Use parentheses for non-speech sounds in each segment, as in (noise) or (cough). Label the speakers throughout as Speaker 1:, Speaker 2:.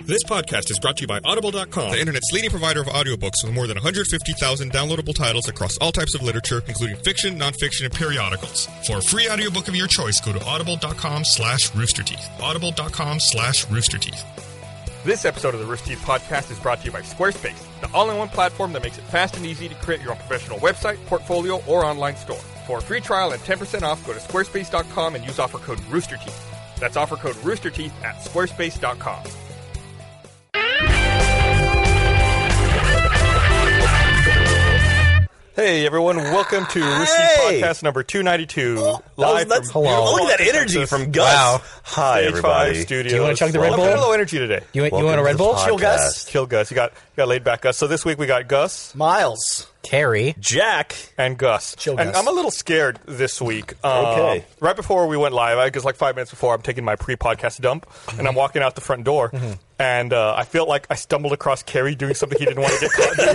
Speaker 1: This podcast is brought to you by Audible.com, the internet's leading provider of audiobooks with more than 150,000 downloadable titles across all types of literature, including fiction, nonfiction, and periodicals. For a free audiobook of your choice, go to audible.com slash roosterteeth. Audible.com slash roosterteeth.
Speaker 2: This episode of the Rooster Teeth Podcast is brought to you by Squarespace, the all-in-one platform that makes it fast and easy to create your own professional website, portfolio, or online store. For a free trial and 10% off, go to squarespace.com and use offer code ROOSTERTEETH. That's offer code ROOSTERTEETH at squarespace.com. Hey everyone, welcome to Rooster Teeth
Speaker 3: Hey! Oh,
Speaker 2: Podcast number 292.
Speaker 3: Live
Speaker 2: live
Speaker 3: that's,
Speaker 2: from
Speaker 3: Hello.
Speaker 2: beautiful
Speaker 3: Look at that
Speaker 2: Austin,
Speaker 3: energy
Speaker 2: Texas.
Speaker 3: from Gus.
Speaker 4: Wow.
Speaker 3: Hi,
Speaker 2: Stage
Speaker 3: everybody.
Speaker 2: Five Studios.
Speaker 4: wanna chug the Red
Speaker 2: I'm
Speaker 4: Bull?
Speaker 2: kinda low energy today.
Speaker 4: You want, you
Speaker 3: Welcome
Speaker 4: want a
Speaker 3: to
Speaker 4: Red
Speaker 3: the
Speaker 4: Bull?
Speaker 3: podcast.
Speaker 4: Chill, Gus?
Speaker 2: Kill Gus. You got you got laid back Gus. So this week we got Gus
Speaker 5: Miles.
Speaker 4: Terry.
Speaker 3: Jack.
Speaker 2: and Gus.
Speaker 5: Chill
Speaker 2: and
Speaker 5: Gus.
Speaker 2: I'm a little scared this week. Um,
Speaker 3: Okay.
Speaker 2: Right before we went live, I guess like five minutes before, I'm taking my pre-podcast dump, and I'm walking out the front door.
Speaker 3: Mm-hmm.
Speaker 2: And uh, I feel like I stumbled across Kerry doing something he didn't want to get caught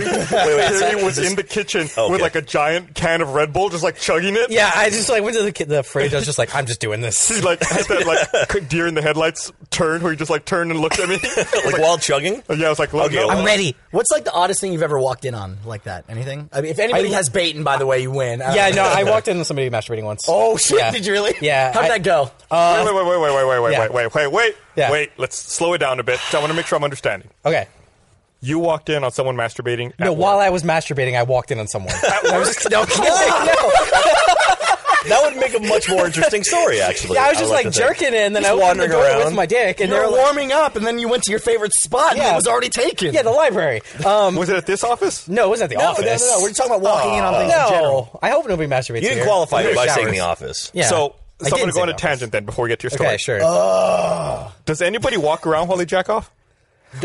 Speaker 2: doing.
Speaker 3: (laughs)
Speaker 2: Kerry was in the kitchen with
Speaker 3: Okay.
Speaker 2: like a giant can of Red Bull, just like chugging it.
Speaker 4: Yeah, I just like went to the, ki- the fridge. I was just like, I'm just doing
Speaker 2: He
Speaker 3: (laughs)
Speaker 4: this.
Speaker 2: like had that like deer in the headlights turn, where he just like turned and looked
Speaker 3: (laughs)
Speaker 2: at me. (laughs)
Speaker 3: Like while chugging?
Speaker 2: yeah, I was like,
Speaker 3: Okay,
Speaker 2: no,
Speaker 3: well-
Speaker 4: I'm ready.
Speaker 5: What's like the oddest thing you've ever walked in on like that? Anything? I mean, if anybody
Speaker 4: I-
Speaker 5: has Baton, by the way, you win. I
Speaker 4: Yeah,
Speaker 5: don't
Speaker 4: no,
Speaker 5: know.
Speaker 4: (laughs) I walked in on somebody masturbating once.
Speaker 5: Oh shit!
Speaker 4: Yeah.
Speaker 5: Did you really?
Speaker 4: Yeah,
Speaker 5: How'd
Speaker 4: I- Oh,
Speaker 5: that go?
Speaker 2: Wait, wait, wait, wait, wait, wait, wait,
Speaker 4: Yeah.
Speaker 2: wait, wait, wait, wait.
Speaker 4: Yeah.
Speaker 2: Wait, let's slow it down a bit. I want to make sure I'm understanding.
Speaker 4: Okay.
Speaker 2: You walked in on someone masturbating.
Speaker 4: No,
Speaker 2: at
Speaker 4: while
Speaker 2: work.
Speaker 4: I was masturbating, I walked in on someone. I was (laughs) just, no, kidding.
Speaker 3: That would make a much more interesting story, actually.
Speaker 4: Yeah, I was just
Speaker 3: like
Speaker 4: like
Speaker 3: to think.
Speaker 4: jerking it, and then
Speaker 3: Just
Speaker 4: I opened the
Speaker 3: wandering
Speaker 4: door
Speaker 3: around.
Speaker 4: with my dick, and
Speaker 5: you
Speaker 4: they
Speaker 5: were
Speaker 4: were like,
Speaker 5: warming up, and then you went to your favorite spot, and
Speaker 4: Yeah.
Speaker 5: it was already taken.
Speaker 4: yeah, the library. Um,
Speaker 2: Was it at this office?
Speaker 4: no, it was at the
Speaker 5: no, no, no,
Speaker 4: office.
Speaker 5: no. We're just talking about walking
Speaker 3: Oh.
Speaker 5: in on things in general.
Speaker 4: No, I hope nobody masturbates.
Speaker 3: You didn't
Speaker 4: here.
Speaker 3: qualify
Speaker 4: Nobody
Speaker 3: it by
Speaker 4: showers.
Speaker 3: saying the office.
Speaker 4: Yeah.
Speaker 2: So,
Speaker 4: I
Speaker 2: so I'm going
Speaker 4: did
Speaker 2: to go
Speaker 4: say
Speaker 2: on a
Speaker 4: office.
Speaker 2: tangent then before we get to your story.
Speaker 4: Okay,
Speaker 5: Oh,
Speaker 4: sure.
Speaker 2: Does anybody walk around while they jack off?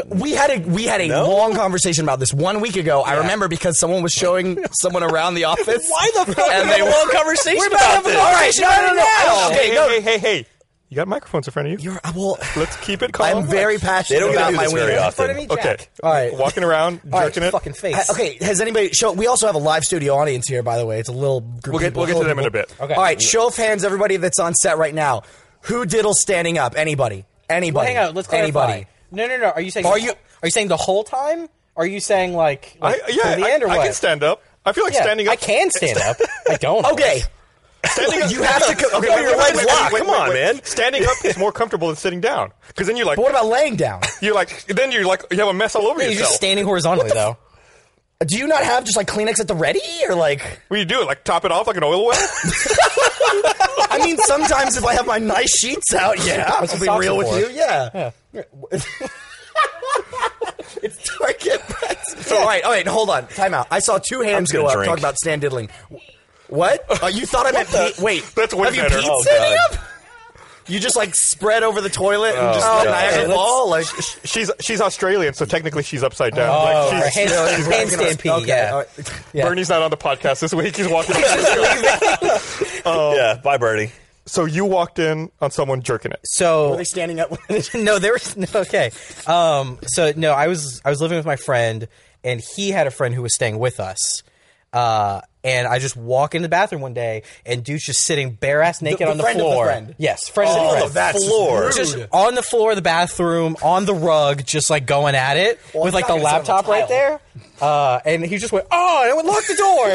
Speaker 5: We had a we had a
Speaker 3: No?
Speaker 5: long conversation about this one week ago. I
Speaker 4: Yeah.
Speaker 5: remember because someone was showing someone around the office.
Speaker 3: Why the fuck
Speaker 5: And
Speaker 3: and
Speaker 5: they
Speaker 3: they a long conversation
Speaker 4: We're about to
Speaker 3: about
Speaker 4: have a
Speaker 3: this?
Speaker 5: All right, no, no, no, no.
Speaker 4: Now.
Speaker 5: Oh. Okay,
Speaker 2: hey,
Speaker 5: no.
Speaker 2: hey, hey, hey. You got microphones in front of you.
Speaker 5: You're, well,
Speaker 2: Let's keep it calm.
Speaker 5: I'm very
Speaker 3: They
Speaker 5: passionate
Speaker 3: don't get
Speaker 5: about
Speaker 3: to do
Speaker 5: my
Speaker 3: this very
Speaker 5: wiener.
Speaker 3: often.
Speaker 4: me, Jack.
Speaker 2: Okay.
Speaker 5: All right.
Speaker 2: Walking around,
Speaker 4: All right,
Speaker 2: jerking it.
Speaker 4: fucking face.
Speaker 5: Uh, okay, has anybody show we also have a live studio audience here by the way. It's a little group
Speaker 2: We'll get-
Speaker 5: people,
Speaker 2: we'll get to
Speaker 5: little
Speaker 2: them in a
Speaker 5: people.
Speaker 2: bit. Okay.
Speaker 5: All right, show of hands everybody that's on set right now. Who diddles standing up? Anybody? Anybody?
Speaker 4: Well, hang on, let's clarify.
Speaker 5: Anybody?
Speaker 4: No, no, no. Are you saying?
Speaker 5: Are you-
Speaker 4: Are you saying the whole time? Are you saying like,
Speaker 2: I,
Speaker 4: like
Speaker 2: yeah,
Speaker 4: till the
Speaker 2: I,
Speaker 4: end or
Speaker 2: I
Speaker 4: what?
Speaker 2: can stand up. I feel like
Speaker 4: Yeah,
Speaker 2: standing up.
Speaker 4: I can stand up. I don't.
Speaker 5: (laughs) Okay.
Speaker 2: Standing (laughs) up.
Speaker 5: (laughs) You have to co- okay,
Speaker 2: Wait,
Speaker 5: your
Speaker 2: wait,
Speaker 5: legs
Speaker 2: wait,
Speaker 5: lock.
Speaker 2: wait,
Speaker 3: Come
Speaker 2: wait,
Speaker 3: on,
Speaker 2: wait.
Speaker 3: man.
Speaker 2: Standing up is more comfortable than sitting down because then you're like
Speaker 5: But what about
Speaker 2: (laughs)
Speaker 5: laying down?
Speaker 2: You're like, then you're like, you have a mess all over
Speaker 4: You're
Speaker 2: yourself.
Speaker 4: just standing horizontally though.
Speaker 5: Do you not have just like Kleenex at the ready or like
Speaker 2: what do you do? Like, top it off like an oil
Speaker 6: (laughs)
Speaker 2: well?
Speaker 5: I mean sometimes if I have my nice sheets out, yeah, I'm
Speaker 4: That's
Speaker 5: gonna
Speaker 4: what
Speaker 5: be
Speaker 4: socks
Speaker 5: real
Speaker 4: are
Speaker 5: with
Speaker 4: for.
Speaker 5: you. Yeah. (laughs) it's target practice. All right, all right, hold on. Time out. I saw two hands
Speaker 3: just gonna
Speaker 5: go up
Speaker 3: drink.
Speaker 5: talk about stand diddling. What? Uh, you thought I meant pe- wait.
Speaker 2: That's way
Speaker 5: have you
Speaker 2: better.
Speaker 5: peed
Speaker 2: Oh,
Speaker 5: standing up? You just like spread over the toilet
Speaker 2: Oh,
Speaker 5: and just let
Speaker 3: God.
Speaker 5: Niagara
Speaker 3: Okay,
Speaker 5: fall like (laughs)
Speaker 2: she's she's Australian, so technically she's upside down.
Speaker 4: Oh,
Speaker 2: like
Speaker 4: her
Speaker 2: she's,
Speaker 4: hand- handstand pee.
Speaker 5: Okay,
Speaker 4: yeah.
Speaker 5: all right.
Speaker 4: yeah.
Speaker 2: Bernie's not on the podcast this week. He's walking.
Speaker 4: (laughs)
Speaker 2: around.
Speaker 3: Yeah. Oh. Bye, Bernie.
Speaker 2: so you walked in on someone jerking it.
Speaker 5: Are
Speaker 4: So
Speaker 5: they standing up? (laughs)
Speaker 4: (laughs) no, there was no, okay. Um, so no, I was I was living with my friend, and he had a friend who was staying with us. Uh, and I just walk in the bathroom one day, and dude's just sitting bare ass naked
Speaker 5: the
Speaker 4: on the
Speaker 5: friend of the
Speaker 4: floor.
Speaker 5: friend?
Speaker 4: Yes, friend of the
Speaker 3: Oh,
Speaker 4: friend.
Speaker 3: that's Floor. rude.
Speaker 4: just on the floor of the bathroom, on the rug, just like going at it with
Speaker 5: I'm
Speaker 4: like the
Speaker 5: not gonna sit on
Speaker 4: laptop
Speaker 5: the
Speaker 4: right
Speaker 5: tile.
Speaker 4: there. Uh, and he just went, oh, and I went lock the door.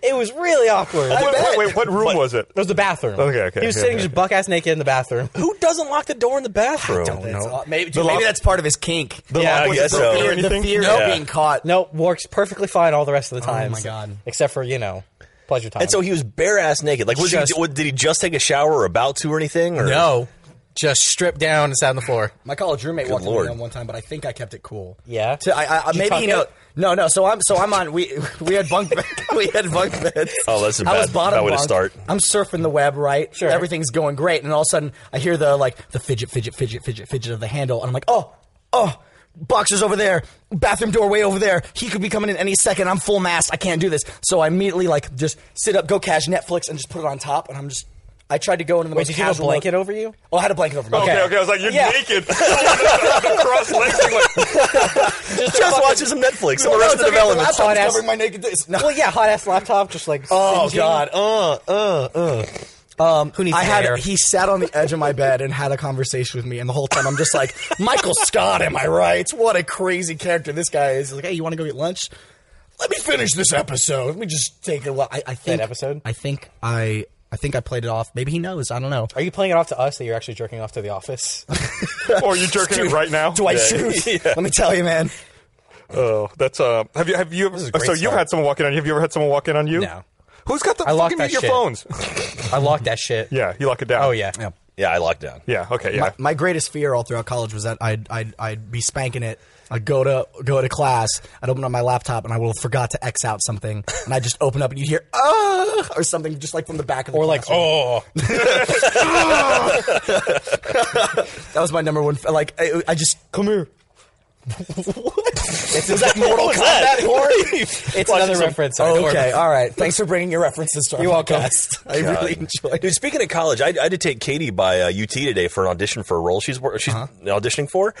Speaker 4: (laughs) it was really awkward.
Speaker 2: Wait, wait, wait, what room was it?
Speaker 4: It was the bathroom.
Speaker 2: Okay, okay,
Speaker 4: He was
Speaker 2: okay,
Speaker 4: sitting
Speaker 2: okay.
Speaker 4: just buck ass naked in the bathroom.
Speaker 3: Who doesn't lock the door in the bathroom?
Speaker 5: That's aw- maybe
Speaker 2: The
Speaker 5: maybe
Speaker 2: lock-
Speaker 5: that's part of his kink. The
Speaker 3: Yeah,
Speaker 2: lock
Speaker 3: I
Speaker 2: wasn't
Speaker 3: guess so.
Speaker 2: broken
Speaker 3: or
Speaker 5: fear, the fear
Speaker 3: Yeah.
Speaker 5: of being caught.
Speaker 4: No, works perfectly fine all the rest of the time.
Speaker 5: Oh my God.
Speaker 4: Except for you know, pleasure time.
Speaker 3: And so he was bare ass naked. Like, was
Speaker 4: Just-
Speaker 3: he, what, did he just take a shower or about to or anything? Or?
Speaker 4: no, just stripped down and sat on the floor.
Speaker 5: My college roommate walked
Speaker 3: lord.
Speaker 5: in on me one time, but I think I kept it cool.
Speaker 4: Yeah?
Speaker 5: To, I, I,
Speaker 4: Did you
Speaker 5: maybe
Speaker 4: tuck
Speaker 5: he know.
Speaker 4: it?
Speaker 5: No, no. So I'm so I'm on. We (laughs) we had bunk bed, we had bunk beds.
Speaker 3: Oh, that's a
Speaker 5: I was
Speaker 3: bad-
Speaker 5: bottom
Speaker 3: bad way to
Speaker 5: bunk.
Speaker 3: start.
Speaker 5: I'm surfing the web, right?
Speaker 4: Sure.
Speaker 5: Everything's going great, and all of a sudden I hear the like the fidget, fidget, fidget, fidget, fidget of the handle, and I'm like, oh, oh. Boxer's over there, bathroom doorway over there. He could be coming in any second. I'm full mast. I can't do this. So I immediately like just sit up, go cash Netflix, and just put it on top. And I'm just. I tried to go into the
Speaker 4: Wait,
Speaker 5: most
Speaker 4: did you have a
Speaker 5: casual mode.
Speaker 4: blanket over you?
Speaker 5: Oh, I had a blanket over me.
Speaker 2: Okay, okay. I was like, you're
Speaker 4: Yeah.
Speaker 6: (laughs)
Speaker 2: naked. Cross legs. Like,
Speaker 3: (laughs) Just, watching some Netflix. Some
Speaker 5: Well, no,
Speaker 3: Arrested
Speaker 5: it's okay,
Speaker 3: Development.
Speaker 5: the laptop's
Speaker 4: Hot ass-
Speaker 5: covering my naked. It's not-
Speaker 4: Well, yeah, hot ass laptop, just like
Speaker 3: Oh
Speaker 4: singeing.
Speaker 3: God! Uh, uh, uh.
Speaker 4: Um, who needs
Speaker 5: I had
Speaker 4: hair?
Speaker 5: he sat on the edge of my bed and had a conversation with me, and the whole time I'm just like, Michael Scott, am I right? What a crazy character this guy is. He's like, hey, you want to go get lunch? Let me finish this episode. Let me just take a. While. I, I think
Speaker 4: episode?
Speaker 5: I think I. I think I played it off. Maybe he knows. I don't
Speaker 4: (laughs)
Speaker 5: know.
Speaker 4: Are you playing it off to us that you're actually jerking off to The Office?
Speaker 6: or you Oh, jerking it right now?
Speaker 5: Do I
Speaker 6: (laughs)
Speaker 5: shoot? Let me tell you, man.
Speaker 6: Oh, that's uh. Have you have you?
Speaker 4: is a
Speaker 6: so
Speaker 4: great
Speaker 6: you've
Speaker 4: start.
Speaker 6: had someone walk in on you. Have you ever had someone walk in on you?
Speaker 4: No.
Speaker 6: Who's got the
Speaker 4: I locked
Speaker 6: fucking
Speaker 4: that
Speaker 6: your
Speaker 4: shit.
Speaker 6: phones?
Speaker 4: (laughs)
Speaker 6: (laughs)
Speaker 4: I locked that shit.
Speaker 6: yeah, you lock it down.
Speaker 4: Oh yeah.
Speaker 3: Yeah, I locked down.
Speaker 6: Yeah. Okay. Yeah.
Speaker 5: My, my greatest fear all throughout college was that I'd, I'd I'd be spanking it. I'd go to go to class. I'd open up my laptop and I would have forgot to X out something, and I would just open up and you would hear ah or something just like from the back of the
Speaker 4: Or like,
Speaker 5: classroom.
Speaker 4: (laughs) oh,
Speaker 5: that was my number one f- like I, I just come here.
Speaker 4: it's
Speaker 5: Was that Mortal Kombat porn?
Speaker 4: It's
Speaker 3: Watching
Speaker 4: another
Speaker 3: some-
Speaker 4: reference. I
Speaker 5: Oh,
Speaker 4: know.
Speaker 5: okay, all right. Thanks for bringing your references to our
Speaker 4: You're welcome.
Speaker 5: podcast. I really enjoyed
Speaker 3: Dude,
Speaker 5: it.
Speaker 3: speaking of college, I, I did take Katie by uh, UT today for an audition for a role she's wor- she's auditioning for.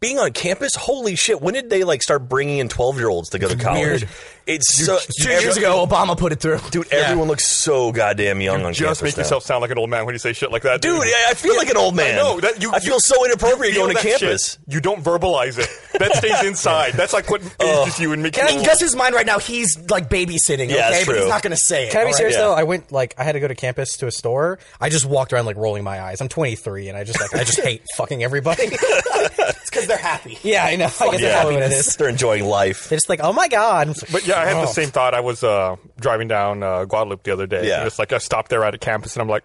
Speaker 3: Being on campus, holy shit! When did they like start bringing in twelve year olds to go to college?
Speaker 5: Weird.
Speaker 3: It's so
Speaker 5: Two years ago, Obama put it through.
Speaker 3: dude. Everyone looks so goddamn young on
Speaker 6: Just
Speaker 3: campus
Speaker 6: make
Speaker 3: now.
Speaker 6: yourself sound like an old man when you say shit like that,
Speaker 3: Dude, I I feel like an old man.
Speaker 6: know, that- you-
Speaker 3: I feel so inappropriate
Speaker 6: Feel
Speaker 3: going to
Speaker 6: that shit.
Speaker 3: campus.
Speaker 6: You don't verbalize it. That stays inside. That's like what ages you and making.
Speaker 5: Can I guess his mind right now? He's like babysitting, okay,
Speaker 3: Yeah, that's
Speaker 5: but he's
Speaker 3: true.
Speaker 5: not going to say it.
Speaker 4: Can I be
Speaker 5: all right?
Speaker 4: serious
Speaker 3: Yeah.
Speaker 4: though? I went like I had to go to campus to a store. I just walked around like rolling my eyes. I'm 23 and I just like I just (laughs) hate fucking everybody.
Speaker 5: It's because they're happy.
Speaker 4: yeah, I know. I guess that's
Speaker 3: Yeah.
Speaker 4: probably what it is.
Speaker 3: They're enjoying life.
Speaker 4: They're just like, oh my god.
Speaker 6: But yeah, I had
Speaker 4: Oh.
Speaker 6: the same thought. I was uh, driving down uh, Guadalupe the other day.
Speaker 3: Yeah.
Speaker 6: And it's like I stopped there out at campus, and I'm like,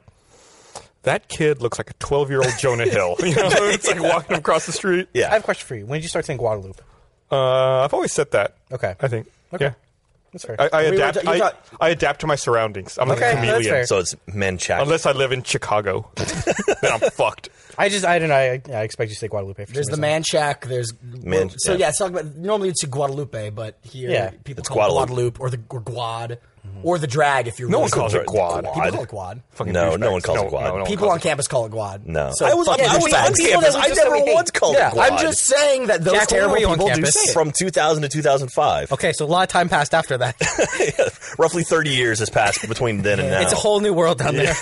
Speaker 6: that kid looks like a 12 year old Jonah Hill. (laughs) You know, it's like walking across the street.
Speaker 3: Yeah.
Speaker 4: I have a question for you. When did you start saying Guadalupe?
Speaker 6: Uh, I've always said that.
Speaker 4: Okay.
Speaker 6: I think.
Speaker 4: Okay.
Speaker 6: Yeah.
Speaker 4: That's fair.
Speaker 6: I, I
Speaker 5: were
Speaker 6: adapt.
Speaker 5: ta- you
Speaker 6: I,
Speaker 5: thought-
Speaker 6: I adapt to my surroundings. I'm like
Speaker 4: Okay,
Speaker 6: a
Speaker 4: that's fair.
Speaker 6: chameleon.
Speaker 3: So it's Menchaca.
Speaker 6: Unless I live in Chicago, then I'm fucked.
Speaker 4: I just I don't know. I, I expect you to say Guadalupe. For
Speaker 5: There's the
Speaker 4: some reason.
Speaker 5: man shack. There's
Speaker 3: Man-
Speaker 5: so yeah.
Speaker 3: yeah.
Speaker 5: it's talking about normally it's Guadalupe, but here
Speaker 4: Yeah.
Speaker 5: people
Speaker 3: It's
Speaker 5: call it Guadalupe
Speaker 3: Guadalupe.
Speaker 5: or the or Guad or the drag if you're
Speaker 6: No
Speaker 5: really
Speaker 6: one calls it
Speaker 5: Guad.
Speaker 6: Guad.
Speaker 5: People call it Guad.
Speaker 6: Fucking
Speaker 3: No,
Speaker 6: douchebags.
Speaker 3: no one calls it quad.
Speaker 6: one
Speaker 5: People
Speaker 6: calls
Speaker 5: on campus call it Guad.
Speaker 3: No.
Speaker 5: so
Speaker 3: I was on,
Speaker 5: fuck
Speaker 3: I was on
Speaker 5: douchebags.
Speaker 3: campus. I
Speaker 4: just said
Speaker 3: never
Speaker 4: we hate.
Speaker 3: once called
Speaker 5: Yeah,
Speaker 3: it
Speaker 5: I'm
Speaker 3: quad.
Speaker 5: just saying that those
Speaker 4: Jack, when
Speaker 5: terrible
Speaker 4: were you on
Speaker 5: people do
Speaker 4: campus?
Speaker 5: say it.
Speaker 3: from 2000 to 2005.
Speaker 4: Okay, so a lot of time passed after that.
Speaker 3: Roughly 30 years has passed between then and
Speaker 4: (laughs)
Speaker 3: now.
Speaker 4: it's a whole new world down there.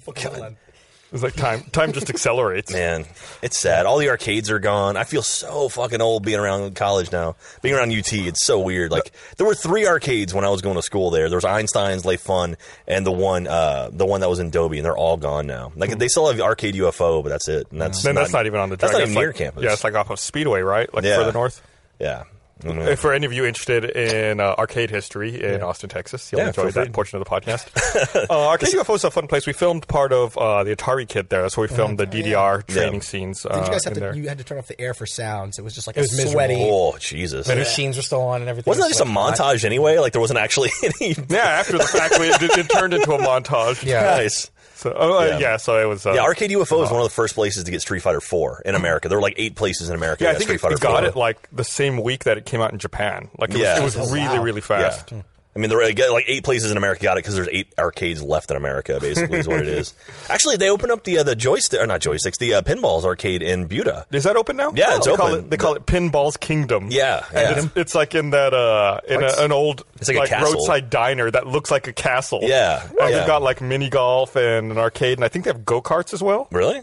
Speaker 6: It's like time. Time just accelerates.
Speaker 3: Man, it's sad. All the arcades are gone. I feel so fucking old being around college now. Being around UT, it's so weird. Like there were three arcades when I was going to school there. There was Einstein's, Lay Fun, and the one, uh, the one that was in Dobie, and they're all gone now. Like they still have Arcade UFO, but that's it. And that's
Speaker 6: Then that's not even on the.
Speaker 3: That's
Speaker 6: drag.
Speaker 3: not even near
Speaker 6: like-
Speaker 3: campus.
Speaker 6: Yeah, it's like off of Speedway, right? Like
Speaker 3: Yeah.
Speaker 6: further north.
Speaker 3: yeah. Mhm.
Speaker 6: If for any of you interested in uh, arcade history in Austin, Texas, you'll
Speaker 3: Yeah,
Speaker 6: enjoy
Speaker 3: feel
Speaker 6: that
Speaker 3: free.
Speaker 6: portion of the
Speaker 3: (laughs)
Speaker 6: podcast. uh, arcade UFO is a fun place. We filmed part of uh, the Atari kit there. That's where
Speaker 3: Oh,
Speaker 6: we filmed the DDR training scenes. Uh,
Speaker 5: (laughs) Did you guys have
Speaker 6: in
Speaker 5: to?
Speaker 6: there.
Speaker 5: You had to turn off the air for sounds. It was just like
Speaker 4: was
Speaker 5: a
Speaker 4: miserable.
Speaker 5: sweaty.
Speaker 3: Oh Jesus!
Speaker 4: The machines were still on and everything.
Speaker 3: Wasn't that just a montage anyway? Like there wasn't actually (laughs) any.
Speaker 6: yeah, after the fact, we, it, it turned into a montage.
Speaker 4: Yeah.
Speaker 3: (laughs) Nice.
Speaker 6: So, oh, uh, yeah.
Speaker 3: Yeah.
Speaker 6: So it was. Uh,
Speaker 3: Yeah, Arcade UFO is one of the first places to get Street Fighter Four in America. There were like eight places in America.
Speaker 6: Yeah, I
Speaker 3: that
Speaker 6: think
Speaker 3: Street
Speaker 6: it,
Speaker 3: Fighter
Speaker 6: it got
Speaker 3: 4.
Speaker 6: it like the same week that it came out in Japan. Like it
Speaker 3: Yeah.
Speaker 6: was, it was
Speaker 3: Oh,
Speaker 6: really, really fast.
Speaker 3: Yeah. I mean, there were like- like eight places in America got it because there's eight arcades left in America. Basically, is what it is. Actually, they opened up the uh, the joystick, or not joysticks, the uh, pinballs arcade in Buda.
Speaker 6: Is that open now?
Speaker 3: Yeah, it's
Speaker 6: They Call
Speaker 3: open.
Speaker 6: it, they call it Pinball's Kingdom.
Speaker 3: Yeah, yeah.
Speaker 6: and it's, it's like in that uh, in a, an old
Speaker 3: It's like a castle.
Speaker 6: roadside diner that looks like a castle.
Speaker 3: Yeah,
Speaker 6: and they've
Speaker 3: yeah.
Speaker 6: got like mini golf and an arcade, and I think they have go karts as well.
Speaker 3: Really?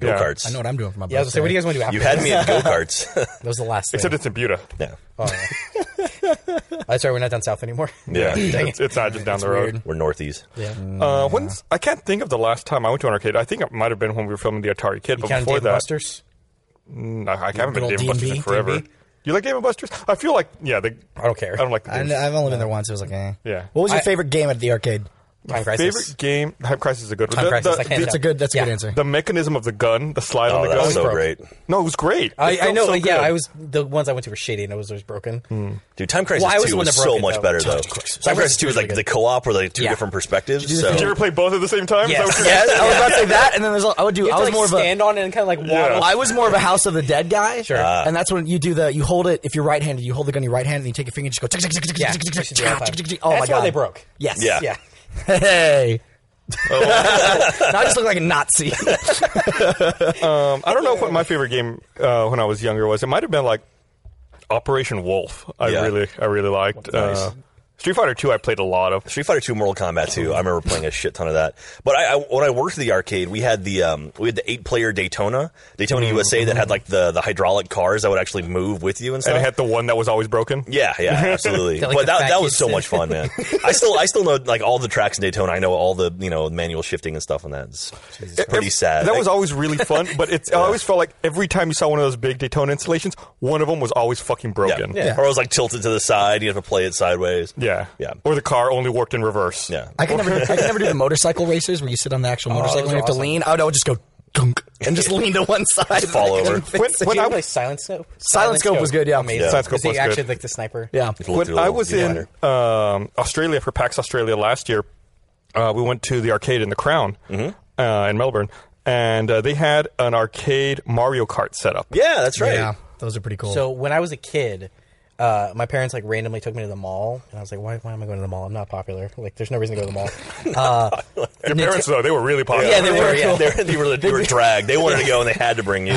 Speaker 3: Go karts.
Speaker 5: I know what I'm doing for my.
Speaker 4: Yeah, I was gonna say, what do you guys want to do after
Speaker 3: You had
Speaker 4: this?
Speaker 3: me at go karts. (laughs)
Speaker 4: That was the last thing. Oh,
Speaker 6: Except it's in Buda.
Speaker 3: yeah.
Speaker 4: That's right, we're not down south anymore.
Speaker 3: Yeah.
Speaker 6: it's, it's not just down the road.
Speaker 3: We're northeast.
Speaker 4: Yeah.
Speaker 6: Uh, when's, I can't think of the last time I went to an arcade. I think it might have been when we were filming the Atari Kid, but
Speaker 4: Counting
Speaker 6: before
Speaker 4: Dave
Speaker 6: that,
Speaker 4: Busters.
Speaker 6: No, I haven't been
Speaker 5: old
Speaker 6: Dave and Buster's in
Speaker 5: D&B.
Speaker 6: forever. You like Dave and Buster's? I feel like yeah. The, I
Speaker 4: don't care.
Speaker 6: I don't like the
Speaker 5: I
Speaker 6: games.
Speaker 5: kn- I've only been there once. It was like, eh.
Speaker 6: Yeah.
Speaker 5: What was your
Speaker 4: I-
Speaker 5: favorite game at the arcade?
Speaker 4: Time Crisis.
Speaker 6: favorite game. Time Crisis is a good one.
Speaker 4: Time
Speaker 6: The-
Speaker 4: Crisis,
Speaker 6: the-
Speaker 4: I can't
Speaker 6: the-
Speaker 5: That's a good. That's a good
Speaker 4: Yeah.
Speaker 5: answer.
Speaker 6: The mechanism of the gun, the slide
Speaker 3: Oh,
Speaker 6: on the
Speaker 3: that
Speaker 6: gun.
Speaker 3: was so
Speaker 4: broke.
Speaker 3: great,
Speaker 6: No, it was great.
Speaker 4: I,
Speaker 6: It
Speaker 4: I
Speaker 6: felt
Speaker 4: know.
Speaker 6: so
Speaker 4: yeah,
Speaker 6: good.
Speaker 4: I was the ones I went to were shitty, and it was always broken.
Speaker 3: dude. Time Crisis
Speaker 4: Well, I was the
Speaker 3: Two
Speaker 4: one
Speaker 3: was
Speaker 4: that
Speaker 3: so
Speaker 4: broke it,
Speaker 3: much
Speaker 4: though.
Speaker 3: better though.
Speaker 4: Of course.
Speaker 3: Time Crisis Two is like the co-op with like two
Speaker 4: Yeah.
Speaker 3: different perspectives. So
Speaker 6: Did you ever play both at the same time? Is that what you're-
Speaker 5: yeah, I was about to say that, and then there's. I would do.
Speaker 4: You
Speaker 5: I
Speaker 4: have
Speaker 5: was
Speaker 4: to, like,
Speaker 5: more of a.
Speaker 4: stand on it and kind of like
Speaker 6: Yeah.
Speaker 4: waddle.
Speaker 5: I was more of a House of the Dead guy. Sure.
Speaker 4: Ah.
Speaker 5: and that's when you do the. You hold it. If you're right-handed, you hold the gun in your right hand, and you take your finger and just go. tick, tick, tick, tick, tick,
Speaker 4: Yeah,
Speaker 5: tick, tick,
Speaker 4: we
Speaker 5: tick,
Speaker 4: should do that
Speaker 5: tick,
Speaker 4: time.
Speaker 5: tick, tick. Oh my
Speaker 4: That's why
Speaker 5: god,
Speaker 4: they broke.
Speaker 5: Yes.
Speaker 3: Yeah.
Speaker 4: Yeah.
Speaker 5: Hey. (laughs) now I just look like a Nazi.
Speaker 6: Um, I don't know what my favorite game uh, when I was younger was. It might have been like Operation Wolf. I
Speaker 3: Yeah.
Speaker 6: really, I really liked. Uh, Street Fighter Two, I played a lot of.
Speaker 3: Street Fighter Two, Mortal Kombat Two. I remember playing a shit ton of that. But I, I when I worked at the arcade, we had the um, we had the eight player Daytona, Daytona
Speaker 6: Mm-hmm.
Speaker 3: USA that had like the the hydraulic cars that would actually move with you and stuff.
Speaker 6: And it had the one that was always broken.
Speaker 3: yeah, yeah,
Speaker 6: (laughs)
Speaker 3: absolutely.
Speaker 4: Got, like,
Speaker 3: but
Speaker 4: the
Speaker 3: that,
Speaker 4: fat
Speaker 3: that was
Speaker 4: kids
Speaker 3: so
Speaker 4: in.
Speaker 3: much fun, man. I still I still know like all the tracks in Daytona. I know all the you know manual shifting and stuff on that. It's, it's pretty
Speaker 6: Ev-
Speaker 3: sad.
Speaker 6: That was always
Speaker 3: (laughs)
Speaker 6: really fun, but it's, I always felt like every time you saw one of those big Daytona installations, one of them was always fucking
Speaker 3: yeah.
Speaker 6: broken.
Speaker 3: Or it was like tilted to the side. You have to play it sideways.
Speaker 6: Yeah.
Speaker 3: yeah,
Speaker 6: Or the car only worked in reverse.
Speaker 3: yeah.
Speaker 5: I can never, I can never do the motorcycle races where you sit on the actual motorcycle and
Speaker 4: Oh, those
Speaker 5: you
Speaker 4: are
Speaker 5: have to
Speaker 4: awesome.
Speaker 5: lean. I would, I would just go dunk and just lean to one side, and
Speaker 3: fall
Speaker 5: I (laughs) couldn't
Speaker 3: over.
Speaker 5: fix
Speaker 6: When-
Speaker 5: it.
Speaker 6: when
Speaker 4: Did
Speaker 6: I-
Speaker 4: you play Silent Scope?
Speaker 5: Silent Scope was good, yeah.
Speaker 4: Amazing.
Speaker 6: Silent Scope
Speaker 4: Because he
Speaker 6: was
Speaker 4: actually
Speaker 6: good.
Speaker 4: like the sniper.
Speaker 5: yeah.
Speaker 3: Just look
Speaker 6: When
Speaker 3: through the
Speaker 6: I
Speaker 3: little
Speaker 6: was in
Speaker 3: viewfinder.
Speaker 6: um, Australia for PAX Australia last year, uh, we went to the arcade in the Crown uh, in Melbourne, and uh, they had an arcade Mario Kart setup.
Speaker 3: yeah, that's right.
Speaker 5: yeah, those are pretty cool.
Speaker 4: So when I was a kid, uh, my parents like randomly took me to the mall, and I was like, "Why? Why am I going to the mall? I'm not popular. Like, there's no reason to go to the
Speaker 3: (laughs)
Speaker 4: mall." Uh,
Speaker 6: Your parents though, they were really popular.
Speaker 4: Yeah, they were, yeah.
Speaker 3: They were, they were, they were dragged. They wanted to go, and they had to bring you.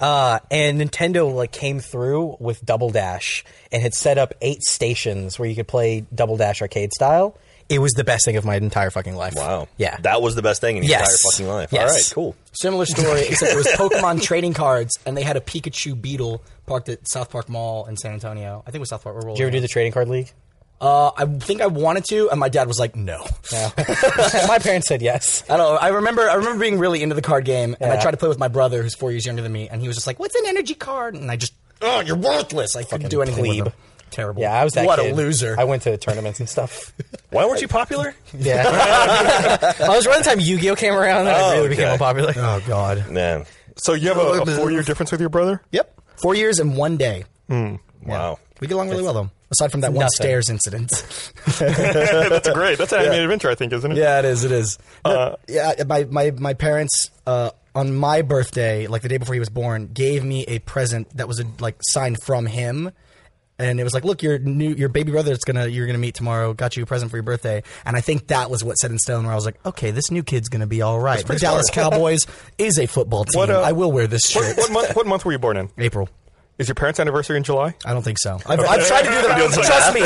Speaker 4: uh, and Nintendo like came through with Double Dash and had set up eight stations where you could play Double Dash arcade style. It was the best thing of my entire fucking life.
Speaker 3: Wow.
Speaker 4: Yeah.
Speaker 3: That was the best thing in your
Speaker 4: Yes.
Speaker 3: entire fucking life.
Speaker 4: Yes.
Speaker 3: All right, cool.
Speaker 5: Similar story,
Speaker 3: (laughs)
Speaker 5: except it was Pokemon trading cards, and they had a Pikachu Beetle parked at South Park Mall in San Antonio. I think it was South Park. Or Roll
Speaker 4: Did you ever do the trading card league?
Speaker 5: Uh, I think I wanted to, and my dad was like, "No."
Speaker 4: No. (laughs) my parents said yes.
Speaker 5: (laughs) I don't. know. I remember. I remember being really into the card game, and I
Speaker 4: Yeah.
Speaker 5: tried to play with my brother, who's four years younger than me, and he was just like, "What's an energy card?" And I just, "Oh, you're worthless." I couldn't do anything. With
Speaker 4: plebe.
Speaker 5: him. Terrible.
Speaker 4: Yeah, I was that
Speaker 5: what
Speaker 4: kid.
Speaker 5: a loser. (laughs)
Speaker 4: I went to tournaments and stuff.
Speaker 3: Why weren't you popular?
Speaker 4: Yeah. (laughs) I was around the time (laughs) Yu Gi Oh came around and
Speaker 3: Oh,
Speaker 4: I really became
Speaker 3: okay.
Speaker 4: unpopular.
Speaker 5: oh God.
Speaker 3: Man,
Speaker 6: So you have a, a four-year difference with your brother.
Speaker 5: Yep. Four years and one day.
Speaker 3: wow.
Speaker 5: We get along really well, though. Aside from that one
Speaker 4: Nothing.
Speaker 5: stairs incident.
Speaker 6: (laughs)
Speaker 5: (laughs)
Speaker 6: That's great. (laughs) That's an animated adventure, I think, isn't it?
Speaker 5: Yeah, it is. It is.
Speaker 6: Uh,
Speaker 5: yeah, my my my parents uh, on my birthday, like the day before he was born, gave me a present that was a, like signed from him, and it was like, "Look, your new your baby brother that's gonna you're gonna meet tomorrow got you a present for your birthday." And I think that was what set in stone where I was like, "Okay, this new kid's gonna be all right." The Dallas
Speaker 6: (laughs)
Speaker 5: Cowboys is a football team.
Speaker 6: What, uh,
Speaker 5: I will wear this shirt.
Speaker 6: What, what month? What month were you born in?
Speaker 5: April.
Speaker 6: Is your parents' anniversary in July?
Speaker 5: I don't think so. I've, I've tried to do that. Trust
Speaker 3: (laughs)
Speaker 5: me.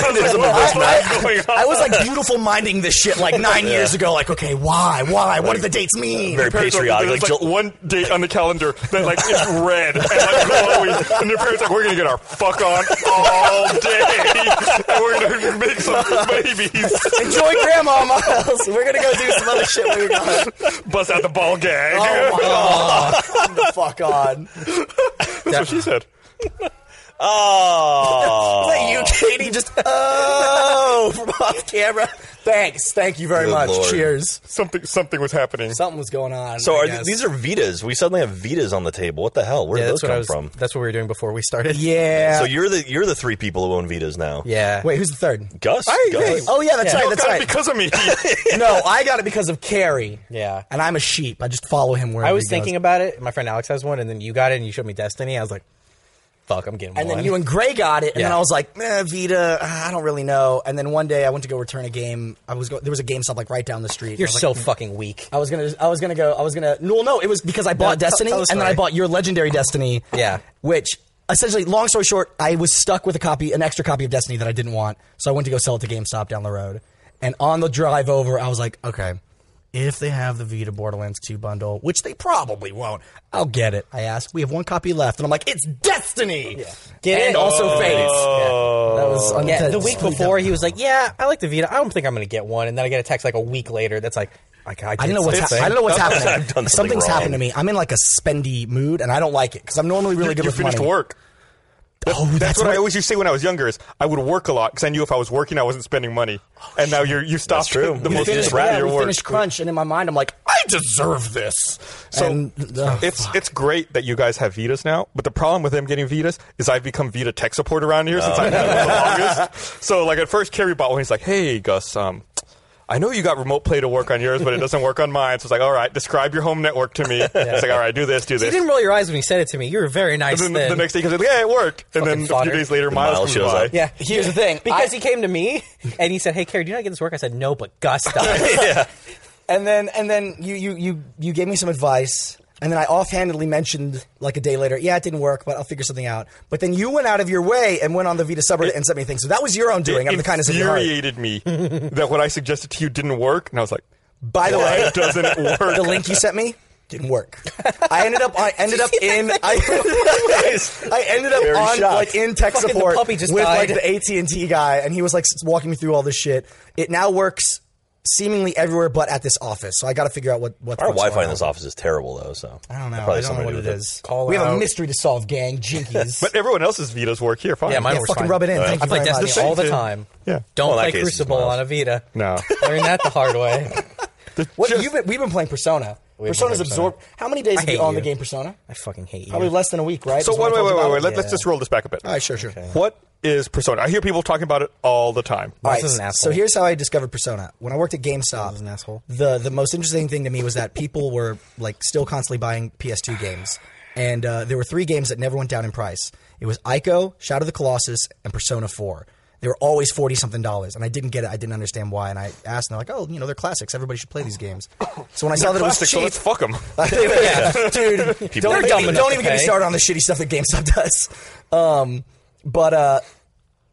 Speaker 5: I, I- I was like beautiful minding this shit
Speaker 3: (laughs)
Speaker 5: like nine years ago. Like, okay, wy, why? What do the dates mean?
Speaker 3: Very
Speaker 6: Parents are-
Speaker 3: patriotic. Like,
Speaker 6: There's like
Speaker 3: Jul-
Speaker 6: one date on the calendar that like is
Speaker 4: (laughs)
Speaker 6: red and like glowing, and your parents are like, we're gonna get our fuck on all day, and we're gonna (laughs) make some babies, (laughs)
Speaker 5: Enjoy Grandma Miles. We're gonna go do some other shit. when We're gone.
Speaker 6: bust out the ball gag.
Speaker 5: Oh my god! the fuck on.
Speaker 6: That's what she said.
Speaker 3: oh,
Speaker 5: (laughs) Is that you, Katie? Just oh, (laughs) from off camera. Thanks. Thank you very
Speaker 3: Good
Speaker 5: much.
Speaker 3: lord.
Speaker 5: Cheers.
Speaker 6: Something something was happening.
Speaker 5: Something was going on.
Speaker 3: so
Speaker 5: I
Speaker 3: are
Speaker 5: guess.
Speaker 3: these are Vitas? We suddenly have Vitas on the table. What the hell? Where
Speaker 4: Yeah,
Speaker 3: did those
Speaker 4: that's what I
Speaker 3: come
Speaker 4: was.
Speaker 3: from?
Speaker 4: That's what we were doing before we started.
Speaker 5: yeah.
Speaker 3: So you're the you're the three people who own Vitas now.
Speaker 4: Yeah.
Speaker 5: Wait, who's the third?
Speaker 3: Gus. Gus.
Speaker 5: Oh yeah, that's right.
Speaker 4: Yeah.
Speaker 6: Y'all
Speaker 5: That's
Speaker 6: got it
Speaker 5: right.
Speaker 6: because of me.
Speaker 5: (laughs) no, I got it because of Carrie.
Speaker 4: Yeah.
Speaker 5: And I'm a sheep. I just follow him wherever
Speaker 4: I was
Speaker 5: he
Speaker 4: thinking
Speaker 5: goes.
Speaker 4: about it. My friend Alex has one, and then you got it, and you showed me Destiny. I was like, "Fuck, I'm getting
Speaker 5: And
Speaker 4: one."
Speaker 5: then you and Gray got it, and then
Speaker 4: Yeah.
Speaker 5: I was like, eh, Vita, ah, I don't really know. And then one day I went to go return a game. I was go- there was a GameStop like right down the street.
Speaker 4: are
Speaker 5: I was like,
Speaker 4: so fucking weak.
Speaker 5: I was gonna, I was gonna go, I was gonna. No, no, it was because I bought
Speaker 4: tell-
Speaker 5: Destiny,
Speaker 4: tell the
Speaker 5: and then I
Speaker 4: story.
Speaker 5: bought your legendary Destiny.
Speaker 4: Yeah.
Speaker 5: which essentially, long story short, I was stuck with a copy, an extra copy of Destiny that I didn't want, so I went to go sell it to GameStop down the road. And on the drive over, I was like, okay, if they have the Vita Borderlands 2 bundle, which they probably won't, I'll get it. I asked, we have one copy left, and I'm like, it's Destiny.
Speaker 4: Get
Speaker 5: and
Speaker 4: it?
Speaker 5: also
Speaker 4: Oh.
Speaker 5: Fates. Yeah. That was
Speaker 4: Yeah,
Speaker 5: unintended.
Speaker 4: the week before he was like, "Yeah, I like the Vita. I don't think I'm going to get one." And then I get a text like a week later that's like, "I, I,
Speaker 5: I don't know what's
Speaker 4: happening.
Speaker 5: hap- I don't know what's
Speaker 6: (laughs)
Speaker 5: happening.
Speaker 3: I've done something
Speaker 5: Something's
Speaker 3: wrong.
Speaker 5: happened to me. I'm in like a spendy mood, and I don't like it because I'm normally really
Speaker 6: you,
Speaker 5: good
Speaker 6: you
Speaker 5: with
Speaker 6: finished
Speaker 5: money.
Speaker 6: work.
Speaker 5: Oh, that's,
Speaker 6: That's what
Speaker 5: right.
Speaker 6: I always used to say when I was younger. Is I would work a lot because I knew if I was working, I wasn't spending money. and
Speaker 5: Oh,
Speaker 6: now you're you stopped
Speaker 3: true.
Speaker 6: the
Speaker 3: You
Speaker 6: most
Speaker 3: finished-
Speaker 5: Finished,
Speaker 6: part of
Speaker 5: yeah,
Speaker 6: your
Speaker 5: we
Speaker 6: work.
Speaker 5: finished crunch, and in my mind, I'm like, I deserve this.
Speaker 6: So
Speaker 5: and,
Speaker 6: (laughs)
Speaker 5: ugh,
Speaker 6: it's it's great that you guys have Vitas now, but the problem with them getting Vitas is I've become Vita tech support around here since I've had one the longest. So like at first, Kerry bought one. He's like, "Hey Gus, um, I know you got remote play to work on yours, but it doesn't work on mine." So it's like, "All right, describe your home network to me." It's like, "All right, do this, do
Speaker 4: You
Speaker 6: this."
Speaker 4: didn't roll your eyes when he said it to me. You were very nice.
Speaker 6: And
Speaker 4: then.
Speaker 6: then the next day, he comes in, like, "Yeah, it worked." And
Speaker 4: Fucking
Speaker 6: then a few
Speaker 4: fodder.
Speaker 6: days later,
Speaker 3: Then
Speaker 6: Miles,
Speaker 3: Miles
Speaker 6: comes
Speaker 3: shows
Speaker 6: by.
Speaker 3: up.
Speaker 4: Yeah.
Speaker 5: Here's the thing.
Speaker 4: because
Speaker 5: I-
Speaker 4: he came to me and he said, "Hey, Carrie, do you not get this work?" I said, (laughs) "No, but Gus does."
Speaker 5: and then and then you you you you gave me some advice. And then I offhandedly mentioned like a day later, yeah, it didn't work, but I'll figure something out. But then you went out of your way and went on the Vita subreddit and sent me things. So that was your own doing out of the kindness of your heart.
Speaker 6: infuriated me that what I suggested to you didn't work, and I was like,
Speaker 5: By the (laughs)
Speaker 6: "Why
Speaker 5: way,
Speaker 6: (laughs) doesn't it work?"
Speaker 5: the link you sent me didn't work. I ended up I ended (laughs) up in I, I ended up
Speaker 3: Very
Speaker 5: on
Speaker 3: shocked.
Speaker 5: like in tech
Speaker 4: Fucking the
Speaker 5: support
Speaker 4: puppy just
Speaker 5: with
Speaker 4: died.
Speaker 5: like the AT and T guy, and he was like s- walking me through all this shit. It now works seemingly everywhere, but at this office. So I got to figure out what what
Speaker 3: Our Wi-Fi in this office is terrible, though. So
Speaker 5: I don't know.
Speaker 3: Probably
Speaker 5: I don't know
Speaker 3: somebody
Speaker 5: what it
Speaker 3: with (laughs)
Speaker 5: is.
Speaker 4: Call
Speaker 5: we have
Speaker 4: out.
Speaker 5: a mystery to solve, gang. Jinkies.
Speaker 6: but everyone else's Vitas work here. Fine.
Speaker 4: Yeah, mine
Speaker 5: yeah,
Speaker 4: were
Speaker 5: fucking
Speaker 4: fine.
Speaker 5: rub it in. Thank
Speaker 4: I
Speaker 5: you
Speaker 4: play
Speaker 5: very much.
Speaker 4: Destiny all the
Speaker 6: thing.
Speaker 4: time.
Speaker 6: Yeah.
Speaker 4: Don't
Speaker 3: Well, in
Speaker 4: play
Speaker 3: that case, it's
Speaker 4: Crucible
Speaker 3: Miles.
Speaker 4: on a Vita.
Speaker 6: No.
Speaker 4: Learn that the hard way.
Speaker 5: What,
Speaker 6: Just-
Speaker 5: you've been, we've been playing Persona.
Speaker 4: We've been
Speaker 5: Persona's
Speaker 4: playing
Speaker 5: absorbed. How many days have you
Speaker 4: hate
Speaker 5: on the
Speaker 4: you.
Speaker 5: game Persona?
Speaker 4: I fucking hate you.
Speaker 5: Probably less than a week, right?
Speaker 6: So
Speaker 5: Is when
Speaker 6: wait,
Speaker 5: I told
Speaker 6: wait, wait,
Speaker 5: you
Speaker 6: wait,
Speaker 5: about
Speaker 6: wait.
Speaker 5: it?
Speaker 6: Let, Let's
Speaker 5: Yeah.
Speaker 6: just roll this back a bit.
Speaker 5: All right, sure, sure.
Speaker 6: What is Persona? I hear people talking about it all the time.
Speaker 5: All
Speaker 4: Miles is an
Speaker 5: so
Speaker 4: asshole.
Speaker 5: here's how I discovered Persona. When I worked at GameStop,
Speaker 4: an asshole.
Speaker 5: the the most interesting thing to me was that people were like still constantly buying PS2 games, and uh, there were three games that never went down in price. It was Ico, Shadow of the Colossus, and Persona Four. They were always forty something dollars, and I didn't get it. I didn't understand why, and I asked, and they're like, "Oh, you know, they're classics. Everybody should play these games." So when I saw that it was
Speaker 6: Plastic, so
Speaker 5: cheap,
Speaker 6: let's
Speaker 5: (laughs)
Speaker 6: fuck them.
Speaker 5: yeah, Oh, Uh,
Speaker 6: (laughs)
Speaker 5: dude.
Speaker 3: are
Speaker 5: don't
Speaker 3: dumb
Speaker 5: even,
Speaker 4: enough
Speaker 5: don't
Speaker 4: to
Speaker 5: even get me
Speaker 4: pay.
Speaker 5: started on the shitty stuff that GameStop does. Um, but uh,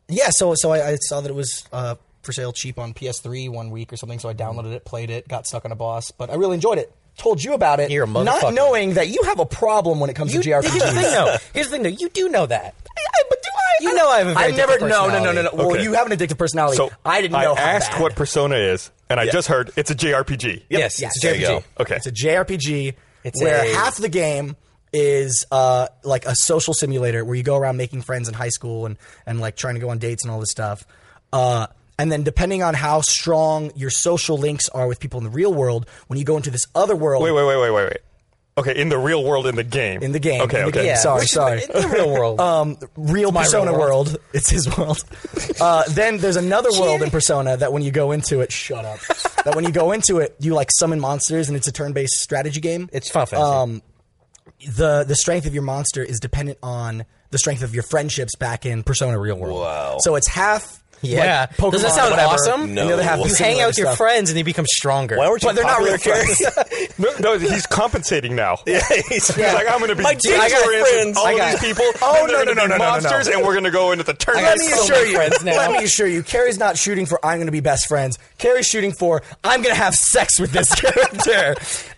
Speaker 5: yeah, so so I, I saw that it was uh, for sale cheap on PS3 one week or something. So I downloaded it, played it, got stuck on a boss, but I really enjoyed it. Told you about it,
Speaker 4: You're a
Speaker 5: not
Speaker 4: motherfucker.
Speaker 5: knowing that you have a problem when it comes
Speaker 4: You,
Speaker 5: to
Speaker 4: here's
Speaker 5: JRPGs.
Speaker 4: the thing, though. Here's the thing, though. You do know that.
Speaker 5: (laughs) but do I?
Speaker 4: You know I have a very
Speaker 5: I've never.
Speaker 4: addictive
Speaker 5: No, no, no, no, no.
Speaker 4: personality.
Speaker 5: Well,
Speaker 6: Okay.
Speaker 5: you have an addictive personality.
Speaker 6: So
Speaker 5: I didn't know. how
Speaker 6: I asked
Speaker 5: bad.
Speaker 6: what Persona is, and I just heard it's a JRPG.
Speaker 4: Yes,
Speaker 5: Yes.
Speaker 4: it's a
Speaker 5: There
Speaker 4: JRPG.
Speaker 3: you go.
Speaker 6: Okay.
Speaker 5: It's a JRPG
Speaker 4: It's
Speaker 5: where
Speaker 4: a-
Speaker 5: half the game is uh, like a social simulator where you go around making friends in high school and, and like trying to go on dates and all this stuff. Uh, and then depending on how strong your social links are with people in the real world, when you go into this other world,
Speaker 6: Wait, wait, wait, wait, wait, wait. Okay, in the real world, in the game.
Speaker 5: In the game,
Speaker 6: Okay,
Speaker 5: in the
Speaker 6: okay.
Speaker 5: game.
Speaker 4: Yeah,
Speaker 5: Sorry,
Speaker 4: which is
Speaker 5: sorry.
Speaker 4: the- It's the real world.
Speaker 5: (laughs) um, real Persona
Speaker 4: real
Speaker 5: world.
Speaker 4: world.
Speaker 5: it's his world. Uh, then there's another world in Persona that when you go into it, shut up. that when you go into it, you like summon monsters and it's a turn-based strategy game.
Speaker 4: it's Final Fantasy.
Speaker 5: um, the the strength of your monster is dependent on the strength of your friendships back in Persona Real World.
Speaker 3: Wow.
Speaker 5: So it's half.
Speaker 4: yeah.
Speaker 5: like, Pokemon,
Speaker 4: Doesn't that sound
Speaker 5: whatever,
Speaker 4: awesome?
Speaker 5: and the other half
Speaker 3: No.
Speaker 5: is
Speaker 4: You hang out with your
Speaker 5: similar stuff.
Speaker 4: friends and they become stronger.
Speaker 3: Why weren't you
Speaker 5: But they're not
Speaker 3: popular
Speaker 5: real friends.
Speaker 6: No, no, he's compensating now.
Speaker 3: he's
Speaker 6: He's like, I'm going to be
Speaker 3: My
Speaker 6: teacher
Speaker 3: teacher friends.
Speaker 6: friends. all
Speaker 3: I
Speaker 6: these people. Oh, no, no, no, no,
Speaker 5: no, no,
Speaker 6: monsters, and we're going to go into the
Speaker 5: Let
Speaker 6: tournament.
Speaker 5: me
Speaker 4: so many
Speaker 5: assure you.
Speaker 4: friends now.
Speaker 5: Let me assure you. Carrie's not shooting for I'm going to be best friends. Carrie's shooting for I'm going to have sex with this (laughs) character.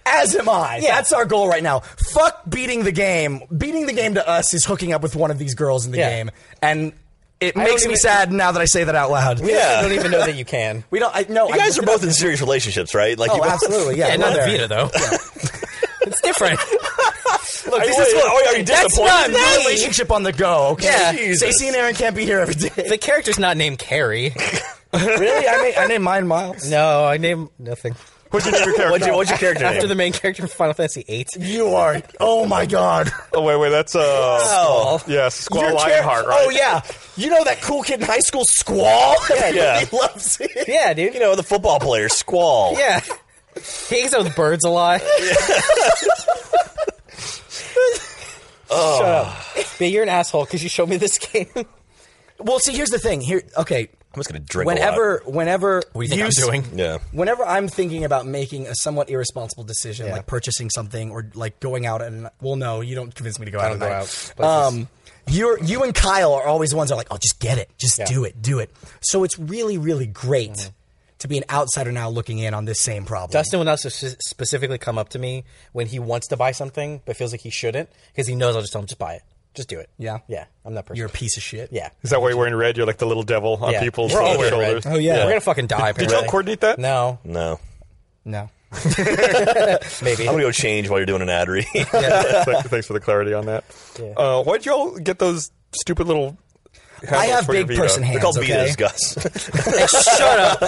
Speaker 5: As am I.
Speaker 4: Yeah.
Speaker 5: That's our goal right now. Fuck beating the game. Beating the game to us is hooking up with one of these girls in the
Speaker 4: Yeah.
Speaker 5: game, and it
Speaker 4: don't
Speaker 5: makes me
Speaker 4: even-
Speaker 5: sad now that I say that out loud.
Speaker 4: I don't
Speaker 3: (laughs) Yeah,
Speaker 4: even know that
Speaker 5: (laughs)
Speaker 4: you can.
Speaker 5: We don't. I, no,
Speaker 3: you guys are both in serious relationships, right? Like, you
Speaker 5: Oh,
Speaker 3: both- (laughs)
Speaker 5: absolutely. (laughs) Yeah,
Speaker 4: Yeah,
Speaker 5: we're
Speaker 4: not
Speaker 5: there.
Speaker 4: Vita though. (laughs) it's different.
Speaker 3: Are you-
Speaker 5: Oh,
Speaker 3: (laughs) are Oh, you
Speaker 5: That's not
Speaker 3: disappointed?
Speaker 5: my relationship on the go. Okay,
Speaker 4: Yeah.
Speaker 5: Jesus. Stacey and Aaron can't be here every day.
Speaker 4: The character's not named Carrie.
Speaker 5: really? I made I named mine Miles.
Speaker 4: No, I name nothing
Speaker 5: (laughs)
Speaker 6: What's your name, your character?
Speaker 3: What's your, what's your character
Speaker 6: (laughs)
Speaker 4: after
Speaker 3: name?
Speaker 4: the main character from Final Fantasy VIII.
Speaker 5: You are. Oh my God.
Speaker 6: oh, wait, wait, that's, uh,
Speaker 3: Oh.
Speaker 6: yeah, Squall
Speaker 5: Your char-
Speaker 6: Lionheart, right?
Speaker 5: Oh yeah. You know that cool kid in high school, Squall. (laughs) Everybody
Speaker 3: yeah.
Speaker 5: loves it.
Speaker 4: Yeah, dude.
Speaker 3: You know, the football player, Squall.
Speaker 4: Yeah. He hangs out with birds a lot. Shut up. But Oh. you're an asshole because you showed me this game.
Speaker 5: Well, see, here's the thing. Here, okay.
Speaker 3: I'm just going to drink a lot.
Speaker 5: Whenever, whenever
Speaker 4: do you think I'm doing?
Speaker 3: Yeah.
Speaker 5: Whenever I'm thinking about making a somewhat irresponsible decision, like purchasing something or like going out and well, no, you don't convince me to go out.
Speaker 4: don't go
Speaker 5: tonight.
Speaker 4: out places.
Speaker 5: Um, you're you and Kyle are always the ones that are like, oh, just get it, just
Speaker 4: Yeah. Mm-hmm.
Speaker 5: do it, do it. So it's really, really great to be an outsider now looking in on this same problem.
Speaker 4: Dustin will not s- specifically come up to me when he wants to buy something but feels like he shouldn't because he knows I'll just tell him, just buy it. Just do it.
Speaker 5: Yeah.
Speaker 4: Yeah. I'm that person.
Speaker 5: you're a piece of shit.
Speaker 4: yeah.
Speaker 6: Is that why you're wearing red? You're like the little devil on
Speaker 4: yeah.
Speaker 6: people's
Speaker 4: We're all
Speaker 6: uh,
Speaker 4: wearing red.
Speaker 6: shoulders.
Speaker 5: Oh, yeah.
Speaker 4: We're going to fucking die.
Speaker 6: Did y'all coordinate that?
Speaker 4: No.
Speaker 3: No.
Speaker 5: No.
Speaker 4: Maybe.
Speaker 3: I'm going to go change while you're doing an ad read. (laughs)
Speaker 6: Th- (laughs) Thanks for the clarity on that. Uh, why'd y'all get those stupid little.
Speaker 5: I have
Speaker 6: for your
Speaker 5: big
Speaker 6: Vita?
Speaker 5: person
Speaker 3: They're
Speaker 5: hands.
Speaker 3: called
Speaker 5: okay?
Speaker 3: Vitas, Gus. (laughs)
Speaker 4: Shut up.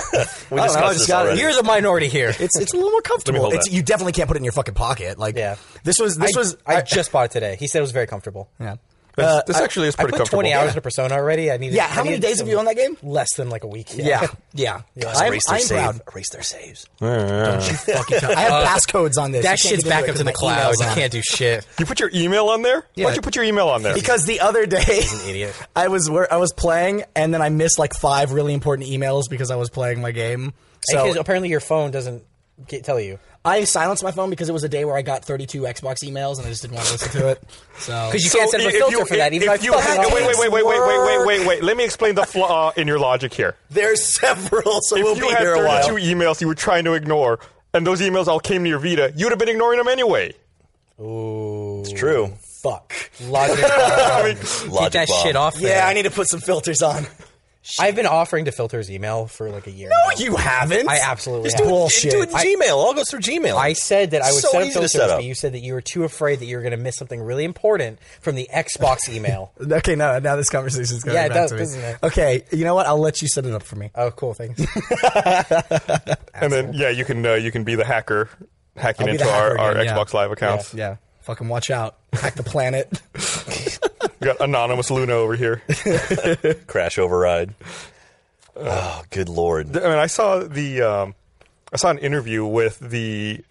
Speaker 3: We discussed
Speaker 5: I just
Speaker 3: this
Speaker 5: got it.
Speaker 3: already.
Speaker 4: You're the minority here.
Speaker 5: It's it's a little more comfortable.
Speaker 3: hold
Speaker 5: It's,
Speaker 3: that.
Speaker 5: you definitely can't put it in your fucking pocket. Like
Speaker 4: Yeah.
Speaker 5: this was this
Speaker 4: I,
Speaker 5: was
Speaker 4: I, just bought it today. He said it was very comfortable.
Speaker 5: yeah.
Speaker 6: This,
Speaker 5: Uh,
Speaker 6: this actually is
Speaker 4: I
Speaker 6: pretty
Speaker 4: put
Speaker 6: comfortable.
Speaker 4: 20 hours to Persona already. I needed.
Speaker 5: Yeah, how
Speaker 4: I
Speaker 5: many
Speaker 4: needed
Speaker 5: days
Speaker 4: some-
Speaker 5: have you owned that game?
Speaker 4: Less than like a week. (laughs)
Speaker 5: Yeah, (laughs) yeah. I'm,
Speaker 3: Erase their
Speaker 5: I'm
Speaker 3: save.
Speaker 5: proud.
Speaker 3: Erase their saves.
Speaker 5: Fucking tough. I have passcodes on this. You
Speaker 4: Uh,
Speaker 5: can't
Speaker 4: That shit's
Speaker 5: get
Speaker 4: back
Speaker 5: into it
Speaker 4: up to the
Speaker 5: 'cause my email's
Speaker 4: cloud. You
Speaker 5: on.
Speaker 4: can't do shit.
Speaker 6: You put your email on there? Why'd you put your email on there?
Speaker 5: Because the other day,
Speaker 4: idiot.
Speaker 5: (laughs) I was wor- I was playing, and then I missed like five really important emails because I was playing my game. (laughs) So
Speaker 4: Because apparently your phone doesn't get, tell you.
Speaker 5: I silenced my phone because it was a day where I got 32 Xbox emails and I just didn't want to listen to it.
Speaker 4: (laughs)
Speaker 5: So
Speaker 4: Because you can't set up a
Speaker 6: if
Speaker 4: filter
Speaker 6: you-
Speaker 4: for that. Even
Speaker 6: if
Speaker 4: if
Speaker 6: you
Speaker 4: I
Speaker 6: had,
Speaker 4: fucking
Speaker 6: wait, wait, wait, wait, wait, wait, wait, wait, wait. Let me explain the flaw in your logic here.
Speaker 3: There's several, so
Speaker 6: If
Speaker 3: we'll
Speaker 6: you
Speaker 3: be
Speaker 6: had
Speaker 3: here a while.
Speaker 6: 32 emails you were trying to ignore, and those emails all came to your Vita, you'd have been ignoring them anyway.
Speaker 3: It's true.
Speaker 5: fuck. (laughs)
Speaker 4: logic. Get
Speaker 3: Logic
Speaker 4: that
Speaker 3: bomb.
Speaker 4: shit off.
Speaker 5: Yeah,
Speaker 4: there.
Speaker 5: I need to put some filters on. (laughs)
Speaker 4: I've been offering to filter his email for like a year.
Speaker 5: No,
Speaker 4: now.
Speaker 5: you haven't.
Speaker 4: I absolutely
Speaker 5: Just do
Speaker 4: haven't.
Speaker 5: bullshit.
Speaker 3: Do it in
Speaker 5: Oh, I-
Speaker 3: Gmail. It all goes through Gmail.
Speaker 4: I said that I would
Speaker 3: So
Speaker 4: set up
Speaker 3: easy to
Speaker 4: filters,
Speaker 3: set up.
Speaker 4: but you said that you were too afraid that you were going to miss something really important from the Xbox email.
Speaker 5: Okay, now now this conversation's going
Speaker 4: Yeah, it
Speaker 5: back
Speaker 4: does,
Speaker 5: to me.
Speaker 4: doesn't it?
Speaker 5: Okay, you know what? I'll let you set it up for me.
Speaker 4: oh, cool. Thanks.
Speaker 6: And then, yeah, you can uh, you can be the hacker hacking
Speaker 5: I'll be
Speaker 6: into
Speaker 5: the hacker
Speaker 6: our, our
Speaker 5: again, yeah.
Speaker 6: Xbox Live accounts.
Speaker 5: Yeah, fucking watch out. Hack the planet.
Speaker 6: We got anonymous Luna over here. (laughs)
Speaker 3: Crash override. Oh, good lord.
Speaker 6: I mean, I saw the um, I saw an interview with the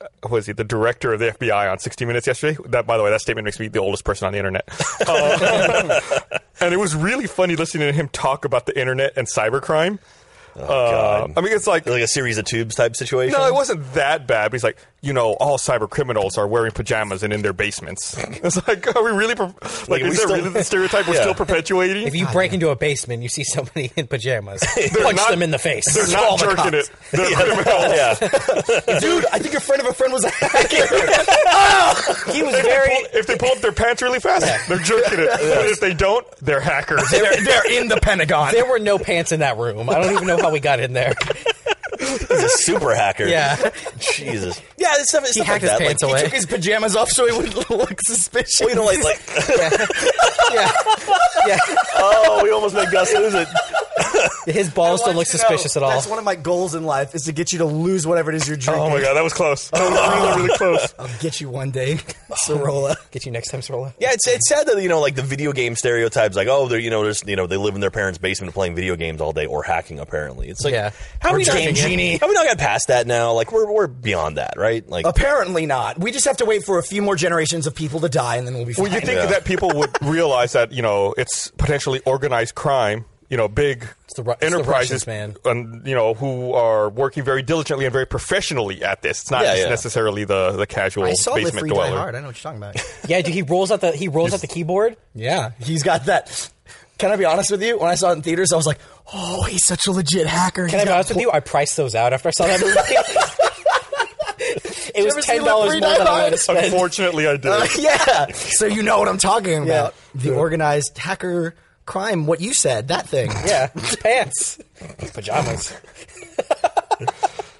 Speaker 6: uh, what is he the director of the FBI on 60 Minutes yesterday. That by the way, that statement makes me the oldest person on the internet.
Speaker 4: (laughs)
Speaker 6: Uh, (laughs) and it was really funny listening to him talk about the internet and cybercrime. Uh,
Speaker 3: God.
Speaker 6: I mean, it's like.
Speaker 3: Like a series of tubes type situation.
Speaker 6: No,
Speaker 3: (laughs)
Speaker 6: it wasn't that bad. But he's like, you know, all cyber criminals are wearing pajamas and in their basements. (laughs) It's like, are we really, per- like,
Speaker 3: we
Speaker 6: is that
Speaker 3: still-
Speaker 6: really the
Speaker 4: (laughs)
Speaker 6: stereotype we're
Speaker 3: Yeah.
Speaker 6: still perpetuating?
Speaker 4: If you break into a basement, you see somebody in pajamas,
Speaker 6: They're
Speaker 4: punch
Speaker 6: not-
Speaker 4: them in the face.
Speaker 6: They're
Speaker 4: Call
Speaker 6: not
Speaker 4: the
Speaker 6: jerking
Speaker 4: cops.
Speaker 6: it. They're
Speaker 5: (laughs)
Speaker 6: criminals.
Speaker 5: Dude, I think a friend of a friend was a (laughs) hacker. Oh!
Speaker 4: He was
Speaker 6: If they,
Speaker 4: very.
Speaker 6: pull, if they pull up their pants really fast, they're jerking it. But if they don't, they're hackers.
Speaker 5: they're, they're in the Pentagon.
Speaker 4: (laughs) There were no pants in that room. I don't even know how we got in there.
Speaker 3: He's a super hacker.
Speaker 4: Yeah.
Speaker 3: Jesus. Yeah, it's stuff, it's stuff
Speaker 4: hacked
Speaker 3: like
Speaker 4: his
Speaker 3: that.
Speaker 4: pants
Speaker 3: like,
Speaker 4: away.
Speaker 5: Took his pajamas off so he wouldn't (laughs) look suspicious. (laughs)
Speaker 3: We don't like, like,
Speaker 4: Yeah.
Speaker 3: (laughs)
Speaker 4: yeah. yeah.
Speaker 3: oh, we almost made Gus lose it.
Speaker 4: His balls
Speaker 5: I want
Speaker 4: don't look
Speaker 5: you to
Speaker 4: suspicious
Speaker 5: know,
Speaker 4: at all.
Speaker 5: That's one of my goals in life is to get you to lose whatever it is you're drinking.
Speaker 6: (laughs) Oh
Speaker 5: (laughs)
Speaker 6: my god, that was close. That was really, really close.
Speaker 5: I'll get you one day, (laughs) Sorola.
Speaker 4: Get you next time, Sorolla.
Speaker 3: Yeah, it's, it's sad that you know, like the video game stereotypes, like oh, they're you know, there's you know, they live in their parents' basement playing video games all day or hacking. Apparently, it's like
Speaker 4: Yeah.
Speaker 3: how
Speaker 4: Or
Speaker 3: we
Speaker 4: drinking
Speaker 3: not,
Speaker 4: it.
Speaker 3: genie? How we not got past that now? Like we're we're beyond that, right? Like
Speaker 5: Apparently not. We just have to wait for a few more generations of people to die, and then we'll be fine.
Speaker 6: Well, you think
Speaker 3: Yeah.
Speaker 6: that people would realize that you know it's potentially organized crime. You know, big
Speaker 4: the Ru- it's the Russians,
Speaker 6: enterprises,
Speaker 4: man.
Speaker 6: and you know who are working very diligently and very professionally at this. It's not
Speaker 3: Yeah,
Speaker 6: just
Speaker 3: yeah.
Speaker 6: necessarily the the casual
Speaker 5: I saw Live
Speaker 6: basement
Speaker 5: Free Die
Speaker 6: dweller.
Speaker 5: Hard. I know what you're talking about.
Speaker 4: Yeah, dude, he rolls out the he rolls out the keyboard.
Speaker 5: (laughs) yeah, he's got that. Can I be honest with you? When I saw it in theaters, I was like, "Oh, he's such a legit hacker."
Speaker 4: Can I be honest with you? I priced those out after I saw that movie. (laughs) it was
Speaker 5: ever see
Speaker 4: ten dollars
Speaker 5: Live Free Die
Speaker 4: more than I
Speaker 5: Hard?
Speaker 4: would have spent.
Speaker 6: Unfortunately, I did.
Speaker 5: Uh, (laughs) yeah. So you know what I'm talking about.
Speaker 4: Yeah.
Speaker 5: The organized hacker crime. What you said, that thing.
Speaker 4: Yeah, pants, pajamas.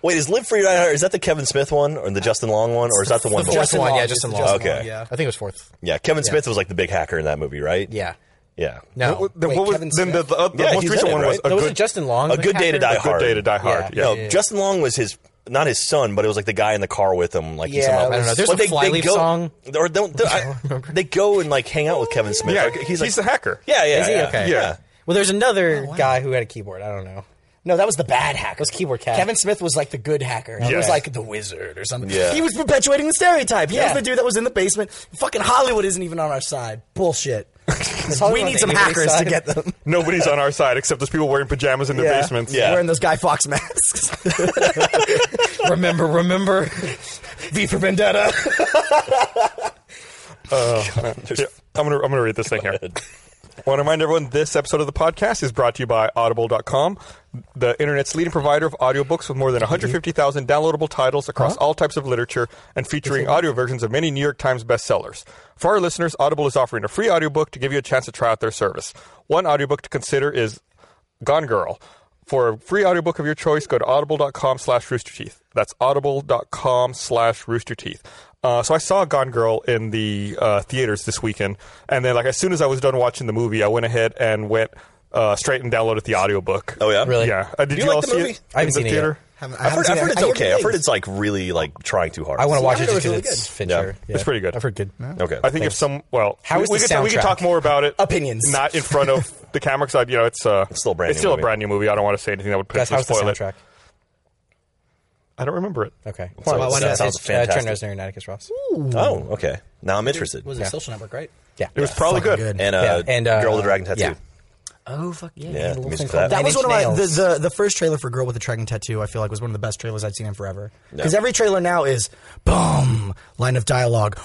Speaker 3: wait, is Live Free or Die Hard? Is that the Kevin Smith one or the Justin Long one or is that the one?
Speaker 5: fourth Justin one, Long, yeah, Justin Long.
Speaker 3: Okay.
Speaker 5: yeah.
Speaker 4: I think it was fourth.
Speaker 3: Yeah, Kevin Smith was like the big hacker in that movie, right?
Speaker 4: Yeah.
Speaker 3: yeah.
Speaker 4: No.
Speaker 6: What- then
Speaker 5: Wait,
Speaker 6: what was-
Speaker 5: Kevin
Speaker 6: then the,
Speaker 5: Smith?
Speaker 6: the, uh, the
Speaker 3: Yeah,
Speaker 6: most
Speaker 3: he's in
Speaker 6: recent
Speaker 3: it,
Speaker 6: one was
Speaker 3: right?
Speaker 6: a
Speaker 4: That wasn't
Speaker 6: good,
Speaker 4: Justin Long.
Speaker 3: A
Speaker 4: the
Speaker 3: good day
Speaker 4: hacker?
Speaker 3: to die
Speaker 6: a good
Speaker 3: hard.
Speaker 6: day to die
Speaker 4: Yeah.
Speaker 6: hard.
Speaker 4: Yeah.
Speaker 6: Yeah.
Speaker 3: No, Justin Long was his not his son, but it was like the guy in the car with him. Like he
Speaker 4: Yeah,
Speaker 3: somehow,
Speaker 4: I don't know. There's
Speaker 3: but
Speaker 4: a Flyleaf
Speaker 3: go,
Speaker 4: song.
Speaker 3: or don't they, I- they go and like hang out with Kevin Smith.
Speaker 6: Yeah,
Speaker 3: Like,
Speaker 6: he's,
Speaker 3: like,
Speaker 6: the hacker.
Speaker 3: yeah, yeah,
Speaker 4: Is he
Speaker 3: yeah,
Speaker 4: okay?
Speaker 6: Yeah.
Speaker 4: Well, there's another guy who had a keyboard. I don't know.
Speaker 5: No, that was the bad hacker.
Speaker 4: Those keyboard cat.
Speaker 5: Kevin Smith was like the good hacker. He
Speaker 6: Yeah.
Speaker 5: was like the wizard or something.
Speaker 3: Yeah.
Speaker 5: He was perpetuating the stereotype. He
Speaker 4: Yeah.
Speaker 5: was the dude that was in the basement. Fucking Hollywood isn't even on our side. Bullshit. we
Speaker 4: Hollywood
Speaker 5: need
Speaker 4: on
Speaker 5: some
Speaker 4: anybody's
Speaker 5: hackers to
Speaker 4: side?
Speaker 5: get them.
Speaker 6: Nobody's on our side except those people wearing pajamas in their
Speaker 5: Yeah.
Speaker 6: basements.
Speaker 3: Yeah.
Speaker 5: Wearing those Guy Fox masks.
Speaker 4: remember, remember.
Speaker 5: V for Vendetta.
Speaker 6: Yeah, I'm gonna I'm gonna read this thing here. I want to remind everyone this episode of the podcast is brought to you by Audible.com, the internet's leading provider of audiobooks with more than 150,000 downloadable titles across all types of literature and featuring audio versions of many New York Times bestsellers. For our listeners, Audible is offering a free audiobook to give you a chance to try out their service. One audiobook to consider is Gone Girl. For a free audiobook of your choice, go to audible.com slash roosterteeth. That's audible.com slash roosterteeth. Uh, so I saw Gone Girl in the uh, theaters this weekend. And then, like, as soon as I was done watching the movie, I went ahead and went uh, straight and downloaded the audiobook.
Speaker 3: Oh yeah,
Speaker 4: Really?
Speaker 6: Yeah. Uh, did
Speaker 3: you
Speaker 6: you,
Speaker 3: like
Speaker 6: all
Speaker 3: the
Speaker 6: see
Speaker 3: movie?
Speaker 6: it
Speaker 4: I haven't
Speaker 6: in the
Speaker 4: seen it yet.
Speaker 6: theater?
Speaker 3: I've heard, I've heard it's
Speaker 5: I hear
Speaker 3: okay. I've
Speaker 5: good
Speaker 3: heard
Speaker 5: things.
Speaker 3: it's like really like trying too hard.
Speaker 4: I want to watch
Speaker 5: I
Speaker 4: it
Speaker 5: heard it
Speaker 4: just
Speaker 5: was
Speaker 4: because
Speaker 5: really
Speaker 4: it's
Speaker 5: good.
Speaker 4: Fincher.
Speaker 3: Yeah.
Speaker 4: Yeah.
Speaker 6: It's pretty good.
Speaker 4: I've heard good.
Speaker 3: Okay,
Speaker 6: I think if some, well,
Speaker 4: How
Speaker 6: we,
Speaker 4: is
Speaker 6: we,
Speaker 4: the
Speaker 6: could, we could
Speaker 4: soundtrack?
Speaker 6: talk more about it.
Speaker 5: Opinions.
Speaker 6: Not in front of the camera because, you know, it's, uh,
Speaker 3: still a brand
Speaker 6: it's
Speaker 3: new
Speaker 6: still
Speaker 3: movie.
Speaker 6: a brand new movie. I don't want to say anything that would
Speaker 4: Guys,
Speaker 6: potentially
Speaker 4: how's the
Speaker 6: spoil
Speaker 4: soundtrack?
Speaker 6: it. I don't remember it.
Speaker 4: Okay.
Speaker 3: So it sounds-
Speaker 4: it's,
Speaker 3: sounds
Speaker 4: uh, Trent
Speaker 3: fantastic.
Speaker 4: Reznor and Atticus Ross.
Speaker 3: Oh, okay. Now I'm interested.
Speaker 5: was a social network, right?
Speaker 4: Yeah.
Speaker 6: It was probably
Speaker 5: Fucking
Speaker 6: good.
Speaker 3: And uh,
Speaker 4: Yeah, and, uh,
Speaker 3: Girl with the Dragon Tattoo.
Speaker 4: yeah.
Speaker 5: Oh fuck yeah!
Speaker 3: Yeah, the
Speaker 5: little
Speaker 3: music
Speaker 5: thing
Speaker 3: for
Speaker 5: called-
Speaker 3: that.
Speaker 5: that was
Speaker 4: Nine
Speaker 5: one of my
Speaker 4: Inch
Speaker 5: the,
Speaker 4: Nails.
Speaker 5: the the first trailer for Girl with a Dragon Tattoo. I feel like was one of the best trailers I've seen in forever. Because every trailer now is boom line of dialogue,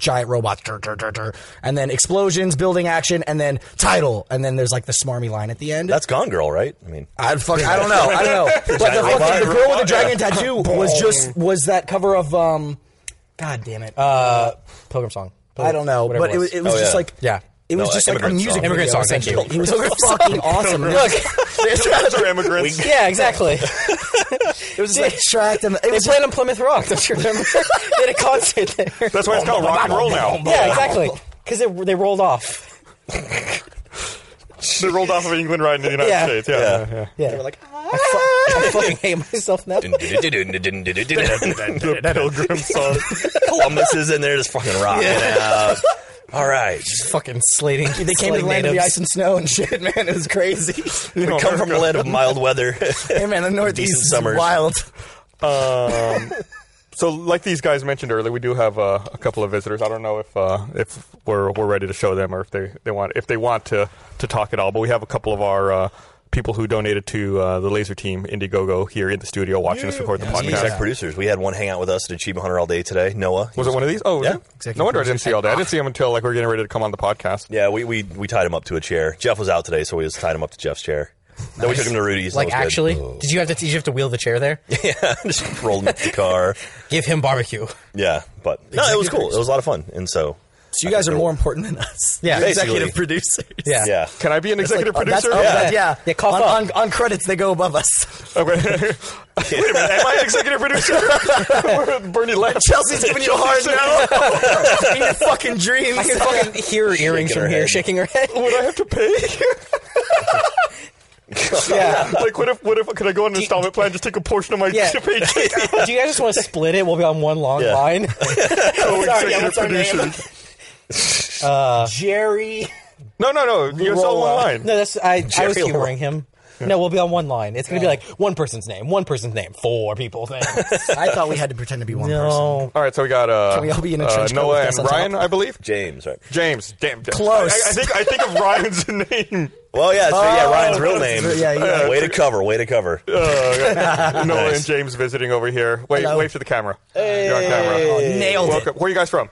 Speaker 5: giant robots, dur, dur, dur, dur, and then explosions, building action, and then title, and then there's like the smarmy line at the end.
Speaker 3: That's Gone Girl, right? I mean,
Speaker 5: I fuck. I don't know. I don't know. But the,
Speaker 3: Giant
Speaker 5: fucking, the
Speaker 3: robot.
Speaker 5: girl with the dragon tattoo was just was that cover of um. God damn it!
Speaker 4: Uh, Pilgrim Song.
Speaker 5: I don't know,
Speaker 4: Whatever
Speaker 5: but it was, it was
Speaker 3: Oh,
Speaker 5: just
Speaker 3: yeah.
Speaker 5: like
Speaker 4: Yeah.
Speaker 5: It was
Speaker 3: No,
Speaker 5: just like a
Speaker 3: immigrant
Speaker 5: music
Speaker 3: song.
Speaker 5: video,
Speaker 4: Immigrant song, thank you.
Speaker 5: essentially. It was fucking awesome. Look,
Speaker 3: (laughs) Mr.
Speaker 4: (laughs)
Speaker 3: Immigrants.
Speaker 4: yeah, exactly.
Speaker 5: it was just like tracked and it
Speaker 4: they
Speaker 5: was
Speaker 4: played on Plymouth Rock. Don't you remember? they had a concert there.
Speaker 6: That's why it's called rock and roll now.
Speaker 4: (laughs) yeah, exactly. Because they, they rolled off.
Speaker 6: They rolled off of England right into the United
Speaker 4: Yeah.
Speaker 6: States. Yeah.
Speaker 3: Yeah.
Speaker 6: yeah.
Speaker 4: Yeah, they were like, "Ah!" I, fu- I fucking hate myself now.
Speaker 6: The (laughs) Pilgrim song.
Speaker 3: Columbus is in there just fucking rocking out. All
Speaker 6: (laughs)
Speaker 3: right.
Speaker 4: fucking slating.
Speaker 5: they came to the land of the ice and snow and shit, (laughs) man. It was (laughs) crazy.
Speaker 3: We come from a land of mild weather. (laughs)
Speaker 5: hey, man, the Northeast is
Speaker 3: summers.
Speaker 5: wild.
Speaker 6: Um, so, like these guys mentioned earlier, we do have uh, a couple of visitors. I don't know if uh, if we're we're ready to show them or if they, they want if they want to to talk at all. But we have a couple of our. Uh, People who donated to uh, the Laser Team Indiegogo here in the studio watching us record the podcast.
Speaker 3: Exec producers. We had one hang out with us at Achievement Hunter all day today. Noah.
Speaker 6: Was it one of these? Oh, was
Speaker 3: Yeah.
Speaker 6: it? No wonder I didn't see all that. I didn't see him until like we are getting ready to come on the podcast.
Speaker 3: Yeah, we, we we tied him up to a chair. Jeff was out today, so we just tied him up to Jeff's chair. Then we took him to Rudy's. and
Speaker 4: Like
Speaker 3: that was
Speaker 4: actually,
Speaker 3: good.
Speaker 4: did you have to? Did you have to wheel the chair there?
Speaker 3: (laughs) yeah, (laughs) just rolled him into the car.
Speaker 4: Give him barbecue.
Speaker 3: Yeah, but no, it was cool. It was a lot of fun, and so
Speaker 5: So you guys are more important than us.
Speaker 4: Yeah.
Speaker 5: You're executive
Speaker 3: Basically.
Speaker 5: producers.
Speaker 4: Yeah.
Speaker 3: yeah.
Speaker 6: Can I be an executive
Speaker 5: Oh, that's,
Speaker 6: producer?
Speaker 5: oh, that- yeah,
Speaker 4: Yeah, cough
Speaker 5: on,
Speaker 4: up.
Speaker 5: on, on credits, they go above us.
Speaker 6: Okay. (laughs) Wait a minute. Am I executive producer? Bernie left.
Speaker 5: (laughs) Chelsea's giving you a hard (laughs) no. In your fucking dreams.
Speaker 4: (laughs) I
Speaker 5: (laughs)
Speaker 4: can fucking hear her earrings
Speaker 3: Shaking
Speaker 4: from
Speaker 3: her
Speaker 4: here,
Speaker 3: head.
Speaker 4: shaking her head.
Speaker 6: Would I have to pay?
Speaker 4: Yeah.
Speaker 6: like, what if? What if? Could I go on an installment plan? Just take a portion of my (laughs)
Speaker 4: Yeah. (laughs)
Speaker 6: paycheck.
Speaker 4: Do you guys just want to split it? We'll be on one long
Speaker 3: Yeah.
Speaker 4: line.
Speaker 6: Co-executive
Speaker 4: yeah, what's our name?
Speaker 6: producer.
Speaker 5: Jerry.
Speaker 6: No, no, no. You're all
Speaker 4: uh,
Speaker 5: Roll up.
Speaker 6: online.
Speaker 4: (laughs) No, that's I. I was
Speaker 3: Jerry
Speaker 4: humoring him. No, we'll be on one line. It's gonna be like one person's name, one person's name, four people's names.
Speaker 5: I thought we had to pretend to be one person.
Speaker 4: no,
Speaker 6: All right, so we got uh,
Speaker 5: Can we all be in a
Speaker 6: uh,
Speaker 5: trench coat with
Speaker 6: Noah
Speaker 5: this
Speaker 6: and
Speaker 5: on top?
Speaker 6: Ryan, I
Speaker 3: (laughs)
Speaker 6: believe.
Speaker 3: James, right?
Speaker 6: James, damn, damn.
Speaker 5: Close.
Speaker 6: I, I think I think of Ryan's (laughs) name.
Speaker 3: Well, yeah, it's, yeah.
Speaker 5: Oh,
Speaker 3: Ryan's real name.
Speaker 5: yeah, you got
Speaker 3: way to cover. Way to cover.
Speaker 6: Uh, Noah
Speaker 3: Nice.
Speaker 6: and James visiting over here. Wait,
Speaker 5: Hello.
Speaker 6: wave to the camera. You're on camera. Oh,
Speaker 5: Nailed it.
Speaker 6: Welcome. Where are you guys from?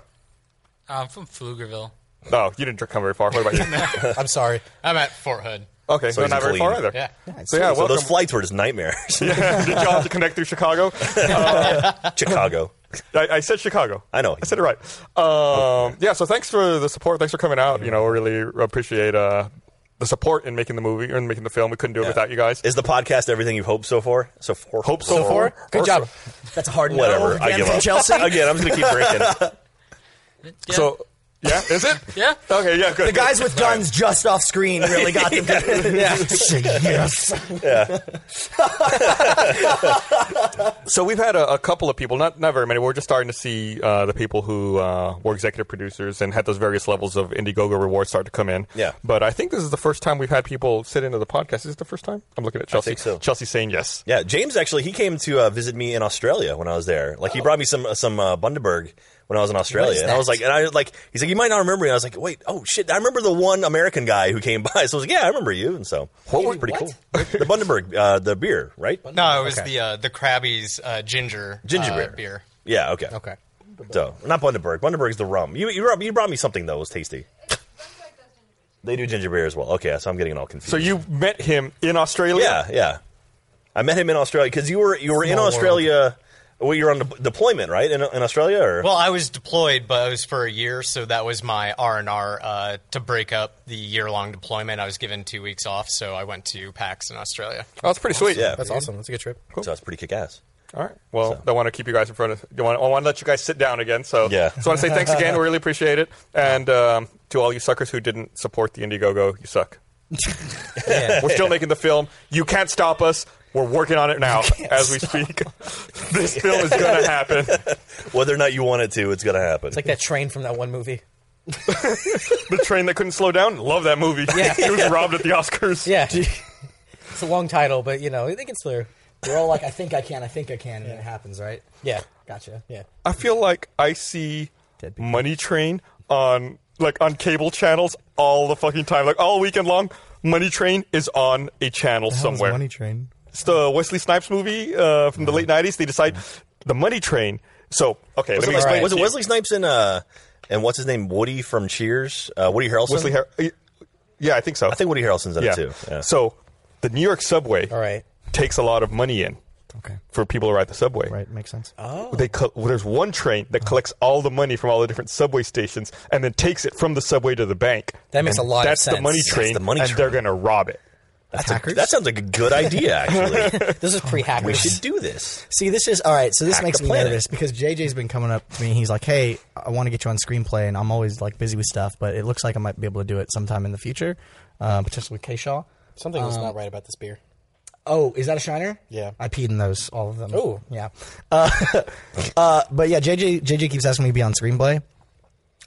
Speaker 7: I'm from Pflugerville.
Speaker 6: Oh, you didn't come very far. What about you?
Speaker 4: I'm sorry.
Speaker 7: I'm at Fort Hood.
Speaker 6: okay,
Speaker 3: So
Speaker 6: so
Speaker 3: he's
Speaker 6: not very far
Speaker 3: clean.
Speaker 6: either.
Speaker 7: Yeah.
Speaker 6: So yeah,
Speaker 3: So
Speaker 6: welcome.
Speaker 3: those flights were just nightmares.
Speaker 6: (laughs)
Speaker 3: (laughs)
Speaker 6: Did y'all have to connect through Chicago?
Speaker 3: Chicago.
Speaker 6: I, I said Chicago.
Speaker 3: I know.
Speaker 6: I said it right. Um, yeah. So thanks for the support. Thanks for coming out. You know, really appreciate uh, the support in making the movie or in making the film. We couldn't do it without you guys.
Speaker 3: Is the podcast everything you've hoped so far? So far,
Speaker 6: Hope so far.
Speaker 4: Good job.
Speaker 5: That's a hard no.
Speaker 3: Whatever. I
Speaker 5: Again
Speaker 3: give
Speaker 5: from
Speaker 3: up.
Speaker 5: Chelsea.
Speaker 3: (laughs) Again, I'm just gonna
Speaker 5: (laughs)
Speaker 3: keep drinking.
Speaker 7: Yeah.
Speaker 6: So yeah, is it?
Speaker 7: Yeah.
Speaker 6: Okay. Yeah. Good.
Speaker 5: The guys with guns just off screen really got
Speaker 3: (laughs)
Speaker 5: them. (laughs) yeah. yes.
Speaker 6: So we've had a, a couple of people, not not very many. We're just starting to see uh, the people who uh, were executive producers and had those various levels of Indiegogo rewards start to come in.
Speaker 3: Yeah.
Speaker 6: But I think this is the first time we've had people sit into the podcast. Is it the first time? I'm looking at Chelsea.
Speaker 3: think so.
Speaker 6: Chelsea saying yes.
Speaker 3: Yeah, James actually he came to uh, visit me in Australia when I was there. Like he brought me some some uh, Bundaberg when I was in Australia, and I was like, and I like he's like you might not remember me. And I was like, wait, oh shit, I remember the one American guy who came (laughs) by. So I was like, yeah, I remember you, and so what was pretty cool. the Bundaberg, uh, the beer, right?
Speaker 7: No, it was the uh, the Krabby's uh, ginger
Speaker 3: Ginger
Speaker 7: uh,
Speaker 3: beer.
Speaker 7: beer.
Speaker 3: Yeah, okay,
Speaker 4: Okay.
Speaker 3: So not Bundaberg. Bundaberg's the rum. You you brought, you brought me something that was tasty. (laughs) they do ginger beer as well. Okay, so I'm getting all confused.
Speaker 6: So you met him in Australia.
Speaker 3: Yeah, yeah. I met him in Australia because you were you were in
Speaker 4: Small world.
Speaker 3: Australia. Well, you were on de- deployment, right? In, in Australia, or
Speaker 7: Well, I was deployed, but it was for a year, so that was my R and R to break up the year long deployment. I was given two weeks off, so I went to PAX in Australia.
Speaker 6: Oh, that's pretty sweet.
Speaker 3: yeah,
Speaker 4: That's awesome. That's a good trip.
Speaker 3: so that's pretty kick ass.
Speaker 6: All right. Well, I want to keep you guys in front of. I want, I want to let you guys sit down again. So
Speaker 3: Yeah.
Speaker 6: So I want to say thanks (laughs) again. We really appreciate it. And um, to all you suckers who didn't support the Indiegogo, you (laughs) suck. We're still making the film. You can't stop us. We're working on it now as we speak. (laughs) this film is going to happen.
Speaker 3: Whether or not you want it to, it's gonna happen.
Speaker 4: Like that train from that one movie.
Speaker 6: The train that couldn't slow down. Love that movie.
Speaker 4: Yeah.
Speaker 6: (laughs) it was robbed at the Oscars.
Speaker 4: (laughs) Yeah. it's a long title, but you know, they can slur.
Speaker 5: We're all like, I think I can, I think I can, and then it happens, right?
Speaker 4: Yeah.
Speaker 5: Gotcha.
Speaker 4: Yeah.
Speaker 6: I feel like I see Money Train on like on cable channels all the fucking time, like all weekend long. Money Train is on a channel somewhere.
Speaker 5: Money Train.
Speaker 6: It's the Wesley Snipes movie uh, from the late '90s. They decide the Money Train. So okay,
Speaker 3: Was
Speaker 6: let
Speaker 3: it,
Speaker 6: me
Speaker 3: like,
Speaker 6: explain.
Speaker 3: was
Speaker 6: to
Speaker 3: it
Speaker 6: you.
Speaker 3: Wesley Snipes and uh and what's his name Woody from Cheers? Uh, Woody Harrelson.
Speaker 6: Wesley Har- Yeah, I think so.
Speaker 3: I think Woody Harrelson's in
Speaker 6: yeah.
Speaker 3: it too. Yeah.
Speaker 6: So the New York subway
Speaker 4: All right.
Speaker 6: takes a lot of money in
Speaker 5: Okay.
Speaker 6: for people to ride the subway.
Speaker 5: Right. Makes sense.
Speaker 6: They co- well, there's one train
Speaker 4: Uh-huh.
Speaker 6: that collects all the money from all the different subway stations and then takes it from the subway to the bank.
Speaker 4: That makes
Speaker 6: And
Speaker 4: a lot of
Speaker 6: that's
Speaker 4: sense.
Speaker 6: the money
Speaker 4: That's
Speaker 6: train,
Speaker 3: the money
Speaker 6: and
Speaker 3: train.
Speaker 6: they're going to rob it.
Speaker 3: That's a-
Speaker 5: hackers?
Speaker 3: that sounds like a good idea. Actually,
Speaker 4: (laughs) This is pre-hackers.
Speaker 3: we should do this.
Speaker 5: See, this is all right. So this
Speaker 3: Hack
Speaker 5: makes
Speaker 3: the
Speaker 5: me
Speaker 3: planet.
Speaker 5: nervous because JJ's been coming up to me. He's like, "Hey, I want to get you on screenplay," and I'm always like busy with stuff. But it looks like I might be able to do it sometime in the future, uh, potentially with K-Shaw.
Speaker 4: Something was not right about this beer.
Speaker 5: Oh, is that a shiner?
Speaker 4: Yeah.
Speaker 5: I peed in those, all of them.
Speaker 4: Ooh.
Speaker 5: yeah. Uh, (laughs) uh, but yeah, JJ JJ keeps asking me to be on screenplay.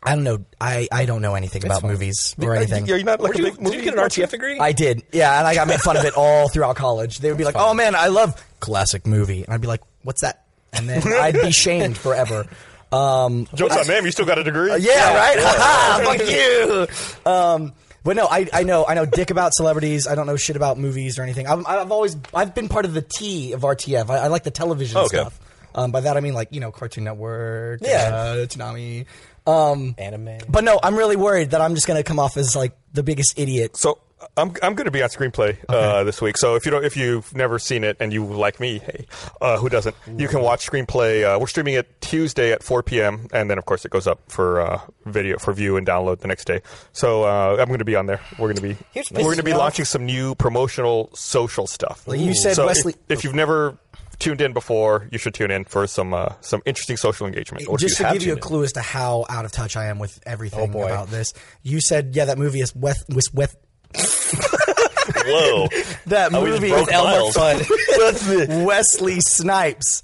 Speaker 5: I don't know. I, I don't know anything about movies or anything.
Speaker 6: Are you not like
Speaker 3: Where'd
Speaker 6: a
Speaker 3: you,
Speaker 6: big
Speaker 3: did
Speaker 6: movie
Speaker 3: you get an RTF degree?
Speaker 5: I did. Yeah, and I got made fun of it all throughout college. They would be like, "Oh man, I love classic movie," and I'd be like, "What's that?" And then I'd be shamed forever. Um,
Speaker 6: Jokes on them. You still got a degree?
Speaker 5: Uh, yeah,
Speaker 6: (laughs)
Speaker 5: right. Haha, Fuck you. Um, but no, I, I know I know dick about celebrities. I don't know shit about movies or anything. I've, I've always I've been part of the T of RTF. I, I like the television
Speaker 3: Oh, Okay.
Speaker 5: stuff. Um, by that I mean like you know Cartoon Network.
Speaker 4: Yeah.
Speaker 5: uh, Tsunami.
Speaker 4: mm.
Speaker 5: Um,
Speaker 4: Anime.
Speaker 5: but no, I'm really worried that I'm just gonna come off as like the biggest idiot.
Speaker 6: So I'm I'm going to be on screenplay uh, this week. So if you don't, if you've never seen it and you like me, hey, uh, who doesn't? You can watch screenplay. Uh, we're streaming it Tuesday at 4 p.m. and then of course it goes up for uh, video for view and download the next day. So uh, I'm going to be on there. We're going to be
Speaker 4: Here's
Speaker 6: we're going to be
Speaker 4: Mr.
Speaker 6: launching some new promotional social stuff.
Speaker 5: you said,
Speaker 6: So if-
Speaker 5: Wesley-
Speaker 6: If, you've never tuned in before, you should tune in for some uh, some interesting social engagement.
Speaker 3: Or if
Speaker 5: just to
Speaker 3: you have
Speaker 5: give you a
Speaker 3: to. Oh,
Speaker 5: clue as to how out of touch I am with everything
Speaker 4: boy.
Speaker 5: about this, you said, "Yeah, that movie is with with, with
Speaker 3: (laughs) Whoa!
Speaker 5: that
Speaker 3: Oh, we just
Speaker 5: movie
Speaker 3: broke
Speaker 5: with Elmer
Speaker 3: miles. (laughs)
Speaker 5: Fudd, (laughs) Wesley Snipes."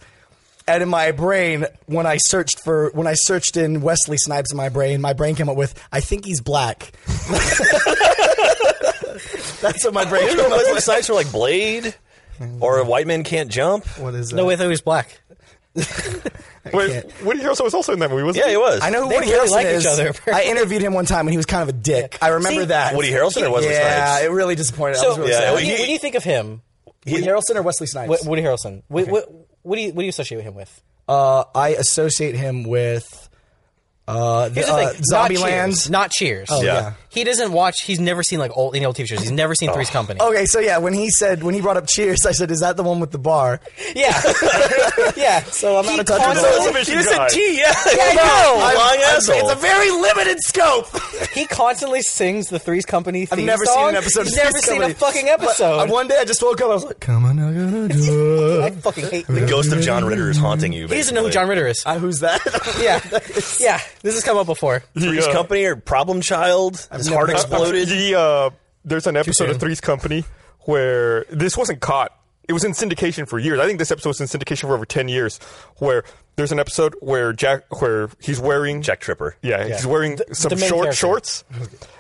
Speaker 5: And in my brain, when I searched for when I searched in Wesley Snipes in my brain, my brain came up with, "I think he's black." (laughs) That's what my brain.
Speaker 3: You
Speaker 5: Came
Speaker 3: know,
Speaker 5: up with.
Speaker 3: Wesley Snipes (laughs) were like Blade or a White Man Can't Jump.
Speaker 5: What is that?
Speaker 4: No, I thought he was black.
Speaker 6: Wait, Woody Harrelson was also in that movie, wasn't
Speaker 3: Yeah, he
Speaker 6: he?
Speaker 3: was.
Speaker 5: I know who
Speaker 4: They
Speaker 5: Woody
Speaker 4: really
Speaker 5: Harrelson
Speaker 4: like each
Speaker 5: is.
Speaker 4: other, apparently.
Speaker 5: I interviewed him one time, and he was kind of a dick. I remember
Speaker 4: See-
Speaker 5: that.
Speaker 3: Woody Harrelson or Wesley
Speaker 5: yeah,
Speaker 3: Snipes?
Speaker 5: it really disappointed. I
Speaker 4: So,
Speaker 5: was really
Speaker 3: Yeah,
Speaker 5: sad.
Speaker 4: when,
Speaker 3: he-
Speaker 4: you, when you think of him,
Speaker 5: Woody Harrelson or Wesley Snipes?
Speaker 4: Wo- Woody Harrelson, what, what, what do you what do you associate him with?
Speaker 5: Uh, I associate him with uh, the,
Speaker 4: Here's the
Speaker 5: uh,
Speaker 4: thing: not Cheers.
Speaker 5: Zombieland.
Speaker 4: not Cheers. Oh,
Speaker 3: yeah. yeah.
Speaker 4: he doesn't watch. He's never seen like old any old TV shows. He's never seen Three's Company.
Speaker 5: Okay, so yeah, when he said when he brought up Cheers, I said, "Is that the one with the bar?"
Speaker 4: yeah, (laughs) yeah. So I'm
Speaker 5: He
Speaker 4: out of touch
Speaker 5: caught
Speaker 4: with
Speaker 5: us
Speaker 4: all-
Speaker 5: all-
Speaker 3: He just said T. (laughs) Yeah,
Speaker 4: I know.
Speaker 3: Long
Speaker 5: I'm- I'm-
Speaker 3: asshole.
Speaker 5: It's a very limited scope.
Speaker 4: He constantly sings the Three's Company theme
Speaker 5: I've never
Speaker 4: song.
Speaker 5: seen an episode.
Speaker 4: He's
Speaker 5: of
Speaker 4: never
Speaker 5: Three's
Speaker 4: seen
Speaker 5: Company.
Speaker 4: a fucking
Speaker 5: But, uh,
Speaker 4: episode.
Speaker 5: one day, I just woke up. I was like, "Come on, I gotta do
Speaker 4: I
Speaker 5: it."
Speaker 4: fucking hate.
Speaker 3: The
Speaker 4: He
Speaker 3: ghost of John Ritter is haunting you. Basically.
Speaker 4: doesn't know who John Ritter is.
Speaker 5: (laughs) Uh, who's (laughs) that?
Speaker 4: (laughs) yeah, yeah. This has come up before.
Speaker 3: Three's
Speaker 6: Yeah.
Speaker 3: Company or Problem Child? His heart
Speaker 5: never-
Speaker 3: exploded.
Speaker 6: The, uh, there's an episode
Speaker 4: soon.
Speaker 6: of Three's Company where this wasn't caught. It was in syndication for years. I think this episode was in syndication for over ten years. Where there's an episode where Jack, where he's
Speaker 3: (laughs)
Speaker 6: wearing
Speaker 3: Jack Tripper.
Speaker 6: Yeah, he's wearing some
Speaker 4: the main
Speaker 6: short
Speaker 4: character.
Speaker 6: shorts,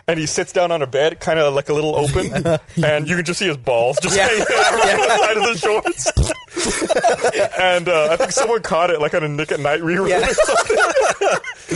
Speaker 6: and he sits down on a bed, kind of like a little open,
Speaker 3: (laughs)
Speaker 6: and you can just see his balls just hanging out on the side of the
Speaker 3: (laughs)
Speaker 6: shorts. and uh, I think someone caught it like on a Nick at Night rerun.
Speaker 4: Yeah.
Speaker 6: Or something.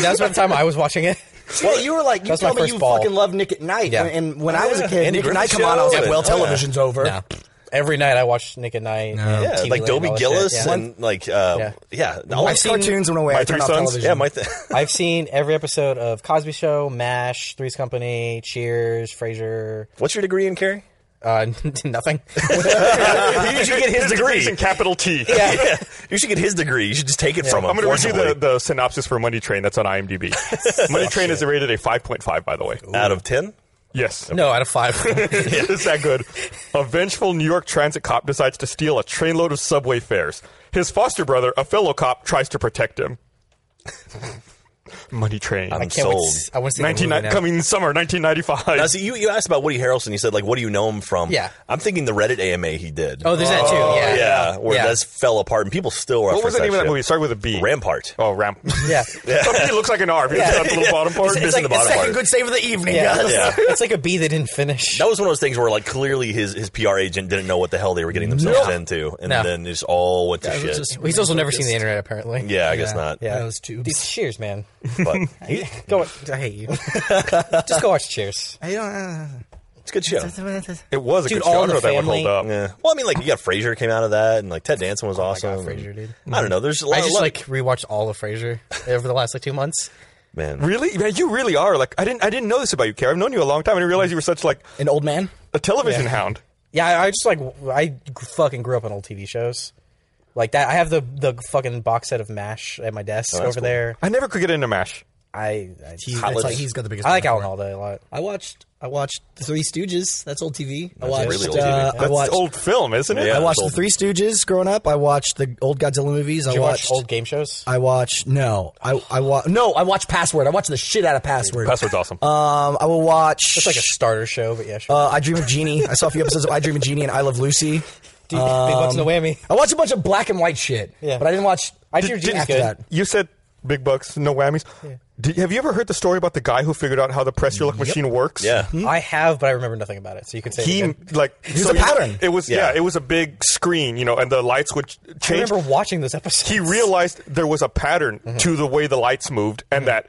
Speaker 4: That was about the time I was watching it.
Speaker 5: Yeah, you were like, you
Speaker 4: That's my
Speaker 5: told me
Speaker 4: first
Speaker 5: you
Speaker 4: ball.
Speaker 5: fucking love Nick at Night,
Speaker 4: Yeah.
Speaker 5: and when I was a
Speaker 3: yeah.
Speaker 5: kid,
Speaker 3: Andy
Speaker 5: Nick at Night
Speaker 3: Griffith
Speaker 5: come on, I was
Speaker 3: Show
Speaker 5: like, "Well,
Speaker 3: and- oh, yeah.
Speaker 5: television's over."
Speaker 4: (laughs) No. Every night I watched Nick at Night. and
Speaker 5: Yeah,
Speaker 3: Yeah,
Speaker 4: TV
Speaker 3: like
Speaker 4: Land
Speaker 3: Dobie
Speaker 4: all that
Speaker 3: Gillis
Speaker 4: shit, yeah.
Speaker 3: and like uh, yeah. all-
Speaker 5: I've seen cartoons went away.
Speaker 6: My
Speaker 5: I turned
Speaker 6: Three
Speaker 5: off
Speaker 6: Sons?
Speaker 5: television.
Speaker 3: yeah, my th- (laughs)
Speaker 4: I've seen every episode of Cosby Show, MASH, Three's Company, Cheers, Frasier.
Speaker 3: What's your degree in Carrie?
Speaker 4: Uh, (laughs) nothing.
Speaker 6: (laughs)
Speaker 3: (laughs) you should get his
Speaker 6: Degrees
Speaker 3: degree.
Speaker 6: in capital T.
Speaker 3: Yeah, (laughs) you should get his degree. You should just take it from him.
Speaker 6: I'm going to read you the,
Speaker 3: forcibly.
Speaker 6: the synopsis for Money Train that's on
Speaker 3: (laughs)
Speaker 6: IMDb. Money Train is rated a 5.5, by the way.
Speaker 3: out of ten. (laughs)
Speaker 6: Yes. (laughs)
Speaker 4: no, Oh, out of five.
Speaker 6: it's that good. A vengeful New York transit cop decides to steal a trainload of subway fares. His foster brother, a fellow cop, tries to protect him. Money Train.
Speaker 3: I'm
Speaker 4: Can't wait to
Speaker 3: sold.
Speaker 4: s- I want to see the movie
Speaker 6: 19,
Speaker 4: now.
Speaker 6: coming summer
Speaker 3: Now,
Speaker 6: 1995.
Speaker 3: see, you, you asked about Woody Harrelson. You said, like, what do you know him from?
Speaker 4: Yeah.
Speaker 3: I'm thinking the Reddit AMA he did.
Speaker 4: Oh, there's that too. Yeah,
Speaker 3: yeah, where
Speaker 4: yeah.
Speaker 3: this fell apart and people still reference
Speaker 6: What was the name of that
Speaker 3: shit.
Speaker 6: movie? It started with a B.
Speaker 3: Rampart. (laughs)
Speaker 6: Oh, Ramp. (laughs)
Speaker 4: yeah.
Speaker 6: he looks like an R. He's got the little bottom part.
Speaker 3: It's like-
Speaker 6: the bottom
Speaker 3: it's like-
Speaker 6: part.
Speaker 5: second good save of the evening. (laughs)
Speaker 4: Yeah.
Speaker 5: guys.
Speaker 4: (laughs)
Speaker 3: Yeah.
Speaker 4: It's like a B they didn't finish.
Speaker 3: That was one of those things where, like, clearly his, his PR agent didn't know what the hell they were getting themselves into, and
Speaker 4: No.
Speaker 3: then it just all went to shit.
Speaker 5: just-
Speaker 4: He's also never seen the internet, apparently.
Speaker 3: yeah, I guess not.
Speaker 4: Yeah.
Speaker 5: Those tubes.
Speaker 3: (laughs)
Speaker 4: These Cheers, man. (laughs)
Speaker 3: But
Speaker 4: Go. I hate you. Just go watch
Speaker 3: (laughs)
Speaker 4: Cheers.
Speaker 5: I don't. uh,
Speaker 3: it's a good show.
Speaker 6: It was a
Speaker 4: Dude,
Speaker 6: good show. I
Speaker 4: All
Speaker 6: don't
Speaker 4: in
Speaker 6: know if
Speaker 4: the
Speaker 6: that would hold
Speaker 4: Family.
Speaker 6: up.
Speaker 3: Yeah. Well, I mean, like you got Frasier came out of that, and like Ted Danson was awesome.
Speaker 4: Oh Frasier, dude.
Speaker 3: I don't know. There's a lot.
Speaker 4: I
Speaker 3: of
Speaker 4: just
Speaker 3: love-
Speaker 4: like rewatched all of Frasier over the last like two months.
Speaker 3: man.
Speaker 6: Really, man, you really are like I didn't. I didn't know this about you, Care. I've known you a long time. I didn't realize you were such like
Speaker 5: An old man.
Speaker 6: a television hound.
Speaker 4: Yeah, I, I just like w- I g- fucking grew up on old TV shows like that. I have the the fucking box set of Mash at my desk over
Speaker 3: Oh, cool.
Speaker 4: there.
Speaker 6: I never could get into Mash.
Speaker 4: I I,
Speaker 5: He's,
Speaker 3: College.
Speaker 5: it's like he's got the biggest.
Speaker 4: I like Alan
Speaker 5: platform.
Speaker 4: Alda a lot.
Speaker 5: I watched. I watched the Three Stooges. That's old TV. I watched.
Speaker 3: really old
Speaker 5: uh,
Speaker 3: TV.
Speaker 5: I
Speaker 6: That's
Speaker 5: watched.
Speaker 6: old film, isn't it?
Speaker 3: Yeah.
Speaker 5: I watched the
Speaker 3: old.
Speaker 5: Three Stooges growing up. I watched the old Godzilla movies. I
Speaker 4: Do you
Speaker 5: watched
Speaker 4: watch old game shows?
Speaker 5: I watch no. I I wa- no. I watch Password. I watch the shit out of Password.
Speaker 6: Password's awesome.
Speaker 5: Um, I will watch.
Speaker 4: It's like a starter show, but yeah, sure.
Speaker 5: uh, I Dream of Genie. I saw a few episodes of I Dream of Genie and I Love Lucy. Um,
Speaker 4: Dude, big bucks
Speaker 3: Um,
Speaker 4: in the whammy.
Speaker 5: I watched a bunch of black and white shit.
Speaker 4: Yeah.
Speaker 5: but I didn't watch.
Speaker 4: I Dream of
Speaker 5: did-
Speaker 4: Genie's
Speaker 5: after
Speaker 4: good.
Speaker 5: that.
Speaker 6: you said big bucks, no whammies. Did, have you ever heard the story about the guy who figured out how the press your luck machine works?
Speaker 3: yeah.
Speaker 4: I have, but I remember nothing about it. So you could say it
Speaker 6: He
Speaker 4: again.
Speaker 6: like
Speaker 5: was a
Speaker 6: you know,
Speaker 5: pattern.
Speaker 6: it was yeah.
Speaker 3: Yeah.
Speaker 6: it was a big screen, you know, and the lights would ch-
Speaker 4: I
Speaker 6: change.
Speaker 4: remember watching those episodes.
Speaker 6: he realized there was a pattern to the way the lights moved and that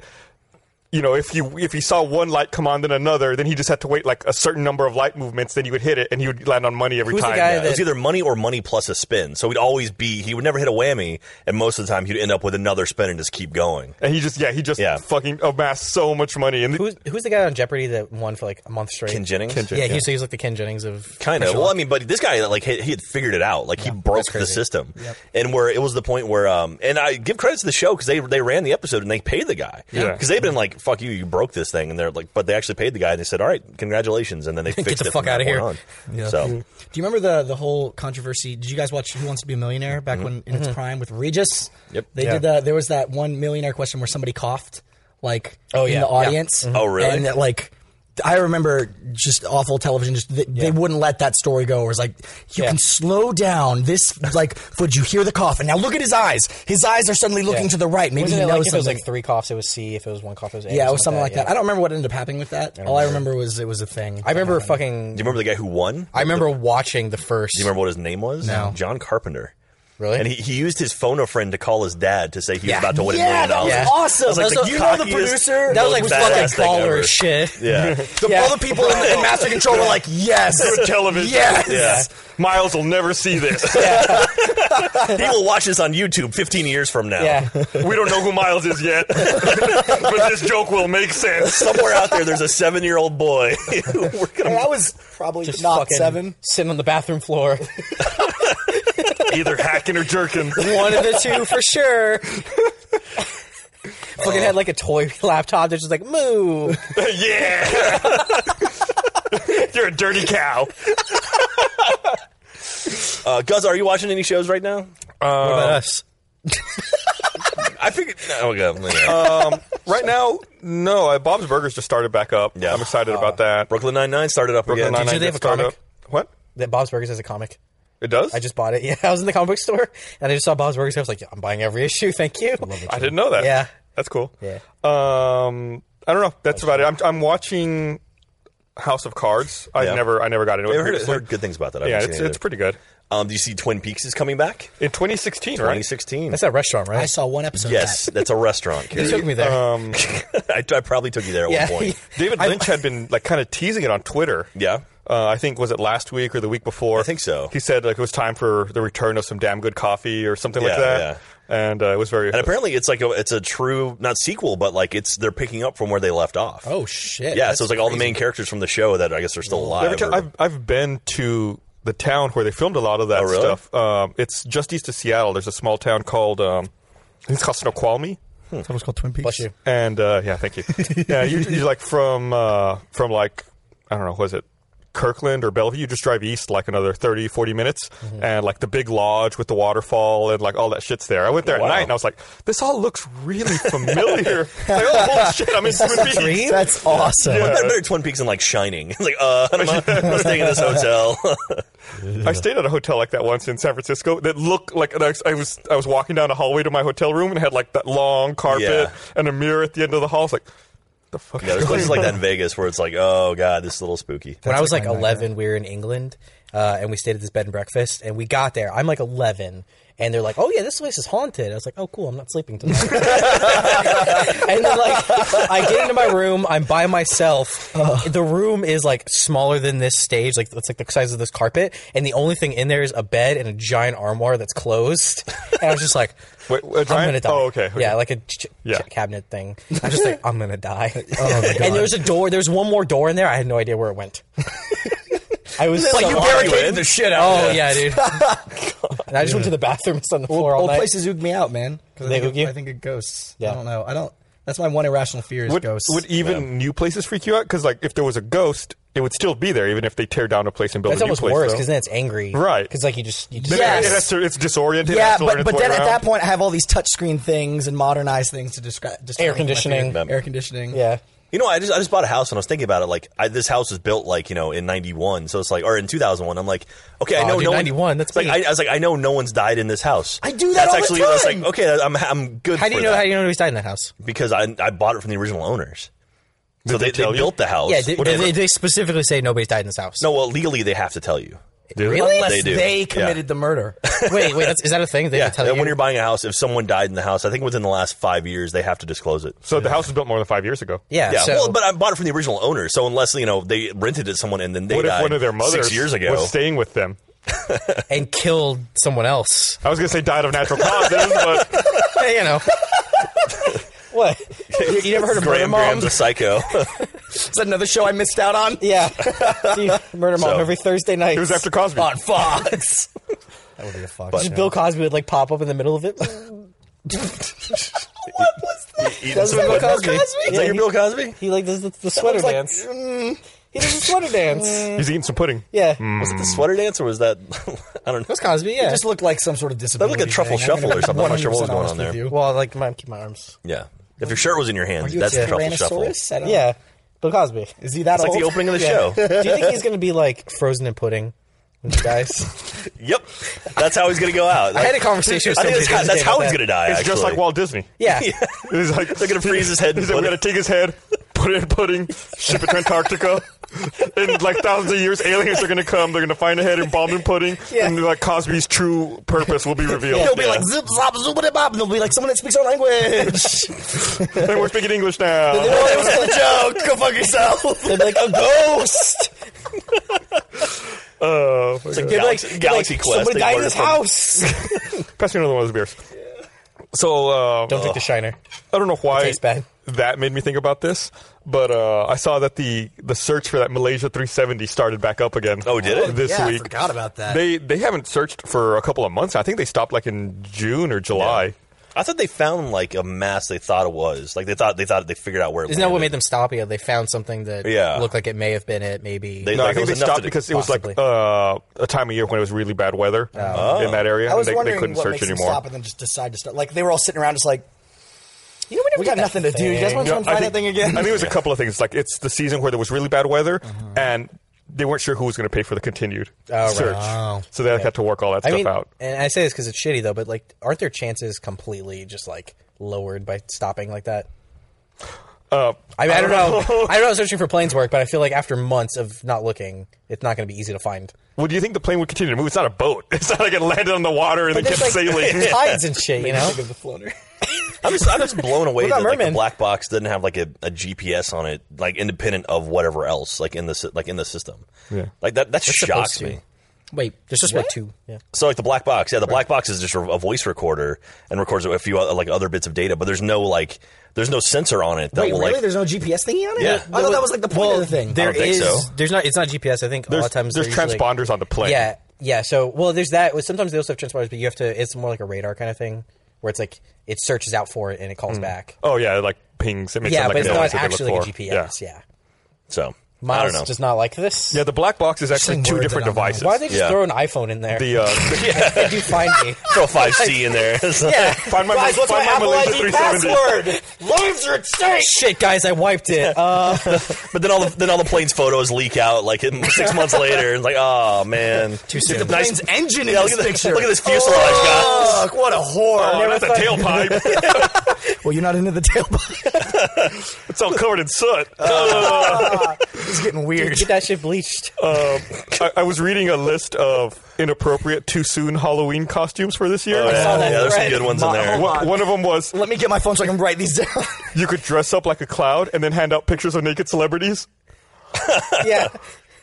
Speaker 6: you know if you if he saw one light come on then another then he just had to wait like a certain number of light movements then he would hit it and he would land on money every
Speaker 4: Who's the
Speaker 6: time
Speaker 4: guy
Speaker 6: Yeah.
Speaker 3: It was
Speaker 4: that-
Speaker 3: either money or money plus a spin. So he'd always be, he would never hit a whammy, and most of the time he'd end up with another spin and just keep going.
Speaker 6: and he just yeah he just
Speaker 3: Yeah.
Speaker 6: fucking amassed so much money and
Speaker 4: Who's who's the guy on Jeopardy that won for like a month straight?
Speaker 3: Ken Jennings?
Speaker 4: Yeah, he's, so he's like the Ken Jennings of
Speaker 3: Kind of. Well, I mean, but this guy, like, he, he had figured it out. Like, he broke the system. And where it was the point where, um, and I give credit to the show because they, they ran the episode and they paid the guy.
Speaker 6: Yeah.
Speaker 3: Because they've been like, fuck you, you broke this thing. And they're like, but they actually paid the guy and they said, all right, congratulations. And
Speaker 4: (laughs)
Speaker 3: then they fixed
Speaker 4: the
Speaker 3: it from
Speaker 4: fuck outta
Speaker 3: that
Speaker 4: here.
Speaker 3: point On. So,
Speaker 5: Do you remember the the whole controversy? Did you guys watch Who Wants to Be a Millionaire
Speaker 4: Mm-hmm.
Speaker 5: back when in its prime with Regis?
Speaker 3: Yep.
Speaker 5: They
Speaker 3: Yeah.
Speaker 5: did the. There was that one millionaire question where somebody coughed, like
Speaker 4: Oh,
Speaker 5: in
Speaker 4: yeah.
Speaker 5: the
Speaker 4: Yeah.
Speaker 5: audience.
Speaker 3: Oh, really?
Speaker 5: And that, like. I remember just awful television. Just they, they wouldn't let that story go. It was like you
Speaker 4: Yeah.
Speaker 5: can slow down this. Like, would you hear the cough? And now look at his eyes. His eyes are suddenly looking to the right. Maybe
Speaker 4: Wasn't
Speaker 5: he
Speaker 4: it
Speaker 5: knows
Speaker 4: like if it was
Speaker 5: something.
Speaker 4: like three coughs, it was C. If it was one cough, it was A.
Speaker 5: yeah,
Speaker 4: or
Speaker 5: it was something like that. I don't remember what ended up happening with that. All I remember was it was a thing.
Speaker 4: I remember fucking.
Speaker 3: do you remember the guy who won?
Speaker 4: I remember watching the first.
Speaker 3: Do you remember what his name was?
Speaker 5: No.
Speaker 3: John Carpenter.
Speaker 4: Really?
Speaker 3: And he, he used his phone a friend to call his dad to say he was about to win a
Speaker 5: Yeah,
Speaker 3: million
Speaker 5: that was
Speaker 3: dollars.
Speaker 5: awesome.
Speaker 3: I was like,
Speaker 5: That was
Speaker 3: the
Speaker 5: a- you know the
Speaker 3: cockiest,
Speaker 5: producer?
Speaker 4: that was
Speaker 3: most
Speaker 4: like
Speaker 3: badass
Speaker 4: fucking
Speaker 3: thing
Speaker 4: baller
Speaker 3: ever.
Speaker 4: shit.
Speaker 5: (laughs)
Speaker 3: Yeah.
Speaker 5: The, All the people in, in Master Control were like, "Yes,
Speaker 6: Good television
Speaker 5: Yes.
Speaker 6: miles will never see this
Speaker 3: he will watch this on YouTube 15 years from now.
Speaker 4: Yeah.
Speaker 6: we don't know who miles is yet but this joke will make sense
Speaker 3: Somewhere out there, there's a seven year old boy. (laughs) We're gonna,
Speaker 5: I was probably
Speaker 4: Just
Speaker 5: not
Speaker 4: fucking
Speaker 5: seven.
Speaker 4: Sitting on the bathroom floor.
Speaker 5: (laughs)
Speaker 6: either hacking or jerking
Speaker 4: One of the two for sure. (laughs) fucking had like a toy (laughs) laptop that's just like, moo.
Speaker 6: (laughs) yeah you're a dirty cow
Speaker 3: uh, Gus, are you watching any shows right now?
Speaker 4: what about us?
Speaker 3: I figured. Oh, God.
Speaker 6: Right now, no. I, Bob's Burgers just started back up.
Speaker 3: Yeah. Uh,
Speaker 6: I'm excited about that.
Speaker 3: Brooklyn Nine Nine started up again.
Speaker 6: Nine-Nine
Speaker 4: do they have
Speaker 6: just
Speaker 4: a comic?
Speaker 6: started up. What?
Speaker 4: That Bob's Burgers has a comic.
Speaker 6: It does?
Speaker 4: I just bought it. (laughs) Yeah, I was in the comic book store and I just saw Bob's Burgers. I was like, I'm buying every issue. Thank you.
Speaker 6: I didn't know that.
Speaker 4: Yeah.
Speaker 6: That's cool.
Speaker 4: Yeah.
Speaker 6: Um, I don't know. That's about it. I'm, I'm watching House of Cards. I
Speaker 3: Yeah.
Speaker 6: never, I never got into it.
Speaker 3: I've heard,
Speaker 6: previously.
Speaker 3: heard good things about that. I
Speaker 6: yeah,
Speaker 3: haven't
Speaker 6: it's,
Speaker 3: seen it
Speaker 6: it's pretty good.
Speaker 3: either. Um, do you see Twin Peaks is coming back?
Speaker 6: In 2016, right?
Speaker 3: 2016.
Speaker 4: That's that restaurant, right?
Speaker 5: I saw one episode.
Speaker 3: yes,
Speaker 5: of
Speaker 3: that's a restaurant.
Speaker 4: You
Speaker 3: Carrie.
Speaker 4: took me there.
Speaker 6: Um,
Speaker 3: (laughs) I, I probably took you there at
Speaker 4: Yeah. (laughs)
Speaker 3: one point. (laughs)
Speaker 6: David Lynch had been like kind of teasing it on Twitter.
Speaker 3: Yeah.
Speaker 6: Uh, I think was it last week or the week before?
Speaker 3: I think so.
Speaker 6: He said like it was time for the return of some damn good coffee or something like
Speaker 3: Yeah,
Speaker 6: that. And uh, it was very
Speaker 3: And apparently, it's like a, it's a true not sequel, but like it's they're picking up from where they left off.
Speaker 4: oh, shit.
Speaker 3: yeah,
Speaker 4: That's
Speaker 3: so it's like all the main characters from the show that I guess are still alive.
Speaker 6: Every time
Speaker 3: or- (laughs)
Speaker 6: I've, I've been to the town where they filmed a lot of that
Speaker 3: Oh, really?
Speaker 6: stuff. Um, it's just east of Seattle. There's a small town called um, I think it's called Snoqualmie.
Speaker 5: that. Someone's called Twin Peaks.
Speaker 4: Bless you.
Speaker 6: And uh,
Speaker 3: (laughs)
Speaker 6: yeah, thank you. yeah, you, you like from uh, from like I don't know, was it Kirkland or Bellevue? You just drive east like another 30, 40 minutes,
Speaker 3: Mm-hmm.
Speaker 6: and like the big lodge with the waterfall and like all that shit's there. I went there
Speaker 3: Wow.
Speaker 6: at night and I was like, this all looks really
Speaker 3: (laughs)
Speaker 6: familiar. like, oh holy shit, I'm in Twin Peaks.
Speaker 4: dream?
Speaker 5: That's awesome.
Speaker 3: I bet better Twin Peaks and like Shining. (laughs) like, uh,
Speaker 4: (laughs)
Speaker 3: I'm, not, I'm not staying in this hotel. (laughs)
Speaker 6: I stayed at a hotel like that once in San Francisco that looked like and I was- I was I was walking down a hallway to my hotel room and had like that long carpet
Speaker 3: Yeah.
Speaker 6: and a mirror at the end of the hall. It's like the fuck.
Speaker 3: yeah,
Speaker 6: is
Speaker 3: there's
Speaker 6: going
Speaker 3: places like that in Vegas where it's like, oh god, this is a little spooky.
Speaker 4: when I was like 11, we were in England uh, and we stayed at this bed and breakfast and we got there. I'm like 11 and they're like, "Oh yeah, this place is haunted." I was like, "Oh cool, I'm not sleeping (laughs) tonight." and then like I get into my room, I'm by myself. The room is like smaller than this stage, like it's like the size of this carpet, and the only thing in there is a bed and a giant armoire that's closed. And I was just like,
Speaker 6: (laughs) Wait, a giant-
Speaker 4: I'm gonna die.
Speaker 6: oh, okay, okay.
Speaker 4: Yeah, like a ch- ch-
Speaker 6: Yeah.
Speaker 4: cabinet thing. I'm just like, I'm gonna (laughs) die. And there's a door. There's one more door in there. I had no idea where it went. I was
Speaker 3: Like
Speaker 4: so
Speaker 3: you
Speaker 4: hungry.
Speaker 3: barricaded the shit out.
Speaker 4: Oh yeah, dude. and I just went to the bathroom. It's on the floor all
Speaker 8: Old
Speaker 4: night.
Speaker 8: places oog me out, man. 'Cause I
Speaker 4: They
Speaker 8: think
Speaker 4: ook
Speaker 8: of-
Speaker 4: you?
Speaker 8: I think of ghosts.
Speaker 4: Yeah.
Speaker 8: I don't know. I don't. That's my one irrational fear is
Speaker 6: Would,
Speaker 8: ghosts.
Speaker 6: would even new places freak you out? Because like if there was a ghost, it would still be there, even if they tear down a place and build
Speaker 4: That's
Speaker 6: a new
Speaker 4: almost
Speaker 6: place.
Speaker 4: worse
Speaker 6: though.
Speaker 4: because then it's angry,
Speaker 6: Right.
Speaker 4: Because like you just, you just
Speaker 6: Then
Speaker 8: Yes.
Speaker 6: it- it's, it's disoriented. it
Speaker 8: yeah,
Speaker 6: has to learn
Speaker 8: but,
Speaker 6: its
Speaker 8: but
Speaker 6: way
Speaker 8: then at
Speaker 6: around.
Speaker 8: that point, I have all these touchscreen things and modernized things to describe.
Speaker 4: Air conditioning.
Speaker 8: air conditioning.
Speaker 4: yeah.
Speaker 3: You know, I just I just bought a house and I was thinking about it. Like, I, this house was built like you know in '91, so it's like or in 2001. I'm like, okay, I
Speaker 4: Aw,
Speaker 3: know
Speaker 4: dude,
Speaker 3: no one-
Speaker 4: 91, that's
Speaker 3: like
Speaker 4: me.
Speaker 3: I, I was like, I know no one's died in this house.
Speaker 8: I do that
Speaker 3: That's
Speaker 8: all the
Speaker 3: actually I was
Speaker 8: time.
Speaker 3: like, okay, I'm I'm good.
Speaker 4: How do
Speaker 3: for
Speaker 4: you know?
Speaker 3: that
Speaker 4: How do you know he's died in that house?
Speaker 3: Because I I bought it from the original owners, so they, they,
Speaker 6: tell you?
Speaker 3: built the house.
Speaker 4: Yeah, they,
Speaker 3: What do
Speaker 4: they,
Speaker 3: you-
Speaker 4: they specifically say nobody's died in this house.
Speaker 3: no, well, legally they have to tell you.
Speaker 4: really?
Speaker 5: Unless
Speaker 3: They
Speaker 5: they,
Speaker 3: do. Yeah.
Speaker 5: committed the
Speaker 3: (laughs)
Speaker 5: murder.
Speaker 4: wait, wait. That's, is that a thing? They
Speaker 3: Yeah,
Speaker 4: yeah. tell you
Speaker 3: when you're buying a house, if someone died in the house, I think within the last five years they have to disclose it.
Speaker 6: So the house was built more than five years ago.
Speaker 4: yeah.
Speaker 3: Yeah,
Speaker 4: so,
Speaker 3: well, but I bought it from the original owner, so unless you know they rented it to someone and then they
Speaker 6: What if
Speaker 3: died
Speaker 6: one of their mothers
Speaker 3: six years ago,
Speaker 6: was staying with them?
Speaker 4: and killed someone else. (laughs)
Speaker 6: I was going to say died of natural causes, but
Speaker 4: Hey, you know. (laughs) what? You, you never heard of
Speaker 3: Graham
Speaker 4: murder
Speaker 3: Graham's
Speaker 4: moms?
Speaker 3: a psycho.
Speaker 5: Is that another show I missed out on?
Speaker 4: Yeah. (laughs) See, murder mom
Speaker 3: So-
Speaker 4: every Thursday night.
Speaker 6: it was after Cosby.
Speaker 5: On
Speaker 3: (laughs)
Speaker 5: Fox.
Speaker 4: Just Bill Cosby would like pop up in the middle of it. (laughs)
Speaker 3: Eating
Speaker 4: That's
Speaker 3: some
Speaker 4: Bill
Speaker 3: wood.
Speaker 4: Cosby.
Speaker 3: Is that
Speaker 4: Yeah,
Speaker 3: your
Speaker 4: he-
Speaker 3: Bill Cosby?
Speaker 4: He like does the, the sweater
Speaker 3: like-
Speaker 4: dance. He does the sweater
Speaker 6: (laughs)
Speaker 4: dance.
Speaker 6: He's eating some pudding.
Speaker 4: Yeah.
Speaker 3: Was it the sweater dance or was that? (laughs) I don't know.
Speaker 4: That's Cosby. Yeah.
Speaker 8: It just looked like some sort of disability.
Speaker 3: like a truffle
Speaker 8: thing. I'm
Speaker 3: shuffle
Speaker 8: gonna
Speaker 3: or something. I'm not sure what was
Speaker 8: 100%
Speaker 3: going
Speaker 8: honest
Speaker 3: on there.
Speaker 8: with you.
Speaker 4: well, like my keep my arms.
Speaker 3: Yeah. If your shirt was in your hands,
Speaker 8: You
Speaker 3: that's
Speaker 8: a
Speaker 3: the truffle shuffle.
Speaker 8: Tyrannosaurus? I don't-
Speaker 4: Yeah. Bill Cosby.
Speaker 8: Is he that
Speaker 3: It's like
Speaker 8: old?
Speaker 3: the opening of the show.
Speaker 4: Do you think he's gonna be like frozen in pudding when he dies?
Speaker 3: Yep. That's how he's gonna go out.
Speaker 4: I had a conversation with
Speaker 3: I think
Speaker 4: somebody.
Speaker 3: that's, how-
Speaker 4: the other
Speaker 3: that's
Speaker 4: day
Speaker 3: how
Speaker 4: about
Speaker 3: he's
Speaker 4: that.
Speaker 3: gonna die.
Speaker 6: It's
Speaker 3: actually.
Speaker 6: just like Walt Disney.
Speaker 4: (laughs)
Speaker 3: (laughs)
Speaker 4: Yeah.
Speaker 6: He's like
Speaker 3: They're gonna freeze his head in
Speaker 6: He's like, we're
Speaker 3: pudding."
Speaker 6: gonna take his head, put it in pudding, ship it to Antarctica. In like thousands of years, aliens are gonna come. They're gonna find a head embalmed in pudding,
Speaker 4: Yeah.
Speaker 6: and like Cosby's true purpose will be revealed.
Speaker 5: They'll be like zip zop zoopity bop, and they'll be like someone that speaks our language.
Speaker 6: (laughs) and we're speaking English now.
Speaker 5: oh, it was a joke. Go fuck yourself.
Speaker 4: They'd be like a ghost.
Speaker 6: (laughs) Oh,
Speaker 3: It's like Galaxy, Galaxy Quest.
Speaker 4: Somebody
Speaker 3: They
Speaker 4: died in
Speaker 3: learn
Speaker 4: this
Speaker 3: from-
Speaker 6: (laughs)
Speaker 4: house.
Speaker 6: pass me another one of those beers. So uh,
Speaker 4: Don't drink the Shiner.
Speaker 6: I don't know why
Speaker 4: tastes bad.
Speaker 6: that made me think about this, but uh, I saw that the the search for that Malaysia 370 started back up again.
Speaker 3: Oh, did it?
Speaker 6: this
Speaker 8: yeah, I
Speaker 6: week?
Speaker 8: forgot about that.
Speaker 6: They they haven't searched for a couple of months. I think they stopped like in June or July.
Speaker 3: I thought they found like a mass. They thought it was like they thought they thought they figured out where. It
Speaker 4: Isn't that what made
Speaker 3: landed.
Speaker 4: them stop you? They found something that
Speaker 3: Yeah.
Speaker 4: looked like it may have been it, maybe.
Speaker 3: They-
Speaker 6: No,
Speaker 3: Like,
Speaker 6: I
Speaker 3: it
Speaker 6: think
Speaker 3: was
Speaker 6: they
Speaker 3: enough to-
Speaker 6: stopped because it was
Speaker 4: possibly.
Speaker 6: like uh, a time of year when it was really bad weather in that area.
Speaker 8: I was
Speaker 6: and they,
Speaker 8: wondering
Speaker 6: they couldn't
Speaker 8: what
Speaker 6: search
Speaker 8: makes them
Speaker 6: anymore.
Speaker 8: stop and then just decide to start. Like they were all sitting around, just like
Speaker 4: you know, never
Speaker 8: we
Speaker 4: did
Speaker 8: got
Speaker 4: that
Speaker 8: nothing to do. You guys
Speaker 4: thing.
Speaker 8: want to
Speaker 6: No,
Speaker 8: try and find that thing
Speaker 6: I
Speaker 8: again?
Speaker 6: think it was a couple of things. Like it's the season where there was really bad weather, and they weren't sure who was going to pay for the continued
Speaker 4: right.
Speaker 6: search. So they like, had to work all that
Speaker 4: I
Speaker 6: stuff
Speaker 4: mean,
Speaker 6: out.
Speaker 4: and I say this because it's shitty though, but like, aren't their chances completely just like lowered by stopping like that?
Speaker 6: Uh,
Speaker 4: I, mean, I don't know. I don't know. Searching for planes work, but I feel like after months of not looking, it's not going to be easy to find.
Speaker 6: Well, do you think the plane would continue to move? It's not a boat. (laughs) It's not like it landed on the water and then kept
Speaker 4: There's like
Speaker 5: (laughs)
Speaker 6: sailing.
Speaker 4: tides and shit, you know.
Speaker 8: the floater.
Speaker 3: I'm just, I'm just blown away
Speaker 4: What about
Speaker 3: that like, the
Speaker 4: Merman?
Speaker 3: black box didn't have like a, a GPS on it, like independent of whatever else, like in the sy- like in the system.
Speaker 6: Yeah.
Speaker 3: Like that that
Speaker 4: supposed
Speaker 3: shocks
Speaker 4: to.
Speaker 3: me.
Speaker 4: Wait, there's just like two. Yeah.
Speaker 3: So like the black box, yeah, the black box is just a a voice recorder and records a few uh, like other bits of data, but there's no like there's no sensor on it that
Speaker 8: Wait,
Speaker 3: will
Speaker 8: really?
Speaker 3: like
Speaker 8: There's no GPS thingy on it?
Speaker 3: Yeah.
Speaker 8: I thought that was like the point of the thing.
Speaker 5: Oh,
Speaker 4: There
Speaker 3: I don't think
Speaker 4: is-
Speaker 3: so.
Speaker 4: There's not. It's not GPS. I think a lot
Speaker 6: There's,
Speaker 4: of times
Speaker 6: there's
Speaker 4: they're usually-
Speaker 6: transponders on the plane.
Speaker 4: Yeah, yeah. So, well, there's that. Well, Sometimes they also have transponders, but you have to. It's more like a radar kind of thing, where it's like it searches out for it and it calls back.
Speaker 6: Oh yeah, it, like pings. It makes
Speaker 4: yeah,
Speaker 6: it, like,
Speaker 4: but it's
Speaker 6: a noise
Speaker 4: not
Speaker 6: that they
Speaker 4: actually
Speaker 6: look
Speaker 4: like a
Speaker 6: for.
Speaker 4: GPS.
Speaker 6: Yeah.
Speaker 4: Yeah,
Speaker 3: so I
Speaker 4: Miles
Speaker 3: don't know.
Speaker 4: does not like this.
Speaker 6: Yeah, the black box is actually
Speaker 8: saying
Speaker 6: two
Speaker 8: words
Speaker 6: different
Speaker 8: that I don't know.
Speaker 6: devices.
Speaker 4: Why do they just
Speaker 3: Yeah.
Speaker 4: throw an iPhone in (laughs) there?
Speaker 6: The, uh,
Speaker 4: Did you find
Speaker 6: (laughs)
Speaker 4: me?
Speaker 3: (laughs) throw five C in there. (laughs)
Speaker 4: yeah.
Speaker 6: find my,
Speaker 5: Guys, what's
Speaker 6: find
Speaker 5: my
Speaker 6: my
Speaker 5: Apple
Speaker 6: Malaysia
Speaker 5: ID
Speaker 6: 370.
Speaker 5: password? Lives are at stake.
Speaker 4: Shit, guys, I wiped it. Uh,
Speaker 3: But then all the then all the plane's photos leak out like in- six months later, and it's like, oh man, too
Speaker 4: soon.
Speaker 3: The
Speaker 5: Plane's
Speaker 3: nice,
Speaker 5: engine in
Speaker 3: yeah, look
Speaker 5: this
Speaker 3: at this,
Speaker 5: picture.
Speaker 3: look at this fuselage,
Speaker 5: Fuck, what a whore.
Speaker 6: Oh, that's a tailpipe.
Speaker 5: Well, you're not into the (laughs) tailbone.
Speaker 3: It's all covered in
Speaker 6: (laughs)
Speaker 3: soot.
Speaker 5: it's getting weird.
Speaker 4: Get that shit bleached.
Speaker 6: Um, I, I was reading a list of inappropriate too soon Halloween costumes for this year.
Speaker 3: Oh, yeah,
Speaker 5: that
Speaker 3: yeah, there's some
Speaker 5: thread.
Speaker 3: good ones in there.
Speaker 6: One, one of them was
Speaker 5: Let me get my phone so I can write these down.
Speaker 6: you could dress up like a cloud and then hand out pictures of naked celebrities.
Speaker 4: yeah.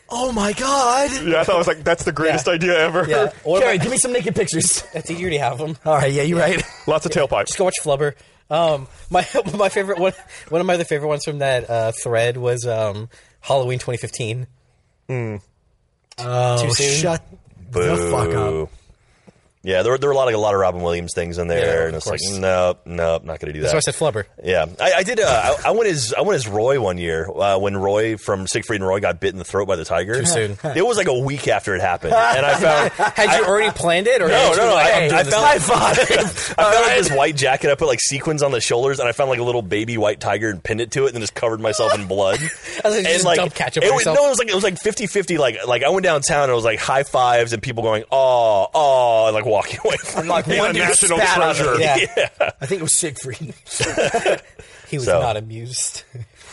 Speaker 5: oh my god.
Speaker 6: Yeah, I thought I was like, that's the greatest idea ever.
Speaker 5: Yeah.
Speaker 4: Or
Speaker 5: Carrie,
Speaker 4: my-
Speaker 5: give me some naked pictures.
Speaker 4: I think you already have them.
Speaker 5: (laughs) All right. Yeah, you're right.
Speaker 6: Lots of tailpipes.
Speaker 4: Just go watch Flubber. Um, my (laughs) my favorite one, one of my other favorite ones from that uh, thread was um, Halloween 2015.
Speaker 5: Oh,
Speaker 4: Too soon?
Speaker 5: shut the
Speaker 3: Boo.
Speaker 5: fuck up.
Speaker 3: Yeah, there were, there were a lot of a lot of Robin Williams things in there,
Speaker 4: Yeah, of
Speaker 3: and it's like,
Speaker 4: course.
Speaker 3: nope, nope, not going to do that.
Speaker 4: That's why I said Flubber.
Speaker 3: Yeah, I, I did. Uh, I, I went as I went as Roy one year uh, when Roy from Siegfried and Roy got bit in the throat by the tiger. Too
Speaker 4: soon.
Speaker 3: It was like a week after it
Speaker 4: (laughs)
Speaker 3: happened, and I found.
Speaker 4: Had you already planned it, or
Speaker 3: No,
Speaker 4: did you
Speaker 3: no, no.
Speaker 4: like-
Speaker 3: I, I found, (laughs) I
Speaker 5: five.
Speaker 4: (laughs)
Speaker 3: found like, this white jacket. I put like sequins on the shoulders, and I found like a little baby white tiger and pinned it to it, and then just covered myself in
Speaker 4: (laughs)
Speaker 3: blood.
Speaker 4: I was like,
Speaker 3: and
Speaker 4: just
Speaker 3: like,
Speaker 4: dump ketchup
Speaker 3: it
Speaker 4: on
Speaker 3: was,
Speaker 4: yourself.
Speaker 3: no, it was like it was like 50-50. Like like I went downtown and it was like high fives and people going oh oh and like walking (laughs) away from
Speaker 5: Like
Speaker 3: me.
Speaker 5: one dude
Speaker 6: national
Speaker 5: spat on
Speaker 6: treasure.
Speaker 5: it.
Speaker 4: (laughs) Yeah.
Speaker 5: I think it was (laughs) Siegfried.
Speaker 4: he was
Speaker 3: So.
Speaker 4: not amused.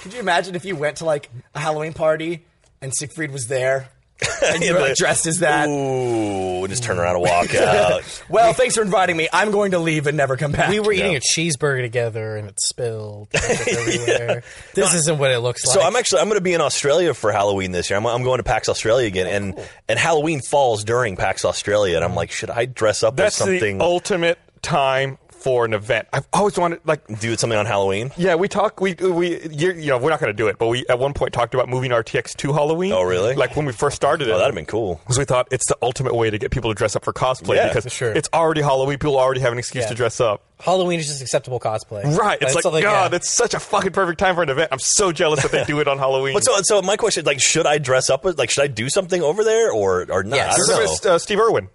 Speaker 5: Could you imagine if you went to like a Halloween party and Siegfried was there
Speaker 4: (laughs)
Speaker 5: and you were like, dressed as that?
Speaker 3: Ooh, and just turn around and walk out.
Speaker 5: Well, thanks for inviting me. I'm going to leave and never come back.
Speaker 4: We were eating a cheeseburger together, and it spilled
Speaker 5: (laughs)
Speaker 4: ketchup everywhere. This isn't what it looks like.
Speaker 3: So I'm actually I'm going to be in Australia for Halloween this year. I'm, I'm going to PAX Australia again,
Speaker 4: Oh,
Speaker 3: and and Halloween falls during PAX Australia, and I'm like, should I dress up
Speaker 6: That's
Speaker 3: as something?
Speaker 6: the ultimate time for an event. I've always wanted, like,
Speaker 3: do something on Halloween?
Speaker 6: yeah, we talk, we, we, you you know, we're not going to do it, but we at one point talked about moving RTX to Halloween.
Speaker 3: Oh, really?
Speaker 6: Like when we first started it.
Speaker 3: Oh, that'd have been cool.
Speaker 6: Because we thought it's the ultimate way to get people to dress up for cosplay
Speaker 3: Yeah,
Speaker 6: because
Speaker 4: sure.
Speaker 6: it's already Halloween. People already have an excuse
Speaker 4: Yeah.
Speaker 6: to dress up.
Speaker 4: Halloween is just acceptable cosplay.
Speaker 6: Right.
Speaker 4: But
Speaker 6: It's like,
Speaker 4: something-
Speaker 6: God,
Speaker 4: yeah.
Speaker 6: it's such a fucking perfect time for an event. I'm so jealous that they do it
Speaker 4: (laughs)
Speaker 6: on Halloween.
Speaker 3: But so so my question is like, should I dress up? as- Like, should I do something over there or or not?
Speaker 4: Yes.
Speaker 3: I don't
Speaker 6: Remember
Speaker 3: know.
Speaker 6: uh,
Speaker 4: (laughs)
Speaker 6: Steve Irwin?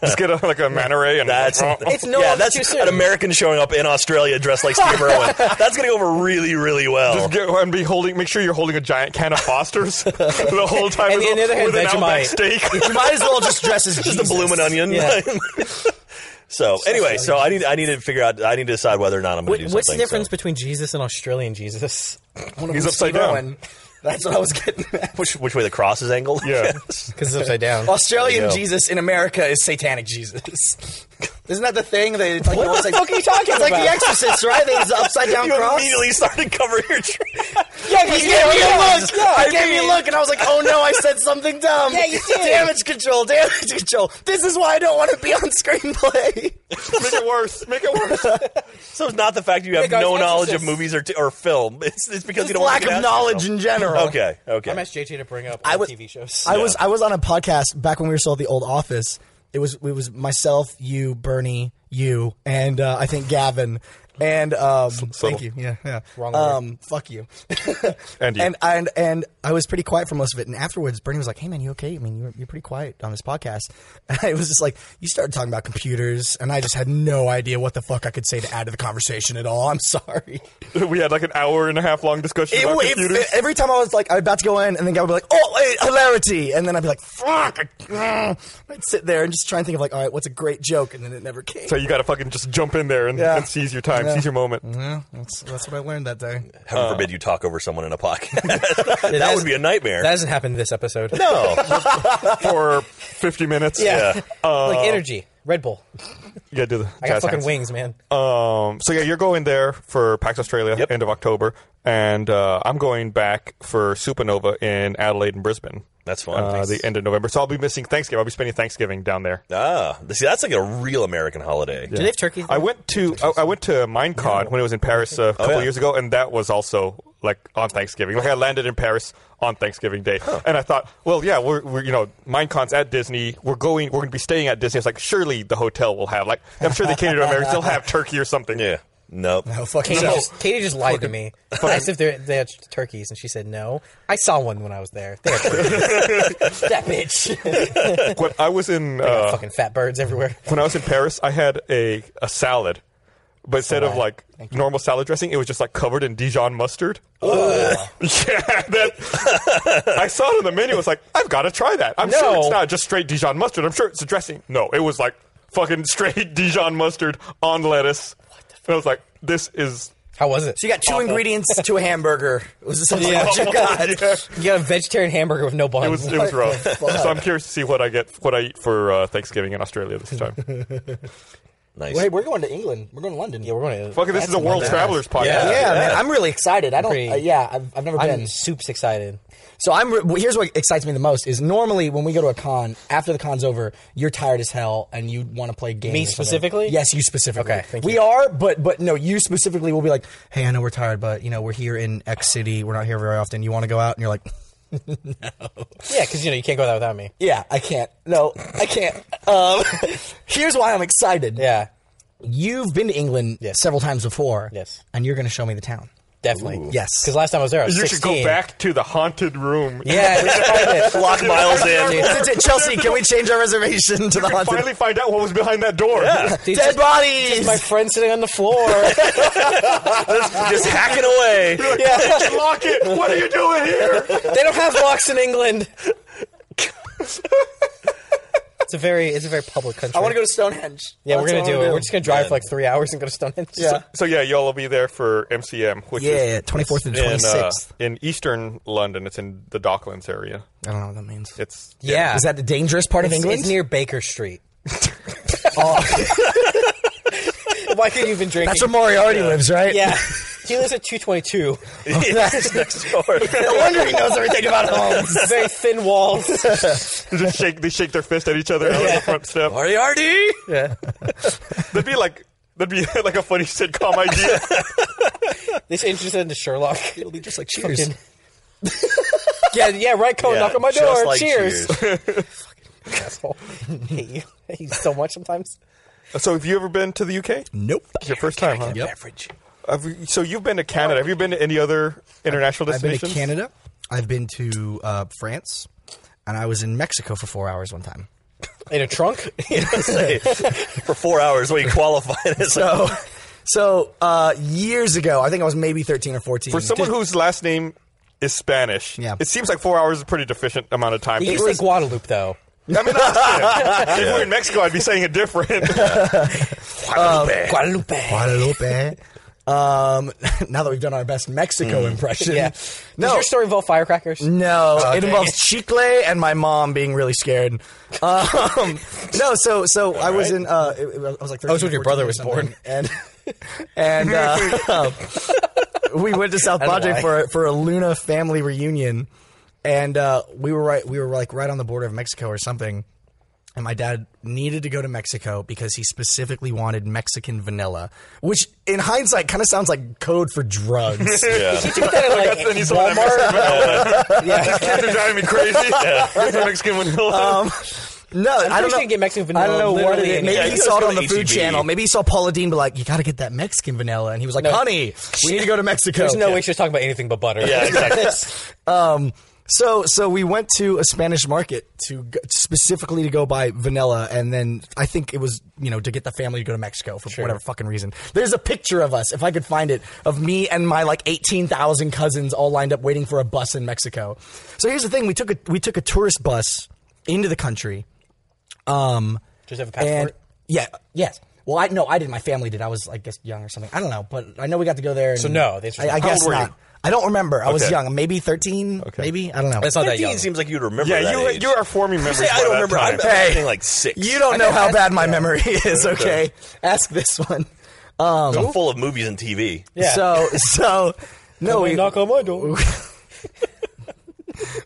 Speaker 6: Just get a, like a manta ray and (laughs)
Speaker 3: That's
Speaker 4: It's no
Speaker 3: yeah,
Speaker 4: longer
Speaker 3: that's
Speaker 4: too soon.
Speaker 3: an American showing up in Australia dressed
Speaker 5: (laughs)
Speaker 3: like Steve Irwin. That's gonna go over really, really well.
Speaker 6: Just get and be holding. Make sure you're holding a giant can of Fosters (laughs) the whole time.
Speaker 4: And-
Speaker 6: with,
Speaker 4: and the other hand,
Speaker 6: with an
Speaker 4: Vegemite. (laughs)
Speaker 6: Outback steak.
Speaker 5: You might as well (laughs) just dress as
Speaker 3: just a blooming
Speaker 5: (laughs)
Speaker 3: onion.
Speaker 4: Yeah.
Speaker 6: (laughs)
Speaker 3: so anyway, so I need I need to figure out I need to decide whether or not I'm gonna
Speaker 4: Wait,
Speaker 3: do something.
Speaker 4: what's the
Speaker 3: so-
Speaker 4: difference between Jesus and Australian Jesus? (laughs)
Speaker 6: He's upside down.
Speaker 5: (laughs) That's what I was getting at.
Speaker 3: Which which way the cross is angled? (laughs)
Speaker 6: Yeah.
Speaker 4: Because it's upside down.
Speaker 5: Australian
Speaker 3: There you go.
Speaker 5: Jesus in America is satanic Jesus. (laughs) Isn't that the thing? They, it's like,
Speaker 4: What the
Speaker 5: it's like-
Speaker 4: fuck are you talking
Speaker 5: It's like
Speaker 4: about?
Speaker 5: The Exorcist, right? They- It's an upside
Speaker 4: (laughs)
Speaker 5: down
Speaker 3: you
Speaker 5: cross.
Speaker 3: immediately started covering your tree.
Speaker 5: Yeah, he gave me a
Speaker 4: yeah.
Speaker 5: look. Yeah, he gave me a look, and I was like, "Oh no, I said something dumb."
Speaker 4: (laughs) Yeah, you did.
Speaker 5: Damage control, damage control. This is why I don't want to be on screenplay.
Speaker 6: Make it worse. Make it worse.
Speaker 3: so it's not the fact you have
Speaker 4: guys,
Speaker 3: no knowledge
Speaker 4: Exorcist.
Speaker 3: of movies or, t- or film. It's, it's because
Speaker 5: Just
Speaker 3: you don't
Speaker 5: lack
Speaker 3: want to
Speaker 5: of knowledge in
Speaker 3: And-
Speaker 5: general.
Speaker 3: Oh. okay,
Speaker 4: I'm
Speaker 3: okay.
Speaker 4: asked JT to bring up
Speaker 5: I
Speaker 4: I
Speaker 5: was-
Speaker 4: TV shows.
Speaker 5: I was I was on a podcast back when we were still at the old office. It was it was myself, you, Bernie, you, and uh, I think Gavin. And um, thank you. Yeah, yeah.
Speaker 4: Wrong order.
Speaker 5: um, fuck you. (laughs)
Speaker 6: And you.
Speaker 5: and and and I was pretty quiet for most of it. And afterwards, Bernie was like, "Hey man, you okay? I mean, you're, you're pretty quiet on this podcast." (laughs) And I was just like, "You started talking about computers, and I just had no idea what the fuck I could say to add to the conversation at all. I'm (laughs) sorry."
Speaker 6: we had like an hour and a half long discussion
Speaker 5: It,
Speaker 6: about
Speaker 5: it-
Speaker 6: computers.
Speaker 5: it- every time I was like, I'm about to go in, and then Gab would be like, oh, wait, hilarity. And then I'd be like, fuck. (laughs) I, would sit there and just try and think of like, all right, what's a great joke? And then it never came.
Speaker 6: so you got to fucking just jump in there and,
Speaker 5: Yeah.
Speaker 6: and seize your time, seize your moment.
Speaker 4: Mm-hmm.
Speaker 5: yeah, that's, that's what I learned that day.
Speaker 3: Heaven forbid you talk over someone in a podcast. (laughs) that would be a nightmare.
Speaker 4: that hasn't happened this episode.
Speaker 3: no.
Speaker 6: for 50 minutes.
Speaker 4: Yeah.
Speaker 3: Yeah.
Speaker 5: (laughs)
Speaker 6: Uh,
Speaker 4: like energy, Red Bull.
Speaker 6: Yeah, do the
Speaker 4: I got
Speaker 6: jazz
Speaker 4: fucking
Speaker 6: hands.
Speaker 4: wings, man.
Speaker 6: Um, so yeah, you're going there for PAX Australia
Speaker 3: Yep.
Speaker 6: end of October, and uh, I'm going back for Supernova in Adelaide and Brisbane.
Speaker 3: That's fun.
Speaker 6: Uh,
Speaker 3: Nice.
Speaker 6: The end of November. So I'll be missing Thanksgiving. I'll be spending Thanksgiving down there.
Speaker 3: ah, see, that's like a real American holiday.
Speaker 4: Do they have turkey?
Speaker 6: I went to I, I went to Minecon when it was in Paris uh, a couple
Speaker 3: Oh, yeah.
Speaker 6: years ago, and that was also like on Thanksgiving. Like I landed in Paris on Thanksgiving Day, and I thought, well, yeah, we're, we're you know Minecon's at Disney. We're going. We're going to be staying at Disney. It's like surely the hotel will have like I'm sure they cater to Americans. They'll have turkey or something.
Speaker 3: Yeah. Nope.
Speaker 5: Oh, fuck
Speaker 4: Katie,
Speaker 5: no.
Speaker 4: just, Katie just lied to me. I asked if they're- they had turkeys, and she said no. I saw one when I was there. They
Speaker 5: (laughs)
Speaker 4: had turkeys. that bitch.
Speaker 6: When I was in uh,
Speaker 4: fucking fat birds everywhere.
Speaker 6: when I was in Paris, I had a, a salad, but instead of like normal salad dressing, it was just like covered in Dijon mustard. (laughs) yeah, that, I saw it on the menu. I was like, I've got to try that. I'm sure
Speaker 4: No.
Speaker 6: it's not just straight Dijon mustard. I'm sure it's a (laughs) dressing. No, it was like fucking straight Dijon mustard on lettuce. and I was like, this is
Speaker 4: How was it?
Speaker 5: So you got two ingredients to a hamburger. Was
Speaker 6: (laughs)
Speaker 5: this something
Speaker 4: Yeah.
Speaker 5: that you got?
Speaker 4: You got a vegetarian hamburger with no bun.
Speaker 6: it was it
Speaker 5: (laughs)
Speaker 6: was rough. so I'm curious to see what I get what I eat for uh, Thanksgiving in Australia
Speaker 4: (laughs)
Speaker 6: this time.
Speaker 3: Nice.
Speaker 8: Hey, we're going to England. We're going to London.
Speaker 4: yeah, we're going to.
Speaker 6: Fuck it, this is a world travelers podcast.
Speaker 5: yeah,
Speaker 4: Yeah.
Speaker 5: man, I'm really excited. I don't.
Speaker 4: Pretty-
Speaker 5: uh, yeah, I've, I've never
Speaker 4: I'm
Speaker 5: been.
Speaker 4: soups excited.
Speaker 5: So I'm. Re- here's what excites me the most is normally when we go to a con after the con's over, you're tired as hell and you want to play games.
Speaker 4: Me
Speaker 5: or something.
Speaker 4: specifically?
Speaker 5: Yes, you specifically.
Speaker 4: Okay, thank
Speaker 5: we
Speaker 4: you.
Speaker 5: are, but but no, you specifically will be like, hey, I know we're tired, but you know we're here in X city. We're not here very often. You want to go out? And you're like,
Speaker 4: Yeah, because you know you can't go that without me.
Speaker 5: yeah, I can't. No, I can't. (laughs) um, here's why I'm excited.
Speaker 4: Yeah,
Speaker 5: You've been to England
Speaker 4: Yes.
Speaker 5: several times before.
Speaker 4: Yes.
Speaker 5: And you're going to show me the town.
Speaker 4: definitely.
Speaker 5: Yes. (laughs)
Speaker 4: because last time I was there, I was
Speaker 6: You
Speaker 4: 16.
Speaker 6: should go back to the haunted room.
Speaker 4: Yeah, we should try
Speaker 5: (laughs)
Speaker 4: this.
Speaker 3: Lock miles in.
Speaker 5: It's at Chelsea. Can we change our reservation to the
Speaker 6: You
Speaker 5: haunted?
Speaker 6: finally find out what was behind that door. (laughs)
Speaker 5: Dead
Speaker 4: Dude, just-
Speaker 5: bodies.
Speaker 4: just My friend sitting on the floor.
Speaker 3: Just hacking away.
Speaker 6: Lock it. What are you doing here?
Speaker 4: they don't have locks in England. it's a very it's a very public country.
Speaker 5: I want to go to Stonehenge.
Speaker 4: Yeah, we're
Speaker 5: That's
Speaker 4: gonna
Speaker 5: what I
Speaker 4: do
Speaker 5: wanna
Speaker 4: it. We're just gonna drive for like three hours and go to Stonehenge.
Speaker 5: Yeah.
Speaker 6: So yeah, y'all will be there for MCM, which
Speaker 5: Yeah,
Speaker 6: is
Speaker 5: 24th and
Speaker 6: in, uh,
Speaker 5: 26th.
Speaker 6: in eastern London. It's in the Docklands area.
Speaker 5: I don't know what that means. (laughs)
Speaker 6: It's
Speaker 4: yeah.
Speaker 5: Is that the dangerous part of
Speaker 4: it's,
Speaker 5: England?
Speaker 4: it's near Baker Street. Oh. (laughs) Why couldn't you have been drinking?
Speaker 5: That's where Moriarty lives, right?
Speaker 4: yeah, he lives at 222.
Speaker 5: That's next door. no wonder he knows everything
Speaker 3: (laughs)
Speaker 5: about homes.
Speaker 4: Very thin walls.
Speaker 6: They (laughs) just shake. They shake their fist at each other out on the front step.
Speaker 3: Moriarty.
Speaker 6: That'd be like that'd be (laughs) like a funny sitcom idea.
Speaker 5: (laughs)
Speaker 4: They changed it into Sherlock.
Speaker 5: It'll be just like cheers.
Speaker 4: Fucking- (laughs) Yeah, yeah, right. Come knock on my
Speaker 3: just
Speaker 4: door.
Speaker 3: like
Speaker 4: cheers. (laughs) Asshole. Hate you. Hate you so much sometimes.
Speaker 6: so have you ever been to the UK? It's
Speaker 5: Nope.
Speaker 6: your first time, huh?
Speaker 5: Yep.
Speaker 6: Have you- so you've been to Canada. Have you been to any other international
Speaker 5: I've been
Speaker 6: destinations?
Speaker 5: to Canada. I've been to uh, France. And I was in Mexico for four hours one time.
Speaker 4: In a (laughs) trunk.
Speaker 3: For four hours, what do you qualify as?
Speaker 5: (laughs) So, so uh, years ago, I think I was maybe 13 or 14.
Speaker 6: For someone whose last name is Spanish,
Speaker 5: Yeah.
Speaker 6: it seems like four hours is a pretty deficient amount of time.
Speaker 4: You
Speaker 6: It
Speaker 4: can say
Speaker 6: was-
Speaker 4: Guadalupe though.
Speaker 6: I mean, (laughs) I understand. if we're in Mexico, I'd be saying it (laughs) different.
Speaker 4: Guadalupe.
Speaker 5: Um, Guadalupe. (laughs) um, (laughs) now that we've done our best Mexico impression,
Speaker 4: Yeah. Does
Speaker 5: no,
Speaker 4: your story involve firecrackers?
Speaker 5: no, it involves chicle and my mom being really scared. Um, no, so so I was in. Uh, it- it- I was like. 13,
Speaker 4: was when your
Speaker 5: 14
Speaker 4: brother
Speaker 5: or
Speaker 4: was born.
Speaker 5: something, and (laughs) and
Speaker 4: (laughs)
Speaker 5: uh, we went to South
Speaker 4: don't know
Speaker 5: Padre
Speaker 4: why.
Speaker 5: for a- for a Luna family reunion, and uh, we were right. We were like right on the border of Mexico or something. And my dad needed to go to Mexico because he specifically wanted Mexican vanilla, which in hindsight kind of sounds like code for drugs.
Speaker 4: Took that at, like,
Speaker 6: then he's the one that
Speaker 4: Walmart.
Speaker 6: (laughs) These kids are driving me crazy. Mexican vanilla.
Speaker 5: No, I
Speaker 4: sure
Speaker 5: don't
Speaker 4: you
Speaker 5: know.
Speaker 4: can get Mexican
Speaker 5: I don't
Speaker 4: vanilla
Speaker 5: know what it
Speaker 4: literally
Speaker 5: is. Maybe
Speaker 4: anywhere.
Speaker 5: he
Speaker 3: Yeah,
Speaker 5: saw it
Speaker 3: you
Speaker 5: on
Speaker 3: go
Speaker 5: the
Speaker 3: to
Speaker 5: Food
Speaker 3: HEB.
Speaker 5: Channel. Maybe he saw Paula Dean, but like, you got to get that Mexican vanilla, and he was like, "Honey, we need to go to Mexico."
Speaker 4: There's no way she was talking about anything but butter. Yeah, exactly. (laughs)
Speaker 5: Um, so so we went to a Spanish market to go, specifically to go buy vanilla, and then I think it was you know to get the family to go to Mexico for whatever fucking reason. There's a picture of us, if I could find it, of me and my like eighteen thousand cousins all lined up waiting for a bus in Mexico. So here's the thing: we took a we took a tourist bus into the country. Um,
Speaker 4: Just have a passport?
Speaker 5: And, yeah. Yes. Well, I no, I did. My family did. I was, I guess, young or something. I don't know, but I know we got to go there. And so
Speaker 4: no, the answer's
Speaker 5: I, I
Speaker 4: no.
Speaker 5: guess
Speaker 6: How old were
Speaker 5: not.
Speaker 6: you?
Speaker 5: I don't remember. I was
Speaker 6: Okay.
Speaker 5: young, maybe thirteen, maybe I don't know.
Speaker 4: It's not that young.
Speaker 3: 15 seems like you'd remember.
Speaker 6: Yeah,
Speaker 3: that
Speaker 6: you
Speaker 3: age.
Speaker 6: you are forming memories.
Speaker 3: Say, I
Speaker 6: by
Speaker 3: don't
Speaker 6: that
Speaker 3: remember.
Speaker 6: time.
Speaker 3: I'm hey. like six.
Speaker 5: you don't know how bad my
Speaker 6: (laughs)
Speaker 5: memory is. Okay, ask this one. Um,
Speaker 3: I'm full of movies and TV.
Speaker 4: Yeah.
Speaker 5: So so no, we
Speaker 4: knock on my door.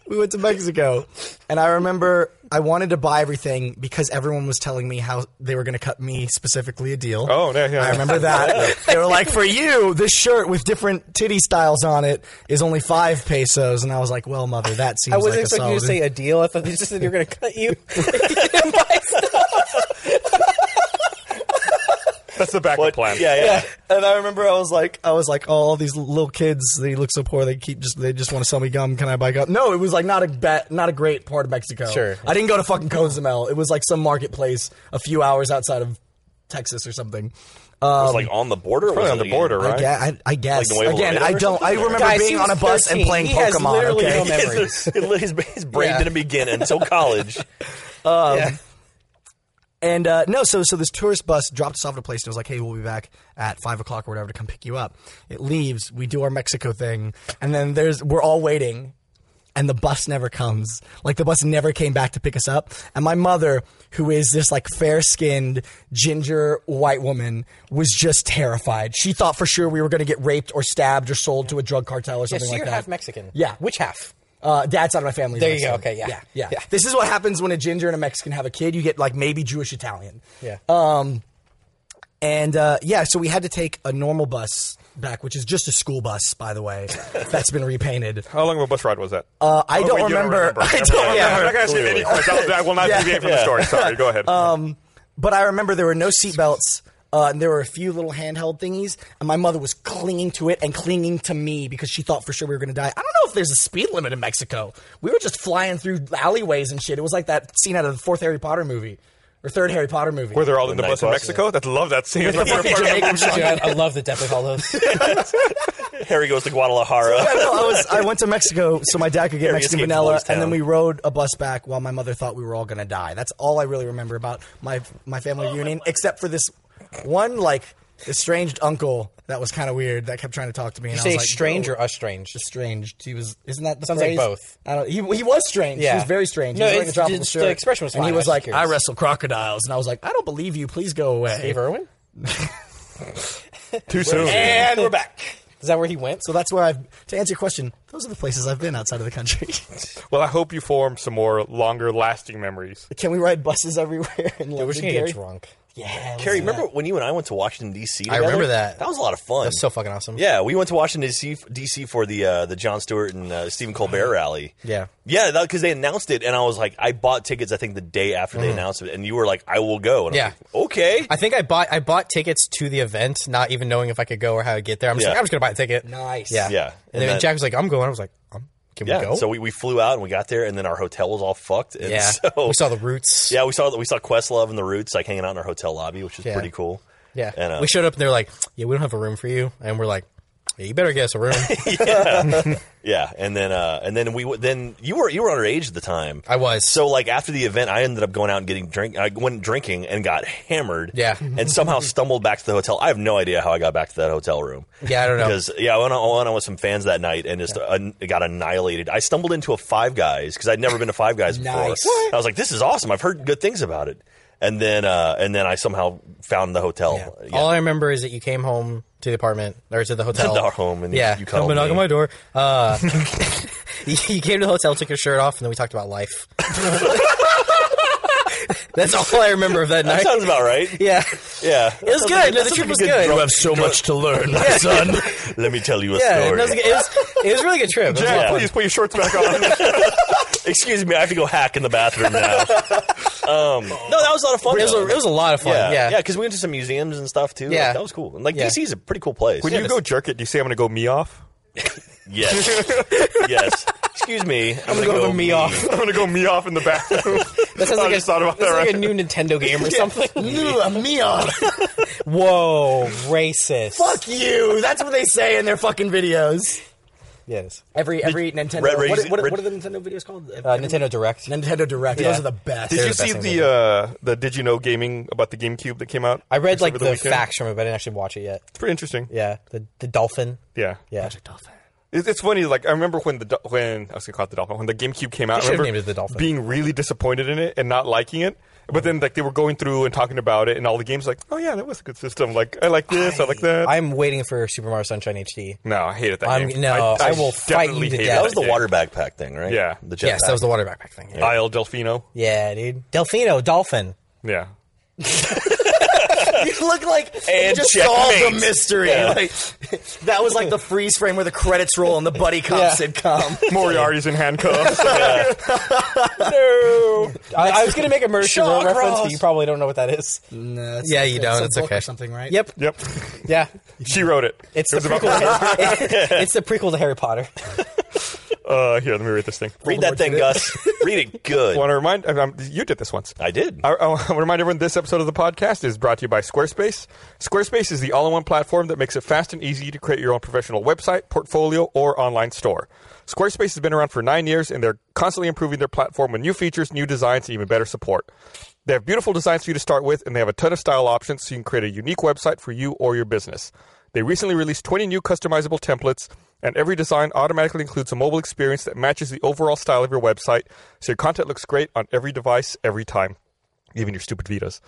Speaker 5: (laughs) we went to Mexico, and I remember I wanted to buy everything because everyone was telling me how they were going to cut me specifically a deal.
Speaker 6: Oh, yeah, (laughs) yeah.
Speaker 5: I remember that. they were like, "For you, this shirt with different titty styles on it is only five pesos," and I was like, "Well, mother, that seems
Speaker 4: I wasn't
Speaker 5: like a
Speaker 4: expecting
Speaker 5: solid."
Speaker 4: you to say a deal. I thought you just said you were going to cut you. (laughs) My stuff.
Speaker 6: That's the backup plan.
Speaker 3: Yeah, yeah.
Speaker 5: yeah, and I remember I was like, I was like, oh, all these little kids, they look so poor. They keep just, they just want to sell me gum. Can I buy gum? No, it was like not a bet, not a great part of Mexico.
Speaker 4: Sure.
Speaker 5: I didn't go to fucking Cozumel. It was like some marketplace a few hours outside of Texas or something.
Speaker 3: It was like on the border.
Speaker 6: Probably
Speaker 3: was
Speaker 6: on
Speaker 3: it
Speaker 6: the border,
Speaker 5: I,
Speaker 6: right?
Speaker 5: gue- I, I guess.
Speaker 3: Nuevo
Speaker 5: Again,
Speaker 3: Laredo
Speaker 5: I
Speaker 3: or
Speaker 5: don't. I
Speaker 3: something?
Speaker 5: remember
Speaker 4: Guys, he
Speaker 5: being on a
Speaker 4: was
Speaker 5: bus
Speaker 4: 13.
Speaker 5: and playing
Speaker 4: He has
Speaker 5: Pokemon.
Speaker 4: literally
Speaker 5: okay.
Speaker 3: (laughs)
Speaker 4: no memory. memories.
Speaker 3: His, his brain
Speaker 5: Yeah.
Speaker 4: (laughs)
Speaker 3: didn't begin until college.
Speaker 4: Yeah.
Speaker 5: And uh, no, so so this tourist bus dropped us off at a place and it was like, hey, we'll be back at five o'clock or whatever to come pick you up. It leaves, we do our Mexico thing, and then there's we're all waiting, and the bus never comes. Like the bus never came back to pick us up. And my mother, who is this like fair skinned ginger white woman, was just terrified. She thought for sure we were going to get raped or stabbed or sold to a drug cartel or
Speaker 4: Yeah,
Speaker 5: something
Speaker 4: so
Speaker 5: like
Speaker 4: you're
Speaker 5: that.
Speaker 4: half Mexican.
Speaker 5: Yeah.
Speaker 4: Which half?
Speaker 5: Uh, dad's side of my family. is
Speaker 4: There you go.
Speaker 5: Mexican.
Speaker 4: Okay, yeah.
Speaker 5: yeah, yeah,
Speaker 4: Yeah.
Speaker 5: This is what happens when a ginger and a Mexican have a kid. You get like maybe Jewish Italian.
Speaker 4: Yeah.
Speaker 5: Um, and uh, yeah, so we had to take a normal bus back, which is just a school bus, by the (laughs) way. that's been repainted.
Speaker 6: How long of a bus ride was that?
Speaker 5: Uh, I
Speaker 6: Oh,
Speaker 5: don't,
Speaker 6: wait, you
Speaker 5: remember. I
Speaker 6: Never
Speaker 5: don't remember.
Speaker 6: mind. I'm not going to say any questions. I will not
Speaker 5: Yeah.
Speaker 6: deviate from the story. Sorry, go ahead.
Speaker 5: Um, but I remember there were no seatbelts. Uh, and there were a few little handheld thingies, and my mother was clinging to it and clinging to me because she thought for sure we were going to die. I don't know if there's a speed limit in Mexico. We were just flying through alleyways and shit. It was like that scene out of the fourth Harry Potter movie or third Harry Potter movie.
Speaker 6: Where they're all in the
Speaker 3: night
Speaker 6: bus in
Speaker 3: bus,
Speaker 6: Mexico? That love that scene.
Speaker 5: the fucking Jamaican
Speaker 4: Dude, I, I love the death of
Speaker 5: (laughs)
Speaker 4: all those.
Speaker 3: Harry goes to Guadalajara.
Speaker 5: I
Speaker 3: (laughs)
Speaker 5: know, I was I went to Mexico so my dad could get
Speaker 3: Harry
Speaker 5: Mexican
Speaker 3: escaped
Speaker 5: vanilla,
Speaker 3: Lordstown.
Speaker 5: and then we rode a bus back while my mother thought we were all going to die. That's all I really remember about my my family reunion, except for this one like estranged uncle that was kind of weird that kept trying to talk to me. And
Speaker 4: You
Speaker 5: I was
Speaker 4: say
Speaker 5: like,
Speaker 4: strange
Speaker 5: "No."
Speaker 4: or estranged?
Speaker 5: estranged. He was. Isn't that the
Speaker 4: Sounds like
Speaker 5: phrase?
Speaker 4: both.
Speaker 5: I don't. He, he was strange.
Speaker 4: Yeah.
Speaker 5: He was very strange.
Speaker 4: No,
Speaker 5: he was wearing
Speaker 4: it's-
Speaker 5: a tropical
Speaker 4: it's- the
Speaker 5: shirt.
Speaker 4: expression was
Speaker 5: And he
Speaker 4: fine. I
Speaker 5: was
Speaker 4: was just
Speaker 5: like,
Speaker 4: curious.
Speaker 5: "I wrestle crocodiles," and I was like, "I don't believe you. Please go away."
Speaker 4: Dave Irwin?
Speaker 6: Too soon.
Speaker 5: And we're back.
Speaker 4: Is that where he went?
Speaker 5: So that's where I've. To answer your question, those are the places I've been outside of the country. (laughs)
Speaker 6: Well, I hope you form some more longer lasting memories.
Speaker 5: Can we ride buses everywhere? In
Speaker 4: Dude, we're just gonna get
Speaker 5: Londonderry?
Speaker 4: drunk.
Speaker 5: Yeah. let's
Speaker 3: Carrie,
Speaker 5: do
Speaker 3: remember when you and I went to Washington D.C.
Speaker 4: I remember
Speaker 3: together?
Speaker 4: that.
Speaker 3: That was a lot of fun.
Speaker 4: That's so fucking awesome.
Speaker 3: Yeah, we went to Washington D.C. f- D.C. for the uh, the John Stewart and uh, Stephen Colbert rally.
Speaker 4: Uh-huh. Yeah.
Speaker 3: yeah, because they announced it, and I was like, I bought tickets. I think the day after they announced it, and you were like, I will go. And I'm
Speaker 4: Mm-hmm. Yeah.
Speaker 3: like, okay.
Speaker 4: I think I bought I bought tickets to the event, not even knowing if I could go or how to get there. I'm just
Speaker 3: Yeah.
Speaker 4: like, I'm just gonna buy a ticket.
Speaker 5: Nice.
Speaker 4: Yeah.
Speaker 3: Yeah.
Speaker 4: And,
Speaker 3: And
Speaker 4: then
Speaker 3: that-
Speaker 4: Jack was like, I'm going. I was like, um, can
Speaker 3: yeah,
Speaker 4: we go?
Speaker 3: so we, we flew out and we got there, and then our hotel was all fucked. And
Speaker 4: yeah. (laughs)
Speaker 3: (laughs) so
Speaker 4: we saw the roots.
Speaker 3: Yeah, we saw we saw Questlove and the Roots like hanging out in our hotel lobby, which is
Speaker 4: Yeah.
Speaker 3: pretty cool.
Speaker 4: Yeah.
Speaker 3: and, uh,
Speaker 4: we showed up and they're like, Yeah, we don't have a room for you. And we're like, yeah, you better get us a room. (laughs)
Speaker 3: Yeah, and then uh, and then we w- then you were you were underage at the time.
Speaker 4: I was.
Speaker 3: So like after the event, I ended up going out and getting drink. I went drinking and got hammered.
Speaker 4: Yeah.
Speaker 3: and somehow stumbled back to the hotel. I have no idea how I got back to that hotel room.
Speaker 4: Yeah, I don't know.
Speaker 3: Because yeah, I went on, I went on with some fans that night and just an- got annihilated. I stumbled into a Five Guys because I'd never been to
Speaker 4: (laughs)
Speaker 3: Five Guys before.
Speaker 5: Nice. What?
Speaker 3: I was like, this is awesome. I've heard good things about it. And then uh, and then I somehow found the hotel. Yeah.
Speaker 4: All I remember is that you came home to the apartment or
Speaker 3: (laughs)
Speaker 4: to the hotel.
Speaker 3: To the home and you-
Speaker 4: yeah,
Speaker 3: you called
Speaker 4: Come and knock
Speaker 3: me.
Speaker 4: on my door.
Speaker 3: (laughs)
Speaker 4: Uh, (laughs) you came to the hotel, took your shirt off, and then we talked about
Speaker 3: (laughs)
Speaker 4: life. That's all I remember of that
Speaker 3: that
Speaker 4: night.
Speaker 3: sounds about right.
Speaker 4: (laughs) yeah,
Speaker 3: Yeah,
Speaker 4: it was good. No, the trip was good.
Speaker 5: have so much to
Speaker 4: (laughs)
Speaker 5: learn, my (laughs) son.
Speaker 3: Let me tell you a
Speaker 4: Yeah, no,
Speaker 3: story.
Speaker 4: it was, a good- it was it was a really good trip. It
Speaker 3: (laughs)
Speaker 4: was a lot
Speaker 6: Jack,
Speaker 4: of fun.
Speaker 6: please put your shorts back on.
Speaker 3: Excuse me, I have to go hack in the bathroom now. um, no, that was a lot of fun.
Speaker 4: It was, a,
Speaker 3: though.
Speaker 4: it was a lot of fun. Yeah, (laughs)
Speaker 3: yeah, because we went to some museums and stuff too.
Speaker 4: Yeah.
Speaker 3: like, that was cool. And like
Speaker 4: Yeah.
Speaker 3: DC is a pretty cool place.
Speaker 6: when you go jerk it, do you say I'm going to go me off?
Speaker 3: yes, (laughs) yes. Excuse me, I'm,
Speaker 4: I'm gonna go me
Speaker 3: (laughs)
Speaker 4: off.
Speaker 6: (laughs) I'm going to go me off in the bathroom.
Speaker 4: (laughs) That sounds
Speaker 6: I
Speaker 4: like,
Speaker 6: just
Speaker 4: a,
Speaker 6: thought about
Speaker 4: that
Speaker 6: that.
Speaker 4: sounds
Speaker 6: Right?
Speaker 4: like a new Nintendo (laughs) game or something.
Speaker 3: uh,
Speaker 5: me on.
Speaker 4: Whoa, racist.
Speaker 5: Fuck you. That's what they say in their fucking videos.
Speaker 4: Yes.
Speaker 5: Every every Nintendo.
Speaker 3: Red Rage-
Speaker 5: what, what,
Speaker 3: Red-
Speaker 5: what are the Nintendo videos called?
Speaker 4: Uh, Nintendo Direct.
Speaker 5: Nintendo Direct. Those are the best.
Speaker 6: Did you
Speaker 4: the
Speaker 6: see
Speaker 4: best
Speaker 6: the uh, the Did you know gaming about the GameCube that came out?
Speaker 4: I read
Speaker 6: just
Speaker 4: like
Speaker 6: over
Speaker 4: the
Speaker 6: weekend?
Speaker 4: facts from it, but I didn't actually watch it yet.
Speaker 6: It's pretty interesting.
Speaker 4: Yeah, the the dolphin.
Speaker 6: Yeah,
Speaker 4: Yeah,
Speaker 6: It's, it's funny. Like I remember when the do- when I was gonna call it the dolphin when the GameCube came out.
Speaker 4: They
Speaker 6: I
Speaker 4: should've
Speaker 6: remember
Speaker 4: named it the Dolphin.
Speaker 6: being really disappointed in it and not liking it. But then like they were going through and talking about it and all the games. Like oh yeah, that was a good system. Like I like this. I, like that.
Speaker 4: I'm waiting for Super Mario Sunshine HD.
Speaker 6: no, I hated that
Speaker 4: I'm-
Speaker 6: game.
Speaker 4: no, I will fight you
Speaker 6: definitely
Speaker 4: to
Speaker 6: hated
Speaker 4: death.
Speaker 3: That was the
Speaker 6: game.
Speaker 3: water backpack thing, right?
Speaker 6: Yeah.
Speaker 3: the jet
Speaker 4: Yes, that was the water backpack thing. Yeah,
Speaker 6: Isle Delfino.
Speaker 4: Yeah, dude. Delfino, dolphin.
Speaker 6: Yeah.
Speaker 5: you look like you
Speaker 3: And
Speaker 5: just
Speaker 3: checkmate.
Speaker 5: solved the mystery.
Speaker 3: Yeah.
Speaker 5: Like, that was like the freeze frame where the credits roll and the buddy cop
Speaker 4: Yeah.
Speaker 5: sitcom.
Speaker 6: Moriarty's
Speaker 3: (laughs)
Speaker 6: in handcuffs.
Speaker 4: I, I was gonna make a murder she
Speaker 5: Shawcross.
Speaker 4: wrote reference, but you probably don't know what that is.
Speaker 5: No, it's-
Speaker 4: Yeah, you
Speaker 5: it's
Speaker 4: don't.
Speaker 5: a
Speaker 4: It's
Speaker 5: book
Speaker 4: okay.
Speaker 5: Or something, right?
Speaker 4: Yep.
Speaker 6: (laughs) yep.
Speaker 4: Yeah.
Speaker 6: She wrote it.
Speaker 4: It's
Speaker 6: It
Speaker 4: the
Speaker 6: was
Speaker 4: prequel.
Speaker 6: about-
Speaker 4: To (laughs)
Speaker 7: (laughs)
Speaker 4: Harry, it's the prequel to Harry Potter.
Speaker 6: Uh, here, let me read this thing.
Speaker 4: (laughs)
Speaker 3: Read that thing, Gus. Read it good.
Speaker 6: want to remind um, you did this once.
Speaker 3: I did.
Speaker 6: I, I want to remind everyone this episode of the podcast is brought to you by Squarespace. Squarespace is the all in one platform that makes it fast and easy to create your own professional website, portfolio, or online store. Squarespace has been around for nine years and they're constantly improving their platform with new features, new designs, and even better support. They have beautiful designs for you to start with, and they have a ton of style options so you can create a unique website for you or your business. They recently released 20 new customizable templates, and every design automatically includes a mobile experience that matches the overall style of your website, so your content looks great on every device every time even your stupid Vitas.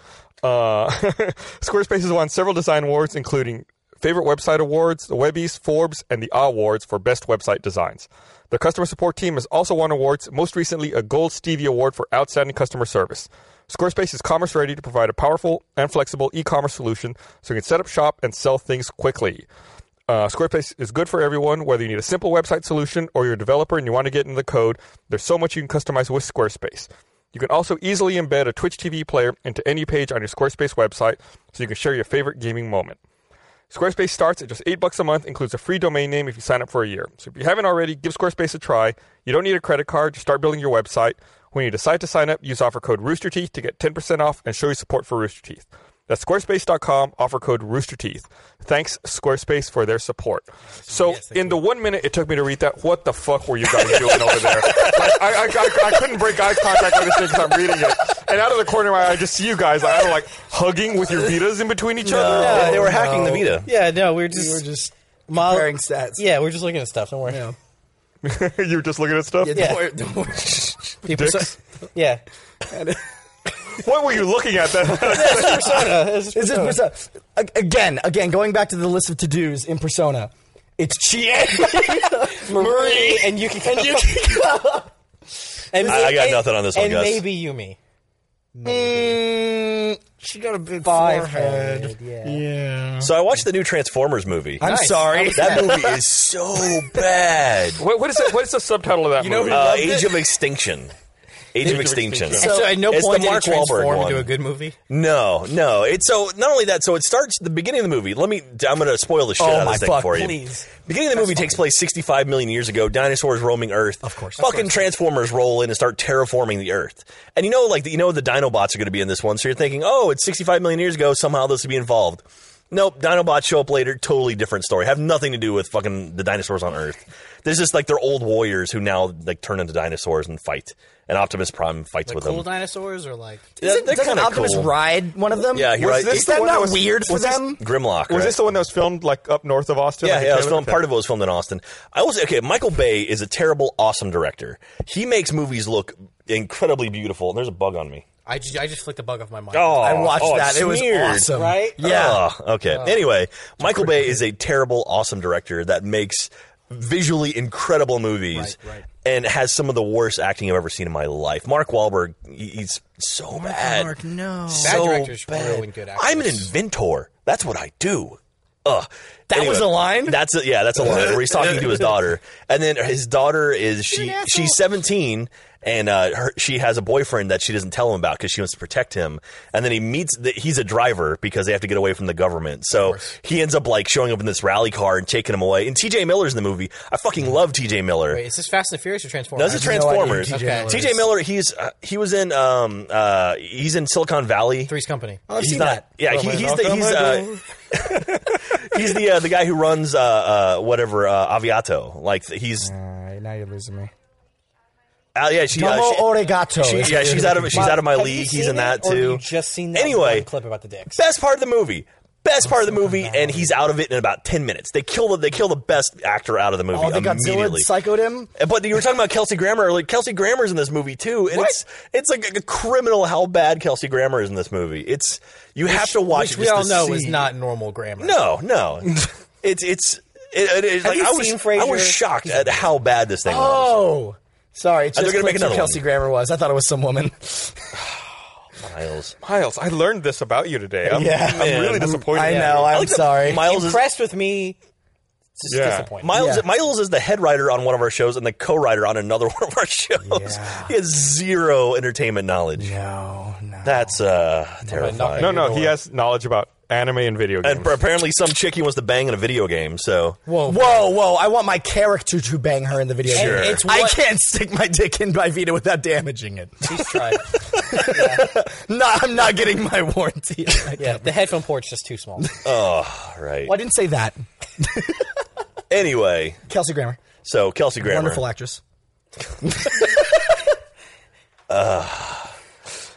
Speaker 6: Uh, (laughs) Squarespace has won several design awards, including Favorite Website Awards, the Webbies, Forbes, and the Awards for Best Website Designs. Their customer support team has also won awards, most recently a Gold Stevie Award for Outstanding Customer Service. Squarespace is commerce ready to provide a powerful and flexible e commerce solution so you can set up shop and sell things quickly. Uh, Squarespace is good for everyone, whether you need a simple website solution or you're a developer and you want to get into the code. There's so much you can customize with Squarespace. You can also easily embed a Twitch TV player into any page on your Squarespace website so you can share your favorite gaming moment. Squarespace starts at just 8 bucks a month, includes a free domain name if you sign up for a year. So if you haven't already, give Squarespace a try. You don't need a credit card to start building your website. When you decide to sign up, use offer code Roosterteeth to get 10% off and show your support for Rooster Teeth. That's squarespace.com, offer code Roosterteeth. Thanks, Squarespace, for their support. So, in the one minute it took me to read that, what the fuck were you guys doing over there? Like, I, I, I, I couldn't break eye contact with this thing because I'm reading it. And out of the corner of my eye, I just see you guys like, I don't know, like hugging with your Vitas in between each other.
Speaker 3: Yeah, they were hacking the Vita.
Speaker 4: Yeah, no, we were just
Speaker 5: We were just
Speaker 4: Mol-
Speaker 5: comparing stats.
Speaker 4: Yeah, we were just looking at stuff. Don't worry.
Speaker 5: Yeah.
Speaker 6: (laughs) you were just looking at stuff?
Speaker 4: Yeah.
Speaker 5: Don't worry- don't worry.
Speaker 4: People so-
Speaker 6: Dicks.
Speaker 4: yeah.
Speaker 6: What were you looking at then?
Speaker 5: Is it persona? A- uh, Again, again, going back to the list of to dos in persona, it's Chie, (laughs) Marie,
Speaker 4: and you can
Speaker 5: and Yuki.
Speaker 4: And
Speaker 3: I- I got nothing on this one,
Speaker 4: and
Speaker 3: Gus.
Speaker 4: maybe Yumi.
Speaker 5: (laughs) Mm, she got a big
Speaker 4: Five
Speaker 5: forehead.
Speaker 4: head, yeah.
Speaker 3: So I watched the new Transformers movie.
Speaker 5: I'm sorry.
Speaker 3: That movie is so
Speaker 4: (laughs)
Speaker 3: bad.
Speaker 6: what, what, is it, what is the subtitle of that
Speaker 5: know
Speaker 6: movie?
Speaker 5: who-
Speaker 3: Uh,
Speaker 5: loved
Speaker 3: Age
Speaker 5: it?
Speaker 3: of Extinction. Age of Extinction.
Speaker 6: Extinction.
Speaker 4: So, at no
Speaker 3: It's
Speaker 4: point
Speaker 3: the
Speaker 4: did
Speaker 3: Mark
Speaker 4: it
Speaker 3: Wahlberg
Speaker 4: transform
Speaker 3: one.
Speaker 4: into a good movie.
Speaker 3: No, no. It's so not only that. So it starts at the beginning of the movie. Let me. I'm going to spoil the shit
Speaker 5: Oh
Speaker 3: out of
Speaker 5: my
Speaker 3: this thing
Speaker 5: fuck,
Speaker 3: for you.
Speaker 5: please.
Speaker 3: Beginning of the movie takes place 65 million years ago. Dinosaurs roaming Earth. Of course. Fucking Transformers roll in and start terraforming the Earth. And you know, like you know, the Dinobots are going to be in this one. So you're thinking, oh, it's 65 million years ago. Somehow this will be involved. Nope, Dinobots show up later. Totally different story. Have nothing to do with fucking the dinosaurs on Earth. There's just like they're old warriors who now like turn into dinosaurs and fight. And Optimus Prime fights with
Speaker 7: cool
Speaker 3: them.
Speaker 7: dinosaurs or like
Speaker 3: Yeah, they're
Speaker 5: Doesn't
Speaker 3: kinda
Speaker 5: Optimus
Speaker 3: cool.
Speaker 5: ride one of them?
Speaker 3: Yeah, he Was rides- this
Speaker 5: Is that
Speaker 6: the one
Speaker 5: not
Speaker 6: that was-
Speaker 5: weird for
Speaker 6: was this-
Speaker 5: them?
Speaker 3: Grimlock.
Speaker 6: Was
Speaker 3: right?
Speaker 6: this the one that was filmed like up north of Austin?
Speaker 3: Yeah,
Speaker 6: Like,
Speaker 3: yeah. It was
Speaker 6: Taylor-
Speaker 3: filmed,
Speaker 6: okay.
Speaker 3: part of it was filmed in Austin. I will say, okay, Michael Bay is a terrible, awesome director. He makes movies look incredibly beautiful. There's a bug on me.
Speaker 7: I just, I just flicked a bug off my mind.
Speaker 3: Oh,
Speaker 5: I watched
Speaker 3: oh,
Speaker 5: that. It was
Speaker 3: smeared.
Speaker 5: awesome.
Speaker 4: Right?
Speaker 5: Yeah.
Speaker 3: Oh, okay. anyway, Michael Bay is a terrible, awesome director that makes visually incredible movies and has some of the worst acting I've ever seen in my life. Mark Wahlberg, he- he's so bad.
Speaker 5: Mark, no.
Speaker 3: So
Speaker 7: Bad directors ruin good actors.
Speaker 3: I'm an inventor. That's what I do. Ugh.
Speaker 5: That was a line?
Speaker 3: That's a, yeah. That's a line where he's talking
Speaker 5: (laughs)
Speaker 3: to his daughter, and then his daughter is she she's 17, and uh, her, she has a boyfriend that she doesn't tell him about because she wants to protect him. And then he meets the, he's a driver because they have to get away from the government. So he ends up like showing up in this rally car and taking him away. And T.J. Miller's in the movie. I fucking love T.J. Miller.
Speaker 7: Wait, is this Fast and the Furious or Transformers?
Speaker 3: No, this is Transformers.
Speaker 5: TJ
Speaker 7: Okay.
Speaker 5: Miller
Speaker 3: T.J. Miller, he's uh, he was in um uh he's in Silicon Valley.
Speaker 7: Three's Company.
Speaker 5: I've
Speaker 3: he's
Speaker 5: seen
Speaker 3: not.
Speaker 5: that.
Speaker 3: Yeah, he, he's the he's uh, (laughs) he's the uh, the guy who runs uh, uh, whatever uh, Aviato. Like th- he's
Speaker 5: All right, now you're losing me.
Speaker 3: uh, yeah she,
Speaker 5: Domo
Speaker 3: uh, she
Speaker 5: Oregato.
Speaker 3: she-
Speaker 5: is
Speaker 3: yeah
Speaker 5: what
Speaker 3: she's
Speaker 5: you're
Speaker 3: out of
Speaker 5: looking
Speaker 3: she's out of my
Speaker 4: Have you
Speaker 3: league.
Speaker 4: seen
Speaker 3: He's in
Speaker 4: it,
Speaker 3: that
Speaker 4: or have
Speaker 3: too.
Speaker 4: you just seen that
Speaker 3: Anyway.
Speaker 4: one clip about the dicks.
Speaker 3: Best part of the movie. Best part of the movie, and he's out of it in about ten minutes. They kill the they kill the best actor out of the movie
Speaker 5: for. Oh, they Godzilla
Speaker 3: immediately. Uh,
Speaker 5: psychoed him?
Speaker 3: But you were talking about Kelsey Grammer. earlier. Kelsey Grammer's in this movie too, and it's it's like a criminal how bad Kelsey Grammer is in this movie. It's you have to watch
Speaker 7: Which
Speaker 3: it
Speaker 7: we
Speaker 3: just
Speaker 7: all
Speaker 3: to
Speaker 7: know
Speaker 3: see.
Speaker 7: is not normal grammar.
Speaker 3: No, no. it's it's it, it, it's like
Speaker 4: you
Speaker 3: I was
Speaker 4: seen
Speaker 3: I was
Speaker 4: Frasier?
Speaker 3: shocked at how bad this thing was.
Speaker 5: Oh. Sorry, it
Speaker 3: they're
Speaker 5: just
Speaker 3: gonna make
Speaker 5: clicked who
Speaker 3: another
Speaker 5: Kelsey
Speaker 3: one.
Speaker 5: Grammer was. I thought it was some woman.
Speaker 3: Miles.
Speaker 6: Miles, I learned this about you today. I'm,
Speaker 5: Yeah.
Speaker 6: I'm really
Speaker 3: Man.
Speaker 6: disappointed.
Speaker 5: I
Speaker 6: in you.
Speaker 5: know. I'm
Speaker 3: like that
Speaker 5: sorry.
Speaker 3: Miles is
Speaker 4: Impressed with me. Just
Speaker 6: Yeah.
Speaker 4: disappointed.
Speaker 3: Miles,
Speaker 5: Yeah.
Speaker 3: Miles is the head writer on one of our shows and the co-writer on another (laughs) one of our shows. He has zero entertainment knowledge.
Speaker 5: no, no.
Speaker 3: That's uh, terrifying.
Speaker 6: No, no, he has knowledge about anime and video games.
Speaker 3: And pr- apparently, some chick he wants to bang in a video game. So
Speaker 5: Whoa, whoa, whoa! I want my character to bang her in the video
Speaker 3: Sure.
Speaker 5: game.
Speaker 3: It's
Speaker 5: I
Speaker 4: what-
Speaker 5: can't stick my dick in my Vita without damaging it. (laughs)
Speaker 4: Please try.
Speaker 5: no, I'm not getting my (laughs) warranty.
Speaker 4: Yeah, the headphone port's just
Speaker 5: (laughs)
Speaker 4: too small.
Speaker 3: all right.
Speaker 5: Well, I didn't say that.
Speaker 3: Anyway,
Speaker 5: Kelsey Grammer,
Speaker 3: so Kelsey Grammer.
Speaker 5: wonderful actress.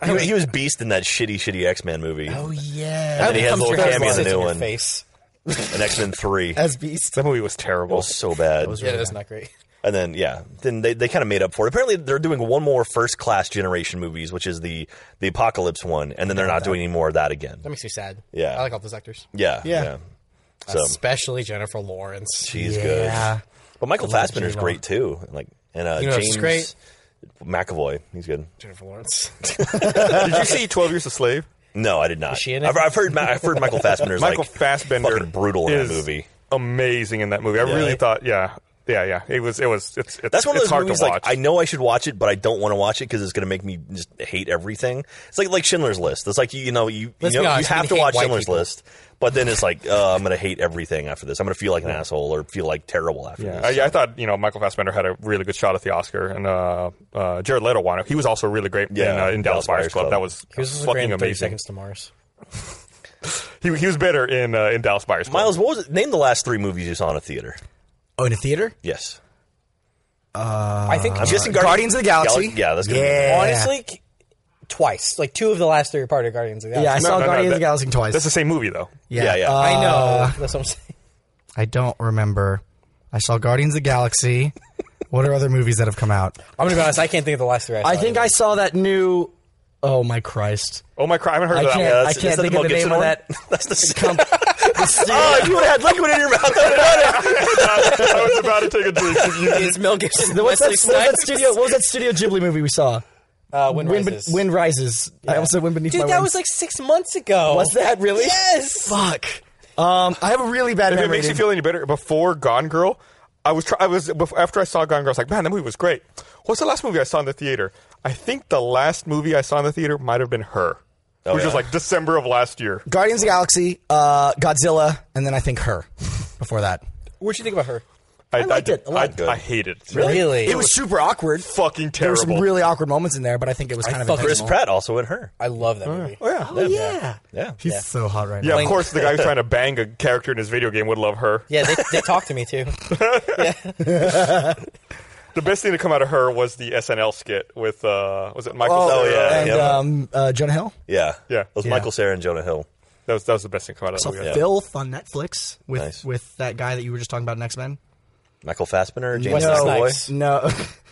Speaker 3: I mean, he was beast in that shitty, shitty X Men movie. Oh,
Speaker 5: Yeah,
Speaker 3: And he has a little cameo in the new
Speaker 4: your
Speaker 3: one,
Speaker 4: face.
Speaker 3: in X Men Three. It
Speaker 5: as Beast.
Speaker 6: that movie was
Speaker 3: (laughs)
Speaker 6: terrible.
Speaker 3: was so bad.
Speaker 4: Yeah, that's not great.
Speaker 3: And then yeah, then they, they kind of made up for it. Apparently, they're doing one more first class generation movies, which is the the apocalypse one, and then they're not doing any more of that again.
Speaker 4: That makes me sad.
Speaker 3: Yeah.
Speaker 4: I like all those actors,
Speaker 3: Yeah, yeah. So
Speaker 4: especially Jennifer Lawrence.
Speaker 3: she's
Speaker 5: Yeah.
Speaker 3: good. But Michael Fassbender's great too. And, Like and uh,
Speaker 4: You know,
Speaker 3: James
Speaker 4: she's great.
Speaker 3: McAvoy, he's good.
Speaker 4: Jennifer Lawrence.
Speaker 6: Did you see Twelve Years a Slave?
Speaker 3: No, I did not.
Speaker 4: she in it?
Speaker 3: I've, I've heard Ma- I've
Speaker 4: (laughs)
Speaker 3: heard Michael Fassbender's
Speaker 6: Michael
Speaker 3: like
Speaker 6: Fassbender
Speaker 3: fucking brutal in
Speaker 6: is
Speaker 3: that movie.
Speaker 6: Amazing in that movie. I really thought, yeah, yeah, yeah. It was, it was. It's, it's
Speaker 3: That's one of
Speaker 6: it's
Speaker 3: those
Speaker 6: hard
Speaker 3: movies
Speaker 6: to
Speaker 3: like
Speaker 6: watch.
Speaker 3: I know I should watch it, but I don't want to watch it because it's going to make me just hate everything. It's like like Schindler's List. It's like you, you know you you,
Speaker 4: Let's be
Speaker 3: know, you
Speaker 4: honest, we
Speaker 3: have to
Speaker 4: hate
Speaker 3: watch
Speaker 4: white
Speaker 3: Schindler's
Speaker 4: people.
Speaker 3: List, but then it's like uh, I'm going to hate everything after this. I'm going to feel like an asshole or feel like terrible after
Speaker 6: yeah,
Speaker 3: this.
Speaker 6: I, yeah, I thought you know Michael Fassbender had a really good shot at the Oscar, and uh, uh, Jared Leto won it. He was also really great
Speaker 3: Yeah,
Speaker 6: in, uh, in Dallas Buyers Club. That was
Speaker 4: He was also great
Speaker 6: fucking
Speaker 4: in 30
Speaker 6: amazing.
Speaker 4: Seconds to Mars.
Speaker 6: He, he was better in uh, in Dallas Buyers Club.
Speaker 3: Miles, what was it? Name the last three movies you saw in a theater.
Speaker 5: Oh, in a theater?
Speaker 3: Yes,
Speaker 4: I think
Speaker 3: I'm guessing
Speaker 5: Guardians of the Galaxy.
Speaker 3: Gal- yeah, that's gonna
Speaker 5: Uh, Yeah.
Speaker 4: honestly, c- twice, like two of the last three are part of Guardians of the
Speaker 5: Yeah, I
Speaker 4: Galaxy.
Speaker 5: saw Guardians of the
Speaker 6: that-
Speaker 5: Galaxy twice.
Speaker 6: That's the same movie though.
Speaker 3: yeah, yeah.
Speaker 5: Uh,
Speaker 4: I know. That's what I'm saying. (laughs)
Speaker 8: I don't remember. I saw Guardians of the Galaxy. what are other movies that have come out?
Speaker 4: I'm gonna be honest. I can't think of the last three. I, saw
Speaker 5: I think I saw that new. Oh my Christ!
Speaker 6: Oh my crap! I haven't heard
Speaker 5: I
Speaker 6: of that.
Speaker 5: can't.
Speaker 6: one.
Speaker 5: I
Speaker 3: that's-
Speaker 5: can't
Speaker 3: is that the
Speaker 5: think
Speaker 3: Mel
Speaker 5: of the name
Speaker 3: Gibson
Speaker 5: of
Speaker 3: one? (laughs)
Speaker 5: that.
Speaker 3: that's the.
Speaker 5: Com- the studio-
Speaker 3: Oh, if you would have had liquid in your mouth. I would've done
Speaker 5: (laughs)
Speaker 3: it.
Speaker 6: (laughs) I was about to take a drink.
Speaker 4: (laughs) it's Mel Gibson.
Speaker 3: Oh,
Speaker 5: what's that,
Speaker 4: Wesley
Speaker 5: what was that
Speaker 4: Snipes.
Speaker 5: studio? What was that Studio Ghibli movie we saw?
Speaker 4: Uh, Wind
Speaker 5: Wind,
Speaker 4: Rises.
Speaker 5: Wind Rises. I also said Wind Beneath
Speaker 4: Dude,
Speaker 5: My
Speaker 4: that
Speaker 5: Wings.
Speaker 4: was like six months ago.
Speaker 5: Was that really?
Speaker 4: Yes.
Speaker 5: Fuck. Um, I have a really bad
Speaker 6: If it
Speaker 5: memory.
Speaker 6: makes you
Speaker 5: dude.
Speaker 6: feel any better, before Gone Girl, I was try- I was bef- after I saw Gone Girl, I was like, man, that movie was great. What's the last movie I saw in the theater? I think the last movie I saw in the theater might have been Her,
Speaker 5: Oh,
Speaker 6: which was
Speaker 3: yeah.
Speaker 6: like December of last year.
Speaker 5: Guardians of the Galaxy, uh, Godzilla, and then I think her. Before that,
Speaker 4: What'd you think about her?
Speaker 6: I,
Speaker 5: liked
Speaker 6: I,
Speaker 5: it a lot.
Speaker 6: I, I hated it.
Speaker 4: Really?
Speaker 5: it was super awkward.
Speaker 6: fucking
Speaker 5: There were
Speaker 6: terrible.
Speaker 5: some really awkward moments in there, but I think it was kind of
Speaker 4: fucking-
Speaker 3: Chris
Speaker 5: intentional.
Speaker 3: Pratt also in her.
Speaker 4: I love that movie.
Speaker 6: oh yeah.
Speaker 5: Oh, yeah.
Speaker 3: Yeah,
Speaker 8: He's so hot right
Speaker 6: Yeah,
Speaker 8: now.
Speaker 6: of course,
Speaker 5: (laughs)
Speaker 6: the guy who's trying to bang a character in his video game would love her.
Speaker 4: Yeah, they, they talk to me too. (laughs)
Speaker 6: The best thing to come out of her was the SNL skit with, uh, was it Michael?
Speaker 5: Oh,
Speaker 3: Oh,
Speaker 6: Cera?
Speaker 3: yeah.
Speaker 5: and um, uh, Jonah Hill.
Speaker 3: yeah,
Speaker 6: Yeah.
Speaker 3: That was
Speaker 6: Yeah.
Speaker 3: Michael Sarah and Jonah Hill.
Speaker 6: That was, that was the best thing to come out of that
Speaker 8: saw
Speaker 6: movie. I think.
Speaker 8: Filth on Netflix with
Speaker 3: Nice.
Speaker 8: with that guy that you were just talking about in X Men.
Speaker 3: Michael Fassbender, James
Speaker 4: Wesley
Speaker 3: McAvoy.
Speaker 4: Snipes.
Speaker 5: No, (laughs)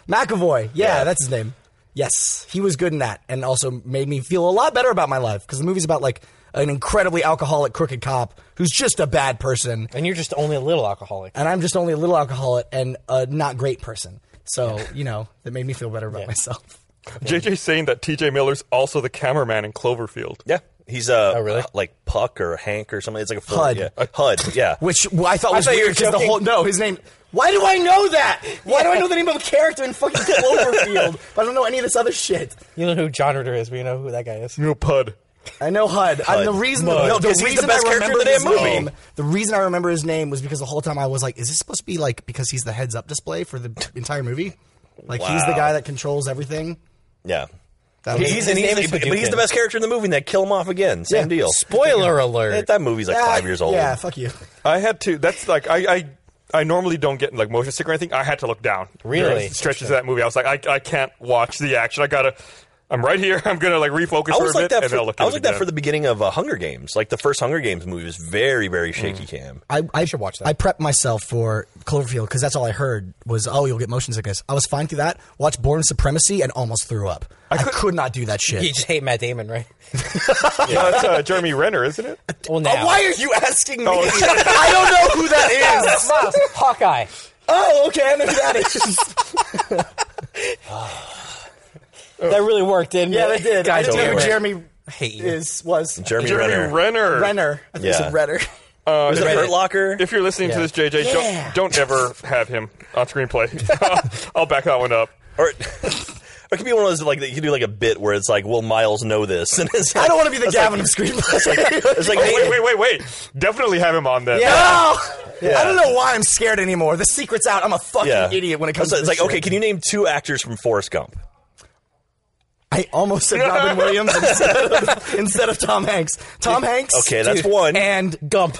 Speaker 5: McAvoy. Yeah,
Speaker 3: Yeah.
Speaker 5: that's his name. Yes, he was good in that, and also made me feel a lot better about my life because the movie's about like an incredibly alcoholic, crooked cop who's just a bad person,
Speaker 4: And you're just only a little alcoholic.
Speaker 5: and I'm just only a little alcoholic and a not great person. So you know that made me feel better about myself.
Speaker 6: JJ saying that TJ Miller's also the cameraman in Cloverfield.
Speaker 3: Yeah, he's uh,
Speaker 4: Oh, really?
Speaker 3: like Puck or Hank or something. It's like a full-
Speaker 5: Hud.
Speaker 3: Yeah. Hud. Yeah.
Speaker 5: Which I thought was
Speaker 3: thought you
Speaker 5: weird
Speaker 3: were
Speaker 5: because the
Speaker 3: joking.
Speaker 5: whole no, his name. Why do I know that? Why do I know the name of a character in fucking
Speaker 3: (laughs)
Speaker 5: Cloverfield? but I don't know any of this other shit.
Speaker 4: You know who John Ritter is. We know who that guy is.
Speaker 6: No pud.
Speaker 5: I know HUD. I, the reason,
Speaker 3: Mud.
Speaker 5: no, the
Speaker 3: Because
Speaker 5: reason
Speaker 3: he's the best
Speaker 5: I
Speaker 3: character in
Speaker 5: remember
Speaker 3: the damn
Speaker 5: his
Speaker 3: movie.
Speaker 5: name, the reason I remember his name was because the whole time I was like, is this supposed to be like because he's the heads up display for the entire movie? Like he's the
Speaker 3: Wow.
Speaker 5: guy that controls everything.
Speaker 3: yeah.
Speaker 5: That
Speaker 3: He-
Speaker 5: was-
Speaker 3: He's,
Speaker 4: His name
Speaker 3: he's
Speaker 4: is
Speaker 3: the, but he's
Speaker 4: Hadouken.
Speaker 3: the best character in the movie, and they kill him off again. Same deal.
Speaker 4: Spoiler alert.
Speaker 3: That, that movie's like
Speaker 5: Yeah,
Speaker 3: five years old.
Speaker 5: Yeah, fuck you.
Speaker 6: I had to. That's like I. I I normally don't get like motion sick or anything. I had to look down.
Speaker 4: Really?
Speaker 6: During stretches of that movie. I was like, I, I can't watch the action. I gotta. I'm right here. (laughs) I'm gonna like refocus
Speaker 3: I
Speaker 6: for a
Speaker 3: was
Speaker 6: bit,
Speaker 3: like that.
Speaker 6: and
Speaker 3: For,
Speaker 6: then I'll look
Speaker 3: I
Speaker 6: at
Speaker 3: was
Speaker 6: it
Speaker 3: like that
Speaker 6: again.
Speaker 3: for the beginning of uh, Hunger Games. Like the first Hunger Games movie was very, very
Speaker 4: Hmm.
Speaker 3: shaky cam.
Speaker 5: I, I should watch that. I prepped myself for Cloverfield because that's all I heard was, oh, you'll get motion sickness. I was fine through that. Watched Born Supremacy and almost threw up. I could, not do that shit.
Speaker 4: You just hate Matt Damon, right?
Speaker 5: Oh,
Speaker 6: No,
Speaker 3: (laughs)
Speaker 6: that's uh, Jeremy Renner, isn't it?
Speaker 4: Well, now.
Speaker 5: Uh, Why are you asking me?
Speaker 6: Oh.
Speaker 5: (laughs) I don't know who that
Speaker 3: (laughs)
Speaker 5: is. (laughs)
Speaker 4: Miles, Hawkeye.
Speaker 5: oh, okay, I know who that
Speaker 4: (laughs)
Speaker 5: is. Oh.
Speaker 4: That really worked, didn't
Speaker 5: yeah,
Speaker 4: it?
Speaker 5: they did. I
Speaker 4: Guys,
Speaker 5: didn't know
Speaker 4: damn
Speaker 5: who
Speaker 4: it.
Speaker 5: Jeremy
Speaker 4: I hate you.
Speaker 5: is was.
Speaker 3: Jeremy,
Speaker 6: Jeremy
Speaker 3: Renner.
Speaker 6: Renner.
Speaker 5: Renner. I think yeah.
Speaker 3: Yeah.
Speaker 5: said Renner.
Speaker 6: Uh,
Speaker 3: Was it
Speaker 6: if-
Speaker 3: Hurt Locker?
Speaker 6: If you're listening to
Speaker 4: Yeah.
Speaker 6: this, JJ,
Speaker 5: Yeah.
Speaker 3: (laughs)
Speaker 6: don't don't ever have him on screenplay. I'll back that one up.
Speaker 3: Or, Or (laughs) it could be one of those like that you could do like a bit where it's like, will Miles know this? (laughs) And it's like,
Speaker 5: I don't want to be the
Speaker 3: it's like-
Speaker 5: Gavin of
Speaker 3: It's like,
Speaker 5: screenplay.
Speaker 3: it's
Speaker 5: (laughs)
Speaker 3: like
Speaker 6: Wait, wait, wait, wait. Definitely have him on then.
Speaker 5: No!
Speaker 3: Yeah.
Speaker 5: I don't know why I'm scared anymore. The secret's out. I'm a fucking
Speaker 3: (laughs) yeah.
Speaker 5: idiot when it comes
Speaker 3: It's
Speaker 5: to
Speaker 3: like,
Speaker 5: this
Speaker 3: it's like,
Speaker 5: shit.
Speaker 3: okay, can you name two actors from Forrest Gump?
Speaker 5: I almost said Robin Williams instead of, instead of Tom Hanks. Tom Hanks.
Speaker 3: Okay, that's one.
Speaker 5: And
Speaker 4: Gump.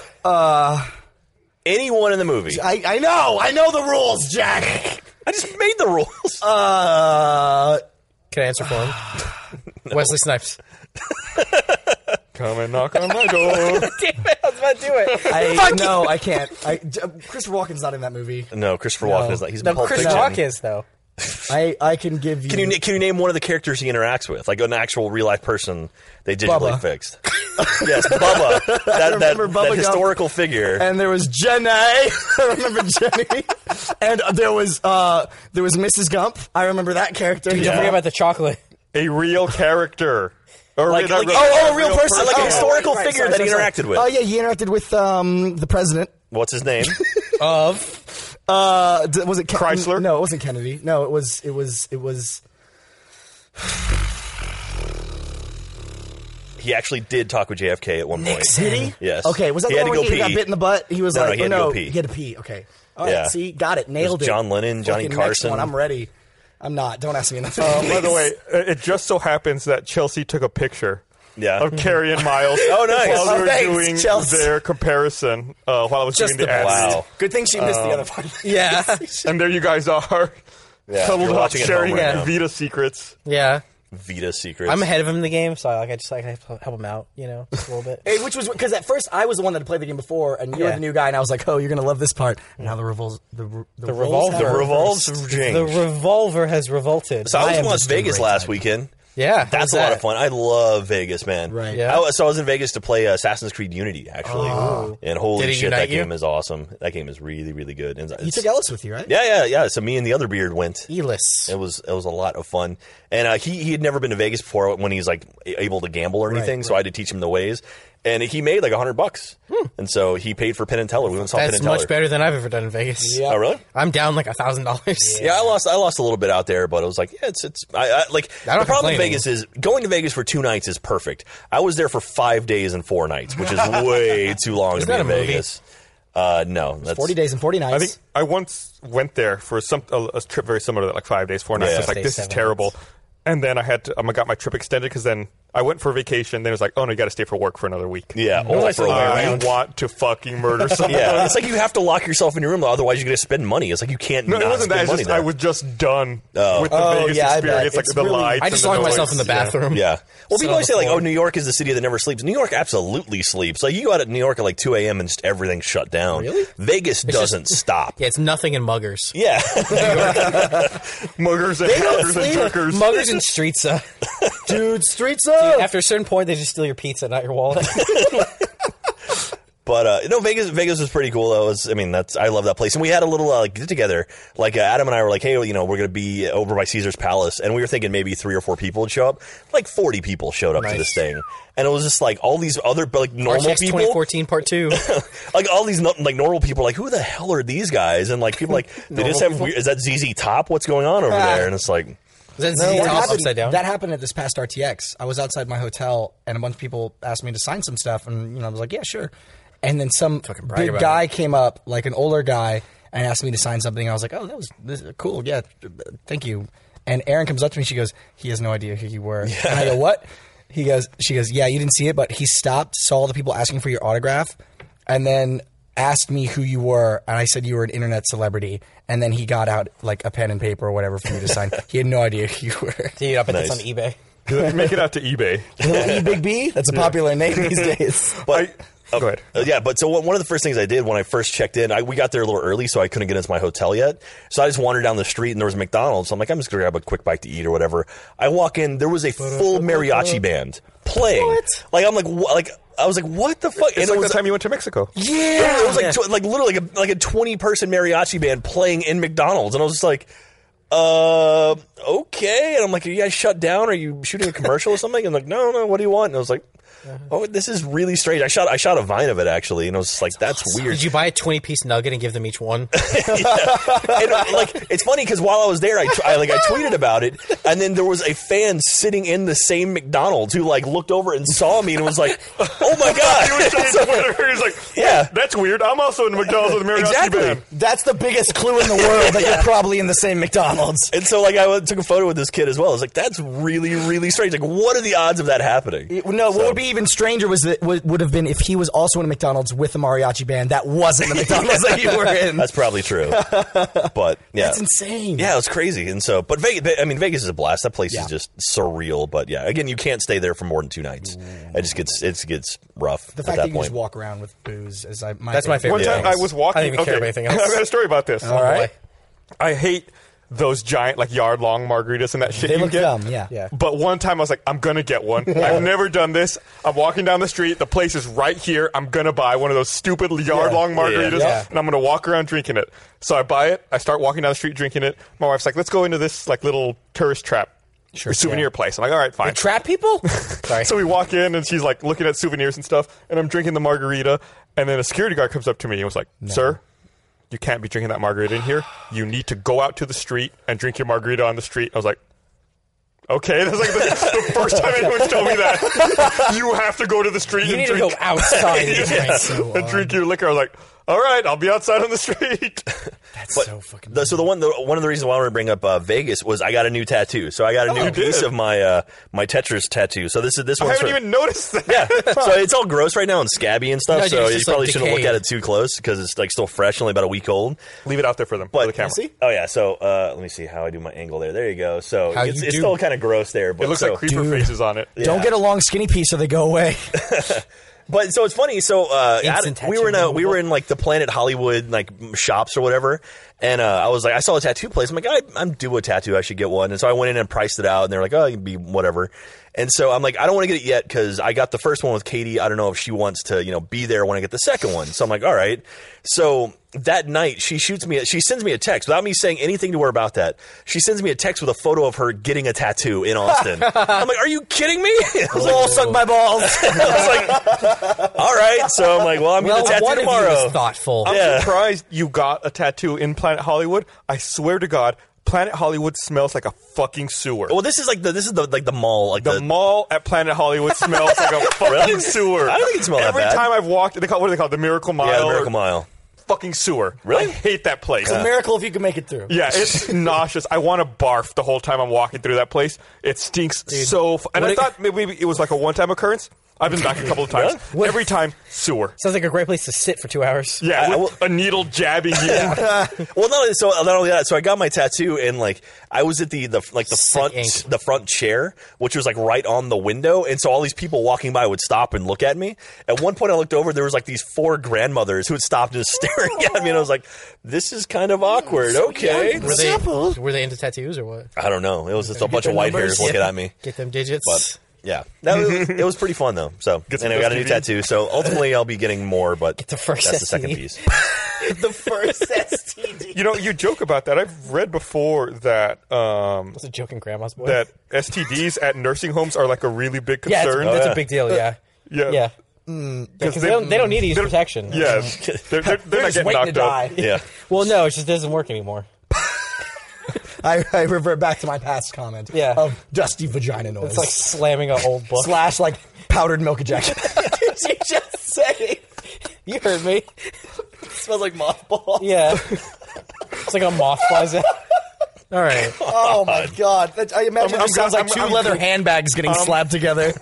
Speaker 3: Anyone in the
Speaker 5: (laughs)
Speaker 3: movie? I,
Speaker 5: I, I know, I know the rules, Jack.
Speaker 3: just made the rules.
Speaker 5: Uh,
Speaker 4: Can I answer for him? Wesley Snipes.
Speaker 6: Come and knock on my
Speaker 5: (laughs)
Speaker 6: door.
Speaker 4: Damn it, I was about to do it.
Speaker 5: I no, I can't. I, J- Christopher Walken's not in that movie.
Speaker 3: no, Christopher Walken is not. He's in
Speaker 4: No,
Speaker 3: Pulp
Speaker 4: Chris
Speaker 3: Fiction.
Speaker 4: Rock is though.
Speaker 5: I, I can give you.
Speaker 3: Can you na- can you name one of the characters he interacts with, like an actual real life person they digitally
Speaker 5: Bubba.
Speaker 3: fixed? (laughs)
Speaker 5: (laughs)
Speaker 3: yes, Bubba, that that,
Speaker 5: remember
Speaker 3: that
Speaker 5: Bubba Gump.
Speaker 3: historical figure.
Speaker 5: and there was Jenny. (laughs) I remember Jenny. and there was uh, there was Mrs. Gump. I remember that character.
Speaker 4: Don't forget about the chocolate.
Speaker 6: a real character. Or
Speaker 3: Like-
Speaker 6: not
Speaker 3: like-
Speaker 6: real-
Speaker 3: oh, oh, a real person, like a
Speaker 6: yeah.
Speaker 3: historical- figure that he interacted with.
Speaker 5: Oh yeah, he interacted with um, the president.
Speaker 3: What's
Speaker 5: (laughs)
Speaker 3: his name?
Speaker 4: Of
Speaker 5: Uh, d- was it Ken-
Speaker 6: Chrysler?
Speaker 5: No, it wasn't Kennedy. No, it was it was it was.
Speaker 3: he actually did talk with JFK at one point.
Speaker 5: Did he?
Speaker 3: Yes.
Speaker 5: Okay. Was that
Speaker 3: He
Speaker 5: the
Speaker 3: had
Speaker 5: one
Speaker 3: to
Speaker 5: where
Speaker 3: go
Speaker 5: he got
Speaker 3: pee.
Speaker 5: bit in the butt? He was
Speaker 3: No, no,
Speaker 5: like,
Speaker 3: he had
Speaker 5: oh,
Speaker 3: to go
Speaker 5: no,
Speaker 3: pee.
Speaker 5: He had to pee. Okay. All right.
Speaker 3: Yeah.
Speaker 5: See, got it. Nailed it.
Speaker 3: John Lennon, Johnny
Speaker 5: Fucking next
Speaker 3: Carson. Oh,
Speaker 5: one. I'm ready. I'm not. Don't ask me
Speaker 3: (laughs)
Speaker 5: nothing.
Speaker 6: Um, by the way, uh, it just so happens that Chelsea took a picture.
Speaker 3: Yeah. (laughs)
Speaker 6: Of Carrie and Miles.
Speaker 3: Oh, nice.
Speaker 6: While
Speaker 5: Oh,
Speaker 6: we were
Speaker 5: thanks,
Speaker 6: doing
Speaker 5: Chelsea.
Speaker 6: their comparison, uh, while I was
Speaker 5: Just
Speaker 6: doing the,
Speaker 5: the
Speaker 6: ad read.
Speaker 3: Wow. Um,
Speaker 5: good thing she missed the other
Speaker 3: (laughs)
Speaker 5: one.
Speaker 4: yeah,
Speaker 6: And there you guys are,
Speaker 3: Yeah,
Speaker 6: cuddled
Speaker 3: you're
Speaker 6: up,
Speaker 3: watching at home
Speaker 6: sharing
Speaker 3: right now.
Speaker 6: Vita secrets.
Speaker 4: yeah.
Speaker 3: Vita Secrets.
Speaker 4: I'm ahead of him in the game, so like I just like I help him out, you know, just a little bit.
Speaker 5: Hey, which was because at first I was the one that played the game before, and you were
Speaker 4: Yeah.
Speaker 5: the new guy, and I was like, "Oh, you're gonna love this part." Now the revolves, the r- the, roles
Speaker 4: revolver.
Speaker 5: have
Speaker 3: the revolves
Speaker 5: reversed.
Speaker 4: The
Speaker 3: James.
Speaker 4: revolver has revolted.
Speaker 3: So I was
Speaker 4: am
Speaker 3: in Las
Speaker 4: just doing
Speaker 3: Vegas
Speaker 4: great.
Speaker 3: last weekend.
Speaker 4: Yeah,
Speaker 3: That's
Speaker 4: how's
Speaker 3: a lot
Speaker 4: that?
Speaker 3: of fun. I love Vegas, man.
Speaker 5: Right.
Speaker 4: Yeah. Oh.
Speaker 3: I was- so I was in Vegas to play Assassin's Creed Unity, actually. And holy
Speaker 4: Did it
Speaker 3: shit, that
Speaker 4: unite you?
Speaker 3: game is awesome. That game is really, really good. And
Speaker 5: You
Speaker 3: it's-
Speaker 5: took Ellis with you, right?
Speaker 3: yeah, yeah, yeah. So me and the other beard went.
Speaker 4: Elis.
Speaker 3: It was it was a lot of fun, and uh, he he had never been to Vegas before when he's like able to gamble or anything. So I had to teach him the ways, and he made like a hundred bucks, and so he paid for Penn and Teller. We went and saw
Speaker 4: Hmm.
Speaker 3: Penn
Speaker 4: That's
Speaker 3: and Teller.
Speaker 4: much better than I've ever done in Vegas.
Speaker 5: Yeah.
Speaker 3: Oh really?
Speaker 4: I'm down like a thousand dollars.
Speaker 3: Yeah, I lost. I lost a little bit out there, but it was like, yeah, it's it's. I, I like
Speaker 4: I don't
Speaker 3: the
Speaker 4: complain
Speaker 3: problem with Vegas is going to Vegas for two nights is perfect. I was there for five days and four nights, which is way too long to be
Speaker 4: that
Speaker 3: in
Speaker 4: a movie?
Speaker 3: Vegas. Uh, no, that's
Speaker 5: Forty days and forty nights.
Speaker 6: I think I once went there for some a, a trip very similar to that, like five days, four nights.
Speaker 3: Yeah.
Speaker 6: I was like,
Speaker 4: Days,
Speaker 6: this is
Speaker 4: seven
Speaker 6: terrible. And then I had to, um, I got my trip extended because then I went for vacation. Then it was like, oh no, you got to stay for work for another week.
Speaker 3: Yeah, or
Speaker 6: I
Speaker 3: for a way around.
Speaker 6: want to fucking murder
Speaker 3: (laughs)
Speaker 6: someone.
Speaker 3: Yeah, it's like you have to lock yourself in your room, otherwise you're going to spend money. It's like you can't.
Speaker 6: No,
Speaker 3: not
Speaker 6: it wasn't that.
Speaker 3: spend
Speaker 6: It's
Speaker 3: money
Speaker 6: just,
Speaker 3: there.
Speaker 6: I was just done with the
Speaker 5: Oh,
Speaker 6: Vegas
Speaker 5: yeah, I bet.
Speaker 6: experience, like
Speaker 5: It's
Speaker 6: the
Speaker 5: really-
Speaker 6: lights.
Speaker 4: I just
Speaker 6: and
Speaker 4: locked myself in the
Speaker 6: noise. Yeah.
Speaker 5: (laughs)
Speaker 4: bathroom.
Speaker 3: Yeah. Well,
Speaker 4: Sit
Speaker 3: people
Speaker 4: on
Speaker 3: always
Speaker 4: the
Speaker 3: say like,
Speaker 4: floor.
Speaker 3: "Oh, New York is the city that never sleeps." New York absolutely sleeps. Like you go out at New York at like 2 a.m. and just, everything's shut down. Really? Vegas doesn't stop.
Speaker 4: Yeah, it's nothing in muggers.
Speaker 3: Yeah.
Speaker 6: Muggers and hackers and jerkers.
Speaker 4: Muggers and streets. uh,
Speaker 5: dude,
Speaker 4: (laughs)
Speaker 5: streets up.
Speaker 4: after a certain point, they just steal your pizza, not your wallet.
Speaker 3: but uh, no, Vegas. Vegas was pretty cool. Though. It was, I mean, that's I love that place. And we had a little uh, like get together. Like uh, Adam and I were like, "Hey, you know, we're going to be over by Caesar's Palace," and we were thinking maybe three or four people would show up. Like 40 people showed up to
Speaker 4: Nice.
Speaker 3: this thing, and it was just like all these other like normal
Speaker 4: RTX
Speaker 3: people.
Speaker 4: 2014 Part Two.
Speaker 3: (laughs) like all these no- like normal people are like who the hell are these guys and like people are like
Speaker 4: (laughs)
Speaker 3: they just have weird, is that ZZ Top what's going on over
Speaker 4: Ah.
Speaker 3: there and it's like
Speaker 4: Is that
Speaker 5: No,
Speaker 4: ZZ
Speaker 5: what
Speaker 4: Top
Speaker 5: happened-
Speaker 4: upside down?
Speaker 5: That happened at this past RTX. I was outside my hotel, and a bunch of people asked me to sign some stuff, and you know, I was like, "Yeah, sure." And then some
Speaker 4: brag
Speaker 5: big
Speaker 4: about
Speaker 5: guy came up, like an older guy, and asked me to sign something. I was like, "Oh, that was this is cool. Yeah, thank you." And Aaron comes up to me. She goes, "He has no idea who you were." And I go, "What?" He goes, "She goes, yeah, you didn't see it, but he stopped, saw all the people asking for your autograph, and then." Asked me who you were, and I said you were an internet celebrity. And then he got out like a pen and paper or whatever for me to sign. he had no idea who you were.
Speaker 4: Dude, I bet
Speaker 3: Nice.
Speaker 4: that's on eBay.
Speaker 6: (laughs) Make it out to eBay.
Speaker 5: Little E Big B? That's a popular name these days.
Speaker 3: but
Speaker 6: I- go ahead.
Speaker 3: Uh, yeah but so one one of the first things I did when I first checked in I, we got there a little early so I couldn't get into my hotel yet so I just wandered down the street and there was a McDonald's so I'm like I'm just gonna grab a quick bite to eat or whatever I walk in there was a full mariachi band playing like I'm like wha- like I was like what the fuck
Speaker 6: It's
Speaker 3: it
Speaker 6: like the
Speaker 3: was
Speaker 6: time you went to Mexico.
Speaker 3: Yeah, it was like tw- like literally like a, like a twenty person mariachi band playing in McDonald's, and I was just like, uh, okay. And I'm like, are you guys shut down? Are you shooting a commercial or something? And like, no, no. What do you want? And I was like, oh, this is really strange. I shot I shot a vine of it actually, and I was just like, that's weird.
Speaker 4: Did you buy a twenty piece nugget and give them each one?
Speaker 3: and, uh, like it's funny because while I was there, I, t- I like I tweeted about it, and then there was a fan sitting in the same McDonald's who like looked over and saw me and was like, "Oh my (laughs)
Speaker 6: He
Speaker 3: god!"
Speaker 6: was (laughs) saying
Speaker 3: So-
Speaker 6: Twitter. He's like,
Speaker 3: Yeah.
Speaker 6: that's weird. I'm also in McDonald's with Mariachi
Speaker 3: Exactly.
Speaker 6: Band.
Speaker 5: That's the biggest clue in the world (laughs) that you're probably in the same McDonald's.
Speaker 3: and so like I went- took a photo with this kid as well. I was like, "That's really really strange. Like, what are the odds of that happening?"
Speaker 5: It- no, what
Speaker 3: So-
Speaker 5: would be even stranger was that would, would have been if he was also in a McDonald's with a mariachi band that wasn't the McDonald's that you were in.
Speaker 3: That's
Speaker 5: (laughs)
Speaker 3: probably true. but yeah,
Speaker 5: That's insane.
Speaker 3: Yeah, it's crazy. And so, but Vegas, I mean, Vegas is a blast. That place is just surreal. But yeah, again, you can't stay there for more than two nights. It just gets it gets rough
Speaker 5: Mm. The
Speaker 3: at
Speaker 5: fact
Speaker 3: that
Speaker 5: that, you
Speaker 3: point.
Speaker 5: just walk around with booze is I, my
Speaker 4: That's my favorite.
Speaker 6: One time
Speaker 4: thing.
Speaker 6: I was walking.
Speaker 4: I don't even
Speaker 6: okay,
Speaker 4: care about anything else.
Speaker 6: (laughs)
Speaker 4: Oh,
Speaker 6: I've got a story about this.
Speaker 5: All right.
Speaker 6: I hate those giant, like yard long margaritas and that shit
Speaker 5: They
Speaker 6: you
Speaker 5: look
Speaker 6: get.
Speaker 5: dumb. Yeah.
Speaker 4: Yeah.
Speaker 6: But one time I was like, I'm gonna get
Speaker 4: (laughs)
Speaker 6: one. I've never done this. I'm walking down the street. The place is right here. I'm gonna buy one of those stupid yard long margaritas,
Speaker 4: Yeah.
Speaker 6: and I'm gonna walk around drinking it. So I buy it. I start walking down the street drinking it. My wife's like, Let's go into this like little tourist trap. or souvenir place. I'm like, all right, fine.
Speaker 5: Trap people?
Speaker 4: Sorry.
Speaker 6: So we walk in and she's like looking at souvenirs and stuff, and I'm drinking the margarita, and then a security guard comes up to me and was like, "Sir, you can't be drinking that margarita in here. You need to go out to the street and drink your margarita on the street." I was like. Okay, (laughs) that's like the, the first time anyone's told me that. (laughs) you have to go to the street
Speaker 4: you
Speaker 6: and
Speaker 4: need to
Speaker 6: drink,
Speaker 4: go outside. and
Speaker 6: Yeah.
Speaker 4: drink.
Speaker 6: (laughs) and
Speaker 5: oh,
Speaker 6: drink your liquor. I was like, all right, I'll be outside on the street. (laughs)
Speaker 3: But the- so the one, the, one of the reasons why I want to bring up uh, Vegas was I got a new tattoo. So I
Speaker 5: Oh,
Speaker 3: got a new
Speaker 6: you
Speaker 3: piece
Speaker 6: did.
Speaker 3: of my uh, my Tetris tattoo. So this is this
Speaker 6: I
Speaker 3: one's
Speaker 6: haven't
Speaker 3: for-
Speaker 6: even noticed that.
Speaker 4: (laughs)
Speaker 3: yeah, so it's all gross right now and scabby and stuff.
Speaker 4: No, dude,
Speaker 3: so
Speaker 4: it's
Speaker 3: you
Speaker 4: just, like,
Speaker 3: probably shouldn't look
Speaker 4: decayed.
Speaker 3: at it too close because it's like still fresh, only about a week old.
Speaker 6: Leave it out there for them, for
Speaker 3: But
Speaker 6: the camera.
Speaker 3: oh yeah, so uh, let me see how I do my angle there. There you go. So
Speaker 4: How
Speaker 3: it's,
Speaker 4: you
Speaker 3: it's
Speaker 4: do-
Speaker 3: still kind of gross there, but
Speaker 6: It looks
Speaker 3: so,
Speaker 6: like creeper faces on it.
Speaker 5: Don't get a long skinny piece or they go away.
Speaker 3: But so it's funny. So uh,
Speaker 4: Instant
Speaker 3: I- we were in a,
Speaker 4: tattoo.
Speaker 3: we were in like the Planet Hollywood like m- shops or whatever, and uh, I was like, I saw a tattoo place. I'm like, I, I'm due a tattoo. I should get one. And so I went in and priced it out, and they're like, oh, you'd be whatever. And so I'm like, I don't want to get it yet because I got the first one with Katie. I don't know if she wants to, you know, be there when I get the second one. So I'm like, all right. So that night, she shoots me. a- She sends me a text without me saying anything to her about that. She sends me a text with a photo of her getting a tattoo
Speaker 5: (laughs)
Speaker 3: in Austin. I'm like, are you kidding me? (laughs) I was like,
Speaker 5: Lol, suck my balls.
Speaker 3: (laughs) I was like, all right. So I'm like, well, I'm
Speaker 4: well,
Speaker 3: getting a
Speaker 4: one
Speaker 3: tattoo
Speaker 4: of you was
Speaker 3: tomorrow.
Speaker 4: thoughtful.
Speaker 6: I'm
Speaker 3: Yeah.
Speaker 6: surprised you got a tattoo in Planet Hollywood. I swear to God, Planet Hollywood smells like a fucking sewer.
Speaker 3: Well, this is like the this is the like the mall like
Speaker 6: the,
Speaker 3: the,
Speaker 6: mall at Planet Hollywood smells like a
Speaker 3: (laughs)
Speaker 6: fucking
Speaker 3: Really?
Speaker 6: sewer.
Speaker 3: I don't think it smelled that
Speaker 6: Every
Speaker 3: bad.
Speaker 6: time I've walked, they call what do they call it? the Miracle Mile?
Speaker 3: yeah the
Speaker 6: or
Speaker 3: Miracle Mile.
Speaker 6: Fucking sewer.
Speaker 3: Really?
Speaker 6: I hate that place.
Speaker 5: It's a miracle if you can make it through.
Speaker 6: Yeah,
Speaker 3: (laughs)
Speaker 6: it's nauseous. I want to barf the whole time I'm walking through that place. It stinks so. F- and I
Speaker 4: What it-
Speaker 6: thought maybe it was like a one-time occurrence. I've been back a couple of times. Every time, sewer.
Speaker 4: Sounds like a great place to sit for two hours.
Speaker 6: Yeah,
Speaker 3: I- I
Speaker 6: with a
Speaker 3: (laughs)
Speaker 6: needle jabbing you.
Speaker 3: Well, not only, so not only that, so I got my tattoo and like I was at the the like the
Speaker 4: Sick
Speaker 3: front
Speaker 4: ink.
Speaker 3: the front chair, which was like right on the window, and so all these people walking by would stop and look at me. At one point, I looked over, there was like these four grandmothers who had stopped and (laughs) staring at me, and I was like, "This is kind of awkward." Okay,
Speaker 4: Were they,
Speaker 5: Simple.
Speaker 4: were they into tattoos or what?
Speaker 3: I don't know. It was just a bunch of
Speaker 5: their
Speaker 3: white
Speaker 5: numbers?
Speaker 3: hairs looking at me.
Speaker 4: Get them digits.
Speaker 3: But yeah, that was, it was pretty fun though. So
Speaker 6: Get some
Speaker 3: and I got a new
Speaker 6: STD.
Speaker 3: tattoo. So ultimately, I'll be getting more, but
Speaker 4: the first
Speaker 3: that's the second
Speaker 4: STD.
Speaker 3: piece.
Speaker 5: The first STD.
Speaker 6: You know, you joke about that. I've read before that um,
Speaker 4: It's a joking grandma's boy.
Speaker 6: that STDs at nursing homes are like a really big
Speaker 4: yeah, it's,
Speaker 6: concern.
Speaker 4: that's
Speaker 3: Oh, yeah.
Speaker 4: a big deal. Yeah,
Speaker 6: Uh, Yeah.
Speaker 4: yeah. Because they, don't, they don't need to use
Speaker 6: they're-
Speaker 4: protection. (laughs)
Speaker 6: Yeah, they're, they're, they're, not getting knocked up.
Speaker 3: Yeah.
Speaker 4: Well, no, it just doesn't work anymore.
Speaker 5: I, I revert back to my past comment
Speaker 4: Yeah.
Speaker 5: of dusty vagina noise.
Speaker 4: It's like slamming an old book. (laughs)
Speaker 5: slash like powdered milk ejection. (laughs)
Speaker 4: Did you just say? You heard me.
Speaker 5: smells like mothballs.
Speaker 4: (laughs) Yeah. It's like a moth flies out. All right.
Speaker 5: Oh my god! That, I imagine
Speaker 6: I'm-
Speaker 5: it sounds
Speaker 6: I'm-
Speaker 5: like 2
Speaker 6: I'm-
Speaker 5: leather handbags getting slapped together.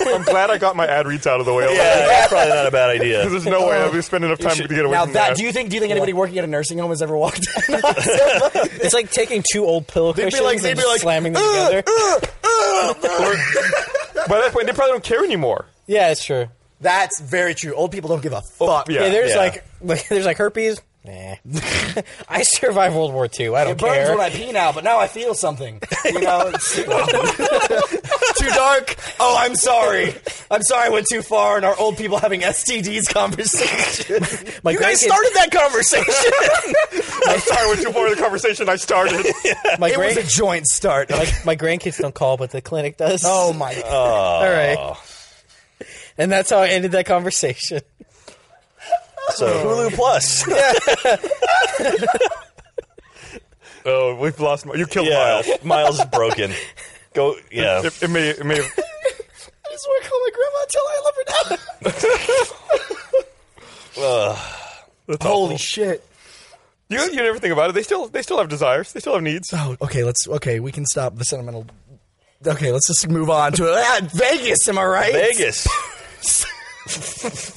Speaker 6: I'm glad I got my ad reads out of the way.
Speaker 3: Yeah, that's probably not a bad idea.
Speaker 6: (laughs) Because there's no way I'll be spending enough time to get away
Speaker 5: Now
Speaker 6: from
Speaker 5: that, do you think? Do you think anybody working at a nursing home has ever walked? (laughs) in on somebody?
Speaker 4: It's like taking two old pillow
Speaker 5: be
Speaker 4: cushions
Speaker 5: like- they'd
Speaker 4: and
Speaker 5: be
Speaker 4: just
Speaker 5: like,
Speaker 4: slamming them together.
Speaker 6: (laughs) By that point, they probably don't care anymore.
Speaker 4: Yeah, it's true.
Speaker 5: That's very true. Old people don't give a fuck.
Speaker 6: yeah.
Speaker 4: Yeah, there's
Speaker 3: yeah.
Speaker 4: like, like (laughs) there's like herpes. Nah. (laughs) I survived World War II. I don't
Speaker 5: It burns
Speaker 4: care.
Speaker 5: when I pee now, but now I feel something. You know, it's- (laughs) too dark. Oh, I'm sorry. I'm sorry I went too far in our old people having STDs conversation.
Speaker 4: My
Speaker 3: You guys
Speaker 4: grandkids-
Speaker 3: started that conversation.
Speaker 6: I'm sorry, we're too far in the conversation I started.
Speaker 4: My,
Speaker 5: It was
Speaker 4: grand,
Speaker 5: a Oh. joint start.
Speaker 4: my, my grandkids don't call, but the clinic does.
Speaker 5: oh my.
Speaker 4: all right. and that's how I ended that conversation.
Speaker 3: (laughs) So Hulu Plus. yeah.
Speaker 6: Oh, we've lost. Mi- You killed
Speaker 3: Miles.
Speaker 6: Miles.
Speaker 3: Miles is broken. Go. Yeah.
Speaker 6: It, it may. It may. Have,
Speaker 5: I just want to call my grandma and tell her I love her now. Holy shit.
Speaker 6: you you never think about it. They still they still have desires. They still have needs.
Speaker 5: Oh, okay, let's okay, we can stop the sentimental Okay, let's just move on to (laughs) ah, Vegas, am I right?
Speaker 3: (laughs) Vegas.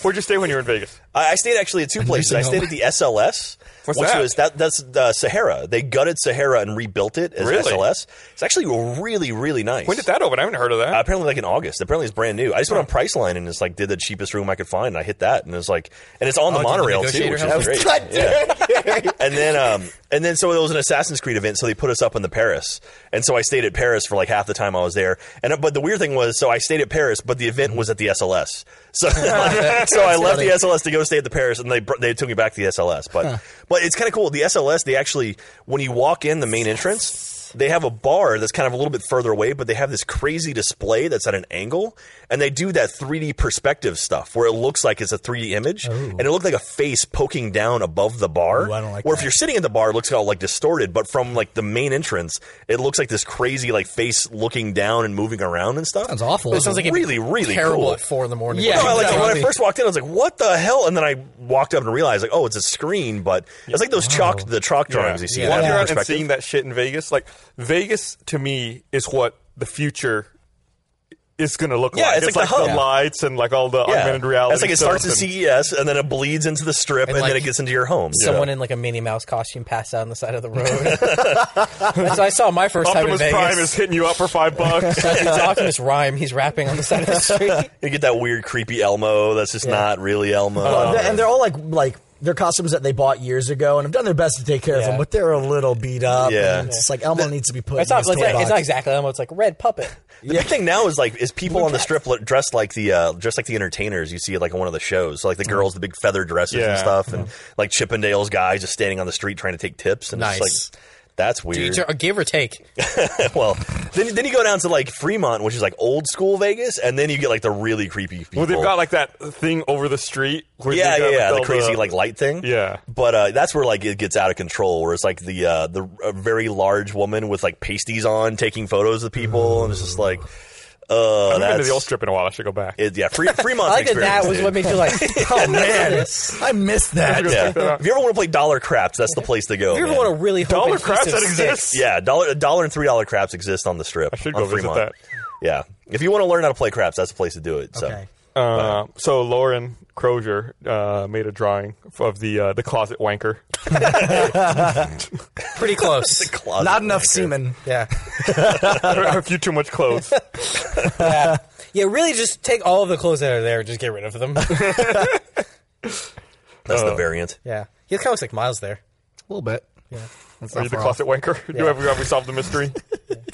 Speaker 6: Where'd you stay when you were in Vegas?
Speaker 3: I, I stayed actually at two places. I stayed at the SLS,
Speaker 6: What's
Speaker 3: which
Speaker 6: that?
Speaker 3: was that that's uh, Sahara. They gutted Sahara and rebuilt it as
Speaker 6: Really?
Speaker 3: SLS. It's actually really really nice.
Speaker 6: When did that open? I haven't heard of that.
Speaker 3: Uh, apparently, like in August. Apparently, it's brand new. I just went on Priceline and just like did the cheapest room I could find. And I hit that, and it's like, and it's on the
Speaker 7: did the
Speaker 3: monorail too,
Speaker 7: negotiator
Speaker 3: which
Speaker 7: help?
Speaker 3: is great. Yeah. (laughs) and then, um, and then, so it was an Assassin's Creed event, so they put us up in the Paris, and so I stayed at Paris for like half the time I was there. And uh, but the weird thing was, so I stayed at Paris, but the event was at the SLS. So, (laughs) so I left the SLS to go stay at the Paris, and they br- they took me back to the SLS. But but it's kind of cool. The SLS, they actually when you walk in the main entrance they have a bar that's kind of a little bit further away, but they have this crazy display that's at an angle, and they do that 3D perspective stuff where it looks like it's a 3D image, and it looked like a face poking down above the bar.
Speaker 5: Oh. Ooh, I don't like
Speaker 3: where if
Speaker 5: that.
Speaker 3: you're sitting at the bar, it looks all like distorted, but from like the main entrance, it looks like this crazy like face looking down and moving around and stuff.
Speaker 5: Sounds awful.
Speaker 3: It sounds like really, really
Speaker 4: Terrible
Speaker 3: cool.
Speaker 4: at four in the morning.
Speaker 5: Yeah.
Speaker 3: No, I, like,
Speaker 5: Exactly.
Speaker 3: when I first walked in, I was like, "What the hell?" And then I walked up and realized, like, "Oh, it's a screen." But it's like those chalk, the chalk drawings you see.
Speaker 6: Walking
Speaker 3: that
Speaker 6: around and
Speaker 3: perspective.
Speaker 6: seeing that shit in Vegas, like Vegas to me is what the future is going to look
Speaker 3: Yeah,
Speaker 6: like.
Speaker 3: it's like the hub.
Speaker 6: lights and like all the augmented reality.
Speaker 3: That's like it
Speaker 6: stuff
Speaker 3: starts at
Speaker 6: and-
Speaker 3: CES and then it bleeds into the strip and,
Speaker 4: like,
Speaker 3: then it gets into your home.
Speaker 4: Someone in like a Minnie Mouse costume passed out on the side of
Speaker 5: (laughs)
Speaker 4: the
Speaker 3: (laughs)
Speaker 4: road. That's what I saw my first time in
Speaker 6: Optimus
Speaker 4: Vegas. (laughs)
Speaker 6: Prime is hitting you up
Speaker 3: (laughs)
Speaker 6: for five bucks.
Speaker 4: It's Optimus Rhyme. He's rapping on the side of
Speaker 5: (laughs)
Speaker 4: the street.
Speaker 3: You get that weird, creepy Elmo that's just not really Elmo. Uh,
Speaker 5: Well, they're- and they're all like like they're costumes that they bought years ago and have done their best to take care of
Speaker 4: Yeah.
Speaker 5: them, but they're a little beat up.
Speaker 3: Yeah.
Speaker 5: and it's just like Elmo needs to be put.
Speaker 4: It's
Speaker 5: in
Speaker 4: not,
Speaker 5: his
Speaker 4: it's,
Speaker 5: toy
Speaker 4: not, it's
Speaker 5: box.
Speaker 4: not exactly Elmo. It's like Red Puppet.
Speaker 3: the big thing now is like is people on the strip look, dressed like the uh, dressed like the entertainers you see at like one of the shows. So like the
Speaker 4: Mm.
Speaker 3: girls, the big feather dresses
Speaker 6: Yeah.
Speaker 3: and stuff, and like Chippendales guys just standing on the street trying to take tips. And
Speaker 4: Nice.
Speaker 3: it's just like that's weird.
Speaker 4: Either- Give or take.
Speaker 3: (laughs) well, then then you go down to like Fremont, which is like old school Vegas, and then you get like the really creepy people.
Speaker 6: well, they've got like that thing over the street. Where
Speaker 3: yeah,
Speaker 6: they've
Speaker 3: yeah,
Speaker 6: got,
Speaker 3: yeah,
Speaker 6: all
Speaker 3: the crazy like light thing.
Speaker 6: Yeah.
Speaker 3: but uh, that's where like it gets out of control. Where it's like the uh, the a very large woman with like pasties on taking photos of people, and it's just like, uh,
Speaker 6: I've been to
Speaker 3: that's
Speaker 6: the old strip in a while. I should go back.
Speaker 3: it, yeah. Free, Fremont.
Speaker 4: I like that that was what made you (laughs) like, oh man. If
Speaker 5: I missed that.
Speaker 3: Yeah. if you ever want to play dollar craps, that's the place to go.
Speaker 4: you ever
Speaker 3: man.
Speaker 4: want to really hope
Speaker 6: Dollar
Speaker 4: it's
Speaker 6: craps
Speaker 4: piece of
Speaker 6: that
Speaker 4: stick-
Speaker 6: exists.
Speaker 3: Yeah, dollar a dollar and three dollar craps exist on the strip. I
Speaker 6: should
Speaker 3: on
Speaker 6: go visit
Speaker 3: Fremont.
Speaker 6: that.
Speaker 3: Yeah, if you want to learn how to play craps, that's the place to do it. So.
Speaker 5: Okay.
Speaker 6: Uh, so Lauren Crozier uh, made a drawing of the uh, the closet wanker. (laughs)
Speaker 4: Pretty (laughs) close.
Speaker 5: (laughs)
Speaker 3: Closet
Speaker 5: Not enough
Speaker 3: wanker.
Speaker 5: semen.
Speaker 4: yeah.
Speaker 6: a few too
Speaker 3: (laughs)
Speaker 6: much clothes.
Speaker 4: Yeah, really just take all of the clothes that are there and just get rid of (laughs) them.
Speaker 3: That's the variant.
Speaker 4: yeah. He kind of looks like Miles there.
Speaker 8: A little bit. Yeah.
Speaker 6: Are you the closet wanker? (laughs) Do have we, have we solved the mystery?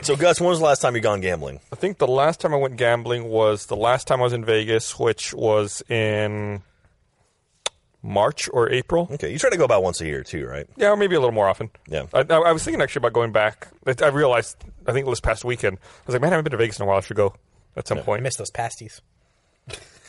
Speaker 3: So, Gus, when was the last time you gone gambling?
Speaker 6: I think the last time I went gambling was the last time I was in Vegas, which was in March or April.
Speaker 3: Okay, you try to go about once a year too, right?
Speaker 6: Yeah, or maybe a little more often.
Speaker 3: Yeah.
Speaker 6: I, I, I was thinking actually about going back. I, I realized, I think this past weekend, I was like, man, I haven't been to Vegas in a while. I should go at some
Speaker 4: I
Speaker 6: point.
Speaker 4: miss those pasties.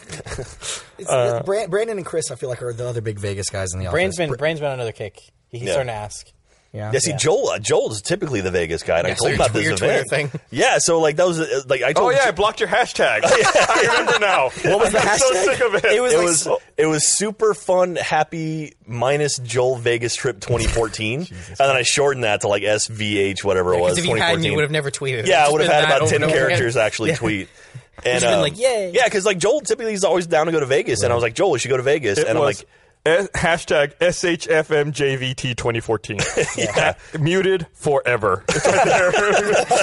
Speaker 5: It's,
Speaker 3: uh,
Speaker 4: Uh,
Speaker 5: Bran- Brandon and Chris, I feel like are the other big Vegas guys in the
Speaker 4: Brain's
Speaker 5: office.
Speaker 4: been, Brain's been on another kick. He- He's
Speaker 3: Yeah.
Speaker 4: starting to ask.
Speaker 5: yeah.
Speaker 3: Yeah, see, Joel, uh, Joel is typically the Vegas guy, and I
Speaker 4: Yeah, so
Speaker 3: told him about
Speaker 4: your-
Speaker 3: this
Speaker 4: your Twitter
Speaker 3: event.
Speaker 4: thing.
Speaker 3: Yeah, so like that was uh, like I
Speaker 6: Oh,
Speaker 3: told.
Speaker 6: yeah, I
Speaker 3: Joel-
Speaker 6: blocked
Speaker 3: (laughs)
Speaker 6: your hashtag. (laughs) I remember now. What was
Speaker 3: the
Speaker 6: (laughs) I'm so
Speaker 3: hashtag?
Speaker 6: sick of it.
Speaker 4: It was
Speaker 3: it
Speaker 4: like
Speaker 3: was it was super fun, happy minus Joel Vegas trip
Speaker 4: (laughs)
Speaker 3: 2014, and then I shortened that to like SVH whatever it was.
Speaker 4: Because if you hadn't, you
Speaker 3: 2014.
Speaker 4: would have never tweeted.
Speaker 3: Yeah, I
Speaker 4: It's
Speaker 3: would have
Speaker 4: been
Speaker 3: had
Speaker 4: that
Speaker 3: about
Speaker 4: over
Speaker 3: ten
Speaker 4: and over again. (laughs)
Speaker 3: characters actually tweet. And
Speaker 4: been
Speaker 3: um,
Speaker 4: like, yay.
Speaker 3: yeah, because like Joel typically is always down to go to Vegas, and I was like, Joel, we should go to Vegas,
Speaker 6: It
Speaker 3: and
Speaker 6: was
Speaker 3: I'm like,
Speaker 6: eh, hashtag (laughs) SHFMJVT2014. Muted forever. (laughs) It's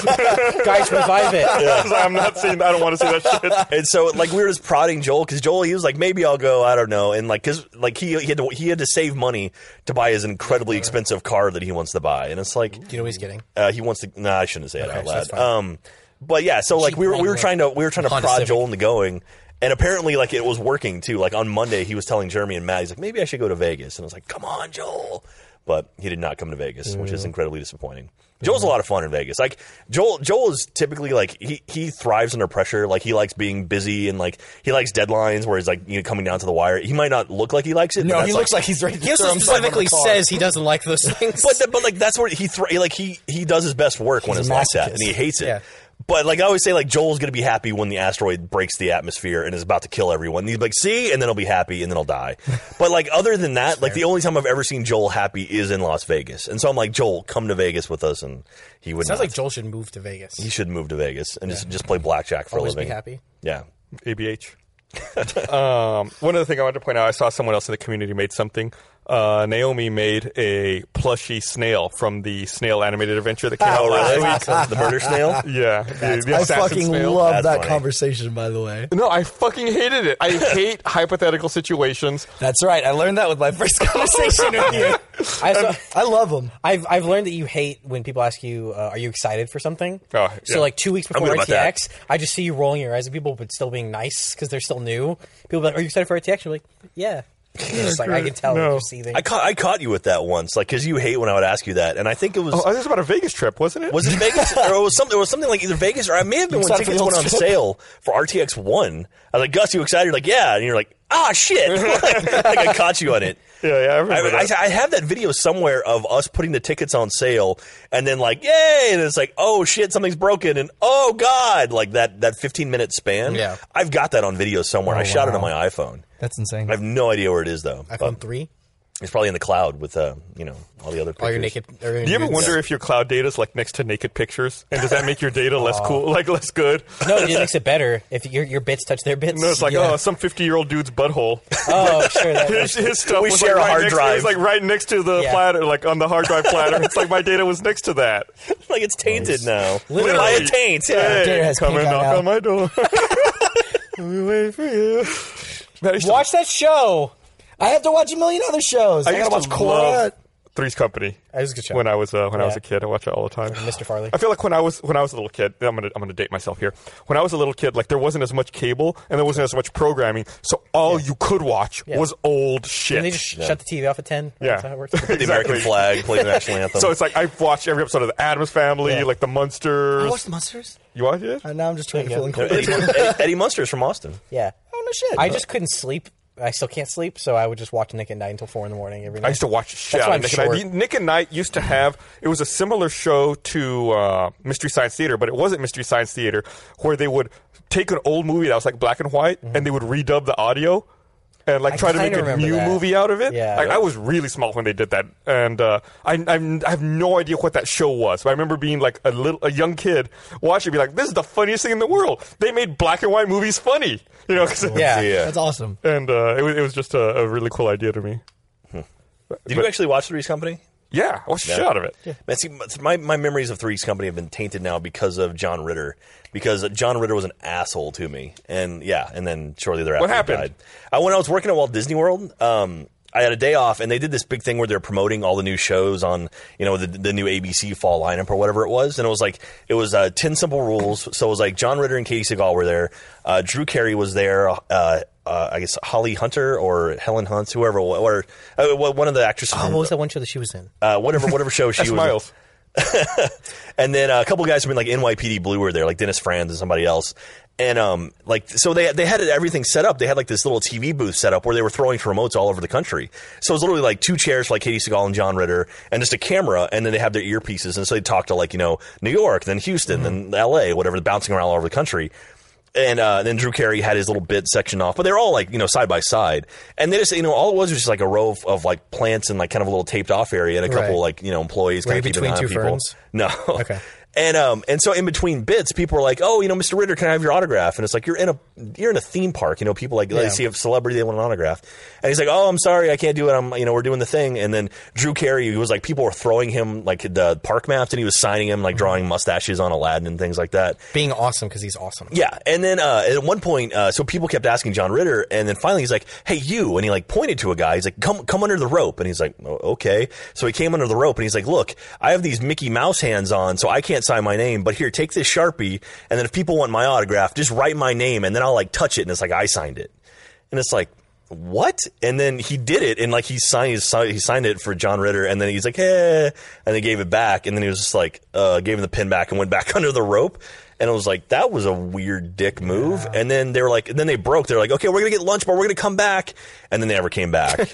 Speaker 6: right there.
Speaker 4: Guys, revive it.
Speaker 6: I was like, I'm not seeing that. I don't want to see that shit.
Speaker 3: (laughs) And so, like, we were just prodding Joel because Joel, he was like, maybe I'll go. I don't know. And like, cause like he he had to, he had to save money to buy his incredibly expensive car that he wants to buy, and it's like
Speaker 4: You know what he's getting.
Speaker 3: uh, he wants to. Nah, I shouldn't say it out
Speaker 4: that's
Speaker 3: loud.
Speaker 4: fine.
Speaker 3: Um, but yeah, so like we were we were
Speaker 4: Honda.
Speaker 3: trying to we were trying to
Speaker 4: Honda
Speaker 3: prod
Speaker 4: Civic.
Speaker 3: Joel into going, and apparently like it was working too. Like on Monday, he was telling Jeremy and Matt, he's like, maybe I should go to Vegas, and I was like, come on, Joel. But he did not come to Vegas, which is incredibly disappointing. Joel's a lot of fun in Vegas. Like Joel, Joel is typically like he, he thrives under pressure. Like he likes being busy and like he likes deadlines where he's like you know coming down to the wire. He might not look like he likes it. but
Speaker 5: No,
Speaker 3: that's,
Speaker 5: he looks like he's ready to
Speaker 4: He also
Speaker 5: throw himself on the
Speaker 4: specifically
Speaker 5: car.
Speaker 4: says he doesn't like
Speaker 5: (laughs)
Speaker 4: those things.
Speaker 3: but th- but like that's where he thr- like he he does his best work when
Speaker 5: He's
Speaker 3: it's
Speaker 5: a
Speaker 3: like that,
Speaker 5: masochist.
Speaker 3: and he hates it.
Speaker 4: Yeah.
Speaker 3: But like I always say, like Joel's gonna be happy when the asteroid breaks the atmosphere and is about to kill everyone. And he's like, "See," and then he'll be happy, and then he'll die. but like other than that, like the only time I've ever seen Joel happy is in Las Vegas. And so I'm like, Joel, come to Vegas with us, and he would.
Speaker 4: Sounds
Speaker 3: not.
Speaker 4: like Joel should move to Vegas.
Speaker 3: he should move to Vegas and just just play blackjack for
Speaker 4: Always
Speaker 3: a living.
Speaker 4: be happy.
Speaker 3: Yeah.
Speaker 6: ABH. (laughs) um, one other thing I wanted to point out, I saw someone else in the community made something. Uh, Naomi made a plushy snail from the snail animated adventure that came out
Speaker 3: Oh,
Speaker 6: last
Speaker 3: really?
Speaker 6: week.
Speaker 3: the murder
Speaker 6: (laughs)
Speaker 3: snail.
Speaker 6: Yeah, the, the
Speaker 5: I
Speaker 6: assassin
Speaker 5: fucking
Speaker 6: snail.
Speaker 5: love
Speaker 3: That's
Speaker 5: that
Speaker 3: funny.
Speaker 5: conversation, by the way.
Speaker 6: No, I fucking hated it. I hate (laughs) hypothetical situations.
Speaker 5: That's right. I learned that with my
Speaker 4: (laughs)
Speaker 5: first conversation with you.
Speaker 4: I, so,
Speaker 5: I love him.
Speaker 4: I've I've learned that you hate when people ask you, uh, "Are you excited for something?"
Speaker 6: Oh, yeah.
Speaker 4: So like two weeks before
Speaker 3: good about that.
Speaker 4: RTX, I just see you rolling your eyes at people, but still being nice because they're still new. People be like, "Are you excited for RTX?" You're like, "Yeah." It's like I can tell
Speaker 6: No.
Speaker 4: you see things.
Speaker 3: I caught I caught you with that once, like because you hate when I would ask you that, and I think it was.
Speaker 6: Oh, this is about a Vegas trip, wasn't it?
Speaker 3: Was it Vegas? or it was something? It was something like either Vegas or I may have been when
Speaker 5: excited for
Speaker 3: tickets
Speaker 5: the
Speaker 3: went
Speaker 5: old
Speaker 3: on
Speaker 5: strip?
Speaker 3: sale for RTX One. I was like, Gus, you excited? You're like, yeah, and you're like, ah, shit, (laughs) like, I caught you on it.
Speaker 6: Yeah, yeah, I
Speaker 3: I,
Speaker 6: remember that.
Speaker 3: I, I have that video somewhere of us putting the tickets on sale, and then like, yay, and it's like, oh shit, something's broken, and oh god, like that that 15 minute span.
Speaker 4: Yeah.
Speaker 3: I've got that on video somewhere. I shot it on my iPhone.
Speaker 8: That's insane.
Speaker 3: I have no idea where it is though.
Speaker 4: iPhone
Speaker 3: But
Speaker 4: three.
Speaker 3: it's probably in the cloud with uh, you know all the other pictures.
Speaker 4: All your naked. Or your
Speaker 6: Do you ever
Speaker 4: nudes.
Speaker 6: wonder if your cloud data is like next to naked pictures, and does that make your data less cool, like less good?
Speaker 4: No, it makes it better if your your bits touch their bits.
Speaker 6: No, it's like
Speaker 4: Yeah.
Speaker 6: oh, some fifty-year-old dude's butthole.
Speaker 4: oh, sure.
Speaker 6: (laughs)
Speaker 4: That,
Speaker 6: His, his
Speaker 3: (laughs)
Speaker 6: stuff
Speaker 3: We
Speaker 6: was
Speaker 3: share a
Speaker 6: like right
Speaker 3: hard
Speaker 6: next,
Speaker 3: drive.
Speaker 6: It was like right next to the
Speaker 4: Yeah.
Speaker 6: platter, like on the hard drive platter. it's like my data was next to that.
Speaker 3: like it's tainted (laughs) now.
Speaker 6: Literally.
Speaker 3: By a taint. Yeah.
Speaker 6: Hey,
Speaker 5: data has
Speaker 6: come and
Speaker 5: pink eye
Speaker 6: knock
Speaker 5: now.
Speaker 6: on my door. we wait for you. Man, I used to-
Speaker 4: watch that show.
Speaker 5: I have to watch a million other shows. I,
Speaker 6: I
Speaker 5: gotta
Speaker 6: used
Speaker 5: watch
Speaker 6: to
Speaker 5: Cora.
Speaker 6: love Three's Company.
Speaker 4: That was a good show.
Speaker 6: When I was uh, when I was
Speaker 4: Yeah.
Speaker 6: a kid, I watched it all the time.
Speaker 4: Mr. Farley.
Speaker 6: I feel like when I was when I was a little kid, I'm gonna I'm gonna date myself here. When I was a little kid, like there wasn't as much cable and there wasn't as much programming, so all you could watch was old shit.
Speaker 4: And they just shut the TV off at ten.
Speaker 6: Yeah.
Speaker 4: That's how it
Speaker 6: (laughs)
Speaker 4: works.
Speaker 3: The American flag, play the national anthem.
Speaker 6: so it's like I've watched every episode of the Adams Family,
Speaker 4: Yeah.
Speaker 6: like the Munsters.
Speaker 5: Monsters.
Speaker 6: you watched it?
Speaker 5: And now I'm just trying to
Speaker 4: There
Speaker 5: fill in
Speaker 4: you
Speaker 3: No, Eddie,
Speaker 5: Cora.
Speaker 3: Eddie, Eddie Munster's from Austin.
Speaker 4: Yeah.
Speaker 5: Oh no shit.
Speaker 4: I just couldn't sleep. I still can't sleep, so I would just watch Nick and Night until four in the morning every night.
Speaker 6: I used to watch the shit
Speaker 4: That's
Speaker 6: out
Speaker 4: why
Speaker 6: of Nick
Speaker 4: I'm
Speaker 6: and Knight. Nick and Knight used to have it was a similar show to uh, Mystery Science Theater, but it wasn't Mystery Science Theater where they would take an old movie that was like black and white and they would redub the audio and like
Speaker 4: Mm-hmm. I
Speaker 6: try to make
Speaker 4: kinda
Speaker 6: a
Speaker 4: remember
Speaker 6: new
Speaker 4: that.
Speaker 6: movie out of it.
Speaker 4: Yeah.
Speaker 6: Like, I was really small when they did that, and uh, I, I'm, I have no idea what that show was. But I remember being like a little a young kid watching, it, be like, "This is the funniest thing in the world." They made black and white movies funny, you know? 'cause-
Speaker 4: Yeah.
Speaker 5: That's awesome.
Speaker 6: (laughs) And uh, it was it was just a, a really cool idea to me.
Speaker 3: Did you actually watch Three's Company?
Speaker 6: Yeah, I watched the shit out of it.
Speaker 3: Man, see, my, my memories of Three's Company have been tainted now because of John Ritter. Because John Ritter was an asshole to me, and yeah, and then shortly thereafter,
Speaker 6: What
Speaker 3: he
Speaker 6: happened?
Speaker 3: died. I, when I was working at Walt Disney World, um, I had a day off, and they did this big thing where they're promoting all the new shows on, you know, the, the new ABC fall lineup or whatever it was, and it was like it was uh, ten simple rules. So it was like John Ritter and Katie Seagal were there, uh, Drew Carey was there. Uh, uh, I guess Holly Hunter or Helen Hunt, whoever, or uh, one of the actresses,
Speaker 4: Oh,
Speaker 3: from,
Speaker 4: what was that one show that she was in?
Speaker 3: uh, whatever, whatever
Speaker 6: (laughs)
Speaker 3: show she was. in.
Speaker 6: Smiles.
Speaker 3: And then uh, a couple guys from like NYPD Blue were there, like Dennis Franz and somebody else. And um, like so they they had everything set up. They had like this little TV booth set up where they were throwing remotes all over the country. So it was literally like two chairs for like Katie Seagal and John Ritter, and just a camera. And then they have their earpieces, and so they talk to like you know New York, then Houston, then L.A., whatever, bouncing around all over the country and uh, then Drew Carey had his little bit section off, but they were all like you know side by side, and they just you know all it was was just like a row of, of like plants and like kind of a little taped off area and a couple
Speaker 4: Right.
Speaker 3: like you know employees kind
Speaker 4: you
Speaker 3: of keeping an eye
Speaker 4: between two
Speaker 3: on people.
Speaker 4: ferns?
Speaker 3: No,
Speaker 4: Okay.
Speaker 3: (laughs) And um and so in between bits, people were like, "Oh, you know, Mr. Ritter, can I have your autograph?" And it's like you're in a you're in a theme park, you know, people like they see a celebrity, they want an autograph, and he's like, "Oh, I'm sorry, I can't do it. I'm you know we're doing the thing." And then Drew Carey he was like, people were throwing him like the park maps, and he was signing him like drawing mustaches on Aladdin and things like that.
Speaker 4: Being awesome because he's (laughs) awesome.
Speaker 3: Yeah, and then uh, at one point, uh, so people kept asking John Ritter, and then finally he's like, "Hey, you!" and he like pointed to a guy. He's like, "Come, come under the rope," and he's like, "Oh, "Okay." So he came under the rope, and he's like, "Look, I have these Mickey Mouse hands on, so I can't sign my name. But here, take this sharpie, and then if people want my autograph, just write my name, and then I'll like touch it, and it's like I signed it, and it's like. what? And then he did it, and like he signed he signed- he signed it for John Ritter, and then he's like, eh, and they gave it back, and then he was just like, uh, gave him the pin back and went (laughs) back under the rope. And I was like, that was a weird dick move. And then they were like, and then they broke. They're like, okay, we're gonna get lunch, but we're gonna come back. And then they never came back.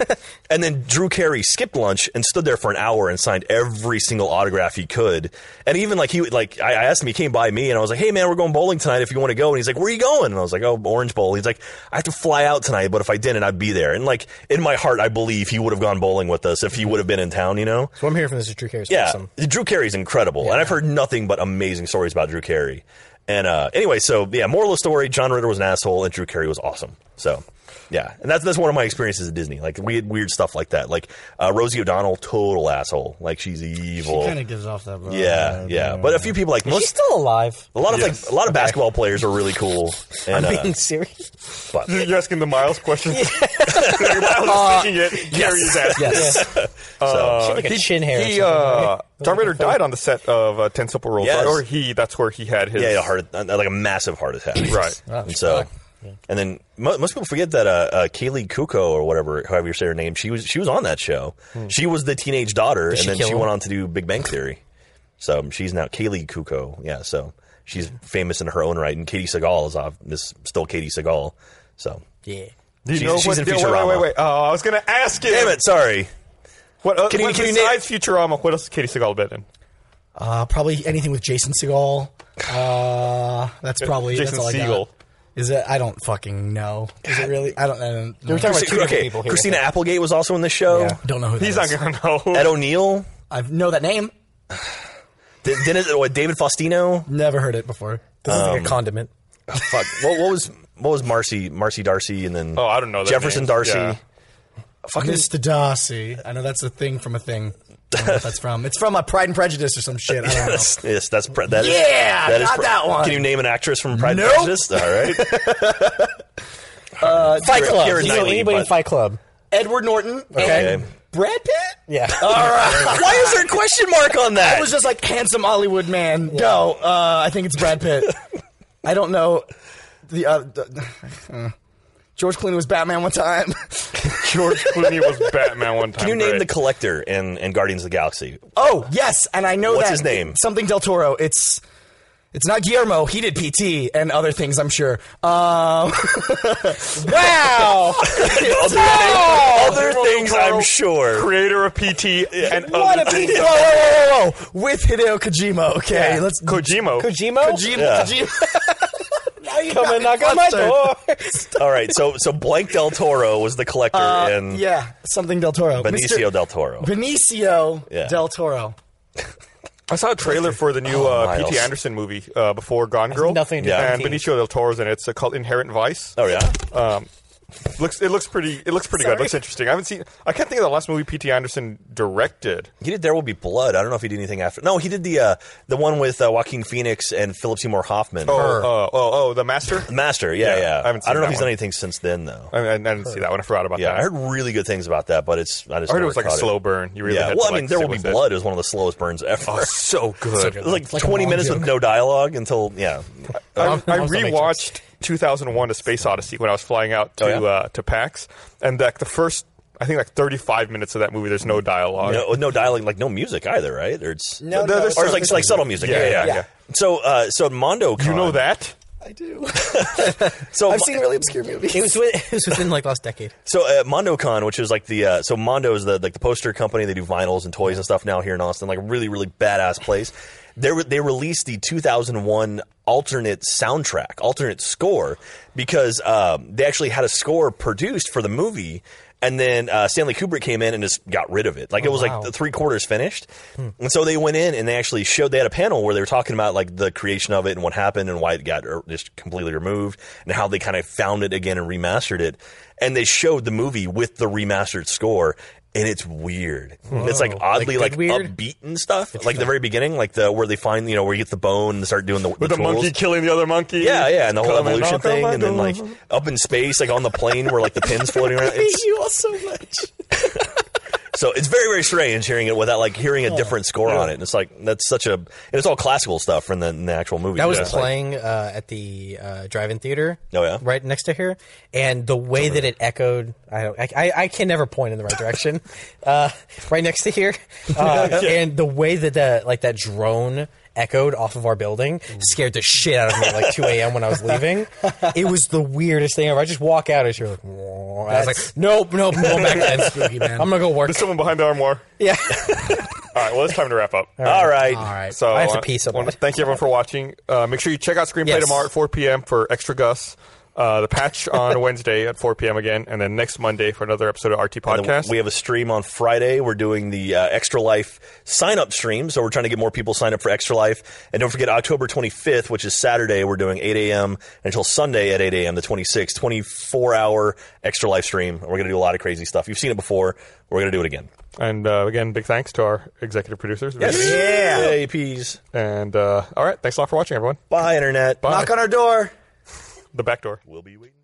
Speaker 3: and then Drew Carey skipped lunch and stood there for an hour and signed every single autograph he could. And even like he like I I asked him, he came by me and I was like, hey man, we're going bowling tonight if you want to go. And he's like, where are you going? And I was like, oh, Orange Bowl. He's like, I have to fly out tonight, but if I didn't, I'd be there. And like in my heart, I believe he would have gone bowling with us if he would have been in town. You know?
Speaker 4: So I'm hearing from this is Drew Carey's
Speaker 3: Yeah,
Speaker 4: awesome.
Speaker 3: Drew Carey's incredible, and I've heard nothing but amazing stories about Drew Carey. And uh, anyway, so yeah, moral of the story: John Ritter was an asshole, and Drew Carey was awesome. So yeah, and that's that's one of my experiences at Disney, like weird weird stuff like that. Like uh, Rosie O'Donnell, total asshole, like she's evil.
Speaker 8: kind of gives off that. vibe.
Speaker 3: yeah, yeah, but a few people like
Speaker 4: She's
Speaker 3: most.
Speaker 4: still alive.
Speaker 3: A lot of like a lot of basketball players are really cool. And,
Speaker 4: I'm
Speaker 3: uh,
Speaker 4: being serious.
Speaker 3: but-
Speaker 6: You're asking the Miles question. (laughs)
Speaker 3: Uh,
Speaker 6: Miles is thinking it. Carrie's asking.
Speaker 4: (laughs) Yes.
Speaker 3: so,
Speaker 4: Like a chin hair. or
Speaker 6: He,
Speaker 4: something,
Speaker 6: uh,
Speaker 4: right?
Speaker 6: Darth Vader died on the set of uh, Ten Simple Rules,
Speaker 3: Yes.
Speaker 6: right? or he—that's where he had his.
Speaker 3: yeah, a heart uh, like a massive heart attack.
Speaker 6: Right.
Speaker 4: Oh,
Speaker 3: and so, and then mo- most people forget that uh, uh, Kaylee Kuko or whatever, however you say her name, she was she was on that show. She was the teenage daughter, and
Speaker 4: Hmm. she
Speaker 3: then
Speaker 4: kill
Speaker 3: she
Speaker 4: him?
Speaker 3: went on to do Big Bang Theory. So um, she's now Kaylee Kuko. Yeah, so she's famous in her own right, and Katie Seagal is off, is still Katie Seagal. So
Speaker 4: Yeah.
Speaker 6: Do you
Speaker 3: She's-
Speaker 6: know
Speaker 3: she's
Speaker 6: what?
Speaker 3: in
Speaker 6: yeah, wait,
Speaker 3: Futurama.
Speaker 6: wait, wait. Oh, I was going to ask him.
Speaker 3: damn it, sorry.
Speaker 6: What, uh,
Speaker 3: Can you-
Speaker 6: what-
Speaker 3: can you name-
Speaker 6: besides Futurama, what else has Katie Seagal been in?
Speaker 5: Uh, probably anything with Jason Segal. Uh, that's probably that's
Speaker 6: Jason
Speaker 5: all I got.
Speaker 6: Segel.
Speaker 5: Is it? I don't fucking know. Is it really? I don't. I don't know.
Speaker 3: Christi- okay, Christina Applegate was also in this show.
Speaker 5: Don't know who that
Speaker 6: He's not
Speaker 5: is.
Speaker 6: going to
Speaker 3: (laughs)
Speaker 6: know.
Speaker 3: Ed O'Neill,
Speaker 5: I know that name.
Speaker 3: D- Dennis, what, David Faustino.
Speaker 5: Never heard it before.
Speaker 4: This is
Speaker 5: Um,
Speaker 4: like a condiment.
Speaker 3: Fuck. What, what was what was Marcy Marcy Darcy and then
Speaker 6: Oh, I don't know that
Speaker 3: Jefferson
Speaker 6: name.
Speaker 3: Darcy.
Speaker 6: Yeah.
Speaker 3: Fucking
Speaker 5: Mr. Darcy. I know that's a thing from a thing. I don't know what that's from. It's from a Pride and Prejudice or some shit. (laughs) I don't know.
Speaker 3: Yes, yes, (laughs) that's pre- that is-
Speaker 5: Yeah,
Speaker 3: that is
Speaker 5: got
Speaker 3: pre-
Speaker 5: that one.
Speaker 3: Can you name an actress from Pride
Speaker 5: Nope.
Speaker 3: and Prejudice? All
Speaker 5: (laughs)
Speaker 3: right,
Speaker 4: Fight Club.
Speaker 3: Keira
Speaker 4: Do you know
Speaker 3: Knightley,
Speaker 4: anybody in
Speaker 3: but-
Speaker 4: Fight Club?
Speaker 5: Edward Norton. Okay.
Speaker 3: Okay.
Speaker 5: Brad Pitt.
Speaker 4: Yeah. (laughs)
Speaker 3: Why is there a question mark on that?
Speaker 5: It was just like handsome Hollywood man. No, uh, I think it's Brad Pitt.
Speaker 3: (laughs)
Speaker 5: I don't know the. Uh, the uh, George Clooney was Batman one time. (laughs)
Speaker 6: George Clooney was Batman one time.
Speaker 3: Can you name the
Speaker 6: great.
Speaker 3: collector in, in Guardians of the Galaxy?
Speaker 5: oh yes, and I know
Speaker 3: What's
Speaker 5: that
Speaker 3: his name?
Speaker 5: Something Del Toro. It's it's not Guillermo. He did PT and other things. I'm sure.
Speaker 3: (laughs)
Speaker 5: Um, (laughs) wow.
Speaker 3: other, things, other things, I'm sure.
Speaker 6: creator of PT and
Speaker 5: What
Speaker 3: (laughs)
Speaker 6: other
Speaker 5: a
Speaker 6: things.
Speaker 5: piece! Whoa, whoa, whoa, whoa, whoa! With Hideo Kojima, okay.
Speaker 4: Yeah.
Speaker 5: Let's
Speaker 6: Kojima.
Speaker 4: Kojimo?
Speaker 5: Kojima.
Speaker 3: Yeah.
Speaker 5: Kojima. Now you
Speaker 4: Come
Speaker 5: got
Speaker 4: (laughs) and
Speaker 5: me
Speaker 4: knock on my
Speaker 5: flustered.
Speaker 4: door.
Speaker 3: All right, so so blank Del Toro was the collector in
Speaker 5: Uh, Yeah, something Del Toro.
Speaker 3: Benicio
Speaker 5: Mr.
Speaker 3: Del Toro.
Speaker 5: Benicio
Speaker 3: Yeah.
Speaker 5: Del Toro.
Speaker 6: I saw a trailer for the new uh,
Speaker 3: Oh, Miles.
Speaker 6: P.T. Anderson movie uh, before Gone Girl.
Speaker 4: nothing to do
Speaker 3: Yeah.
Speaker 6: And
Speaker 4: with PT.
Speaker 6: Benicio del Toro's in it. It's uh, called Inherent Vice.
Speaker 3: oh yeah,
Speaker 6: Um, looks it looks pretty it looks pretty good. Looks interesting. I haven't seen. I can't think of the last movie P.T. Anderson directed.
Speaker 3: he did There Will Be Blood. I don't know if he did anything after. No, he did the uh, the one with uh, Joaquin Phoenix and Philip Seymour Hoffman.
Speaker 6: Oh, oh, oh, oh, the Master.
Speaker 3: Master, yeah,
Speaker 6: Yeah,
Speaker 3: yeah.
Speaker 6: I haven't
Speaker 3: don't know
Speaker 6: seen
Speaker 3: if
Speaker 6: that
Speaker 3: he's
Speaker 6: one.
Speaker 3: done anything since then though.
Speaker 6: I, I, I didn't see that one. I forgot about
Speaker 3: Yeah,
Speaker 6: that.
Speaker 3: I heard really good things about that, but it's I just
Speaker 6: I heard
Speaker 3: never
Speaker 6: it was like a
Speaker 3: caught
Speaker 6: slow burn. You really
Speaker 3: yeah,
Speaker 6: had
Speaker 3: well,
Speaker 6: to,
Speaker 3: I
Speaker 6: like,
Speaker 3: mean, there
Speaker 6: sit
Speaker 3: will be
Speaker 6: with it.
Speaker 3: blood is one of the slowest burns ever. (laughs) It's
Speaker 6: So good.
Speaker 3: like,
Speaker 8: like a
Speaker 3: twenty
Speaker 8: long
Speaker 3: minutes with
Speaker 8: joke.
Speaker 3: no dialogue until yeah.
Speaker 6: I, I
Speaker 8: was the
Speaker 6: rewatched 2001: A Space Odyssey when I was flying out to
Speaker 3: Oh, yeah?
Speaker 6: uh, to PAX, and like the first, I think like 35 minutes of that movie, there's no dialogue.
Speaker 3: No, no dialogue, like no music either, right? Or it's
Speaker 4: No,
Speaker 6: no,
Speaker 3: or
Speaker 6: there's
Speaker 3: it's like,
Speaker 6: some-
Speaker 3: like subtle music. Yeah, yeah. yeah.
Speaker 6: yeah.
Speaker 3: So, uh, so Mondo,
Speaker 6: You know that?
Speaker 5: I do.
Speaker 3: (laughs) So
Speaker 5: I've seen really obscure movies.
Speaker 4: It was, with, it was within like last decade.
Speaker 3: So uh, MondoCon, which is like the uh, so Mondo is the like the poster company. They do vinyls and toys and stuff now here in Austin. Like a really really badass place. They re- they released the 2001 alternate soundtrack, alternate score because um, they actually had a score produced for the movie. And then uh, Stanley Kubrick came in and just got rid of it. Like it
Speaker 6: Oh,
Speaker 3: was like the three quarters finished,
Speaker 6: Hmm.
Speaker 3: and so they went in and they actually showed. They had a panel where they were talking about like the creation of it and what happened and why it got er, just completely removed and how they kind of found it again and remastered it and they showed the movie with the remastered score and it's weird. It's like oddly
Speaker 4: Like,
Speaker 3: like,
Speaker 4: good weird?
Speaker 3: upbeat and stuff. Like the very beginning, like the where they find you know where you get the bone and start doing the
Speaker 6: With
Speaker 3: the
Speaker 6: the monkey
Speaker 3: twirls.
Speaker 6: killing the other monkey.
Speaker 3: Yeah, yeah, and the whole
Speaker 6: Come and
Speaker 3: evolution
Speaker 6: knock on
Speaker 3: thing,
Speaker 6: my
Speaker 3: and then
Speaker 6: door.
Speaker 3: like
Speaker 6: (laughs)
Speaker 3: up in space, like on the plane where like the pins floating around. It's,
Speaker 5: you all so much.
Speaker 3: (laughs) So it's very very strange hearing it without like hearing a different score on it. And it's like that's such a and it's all classical stuff from the, in the actual movie.
Speaker 4: That was
Speaker 3: Yeah, it's like-
Speaker 4: playing uh, at the uh, drive-in theater.
Speaker 3: Oh, yeah?
Speaker 4: right next to here, and the way that it echoed, I don't, I, I, I can never point in the right
Speaker 3: (laughs)
Speaker 4: direction. uh, right next to here, uh, and the way that the like that drone echoed off of our building
Speaker 3: Mm.
Speaker 4: scared the shit out of me at like 2 a.m. when I was
Speaker 3: (laughs)
Speaker 4: leaving. It was the weirdest thing ever. I just walk out and you're like, "Whoa." I was like, nope, nope, I'm going back then. Spooky,
Speaker 3: (laughs)
Speaker 4: man. I'm gonna go work.
Speaker 6: There's someone behind the armoire.
Speaker 4: Yeah,
Speaker 6: (laughs) All right, well, it's time to wrap up.
Speaker 3: all right.
Speaker 8: All right.
Speaker 6: So
Speaker 4: I have to
Speaker 6: uh,
Speaker 4: pee so
Speaker 6: wanna
Speaker 4: bad.
Speaker 6: Thank you everyone for watching. Uh, make sure you check out Screenplay
Speaker 4: Yes.
Speaker 6: tomorrow at 4 p.m. for Extra Gus. Uh,
Speaker 4: (laughs)
Speaker 6: the patch on Wednesday at 4 p.m. again, and then next Monday for another episode of RT
Speaker 3: And then
Speaker 6: Podcast.
Speaker 3: We have a stream on Friday. We're doing the uh, Extra Life sign up stream. So we're trying to get more people signed up for Extra Life. And don't forget, October 25th, which is Saturday, we're doing 8 a.m. until Sunday at 8 a.m., the 26th, 24 hour Extra Life stream. And We're going to do a lot of crazy stuff. You've seen it before. We're going to do it again.
Speaker 6: and uh, again, big thanks to our executive producers.
Speaker 3: Yeah. Yay, peas.
Speaker 6: And uh, all right, thanks a lot for watching, everyone.
Speaker 3: Bye, Internet.
Speaker 6: Bye.
Speaker 5: Knock on our door.
Speaker 6: The back door.
Speaker 3: We'll be waiting.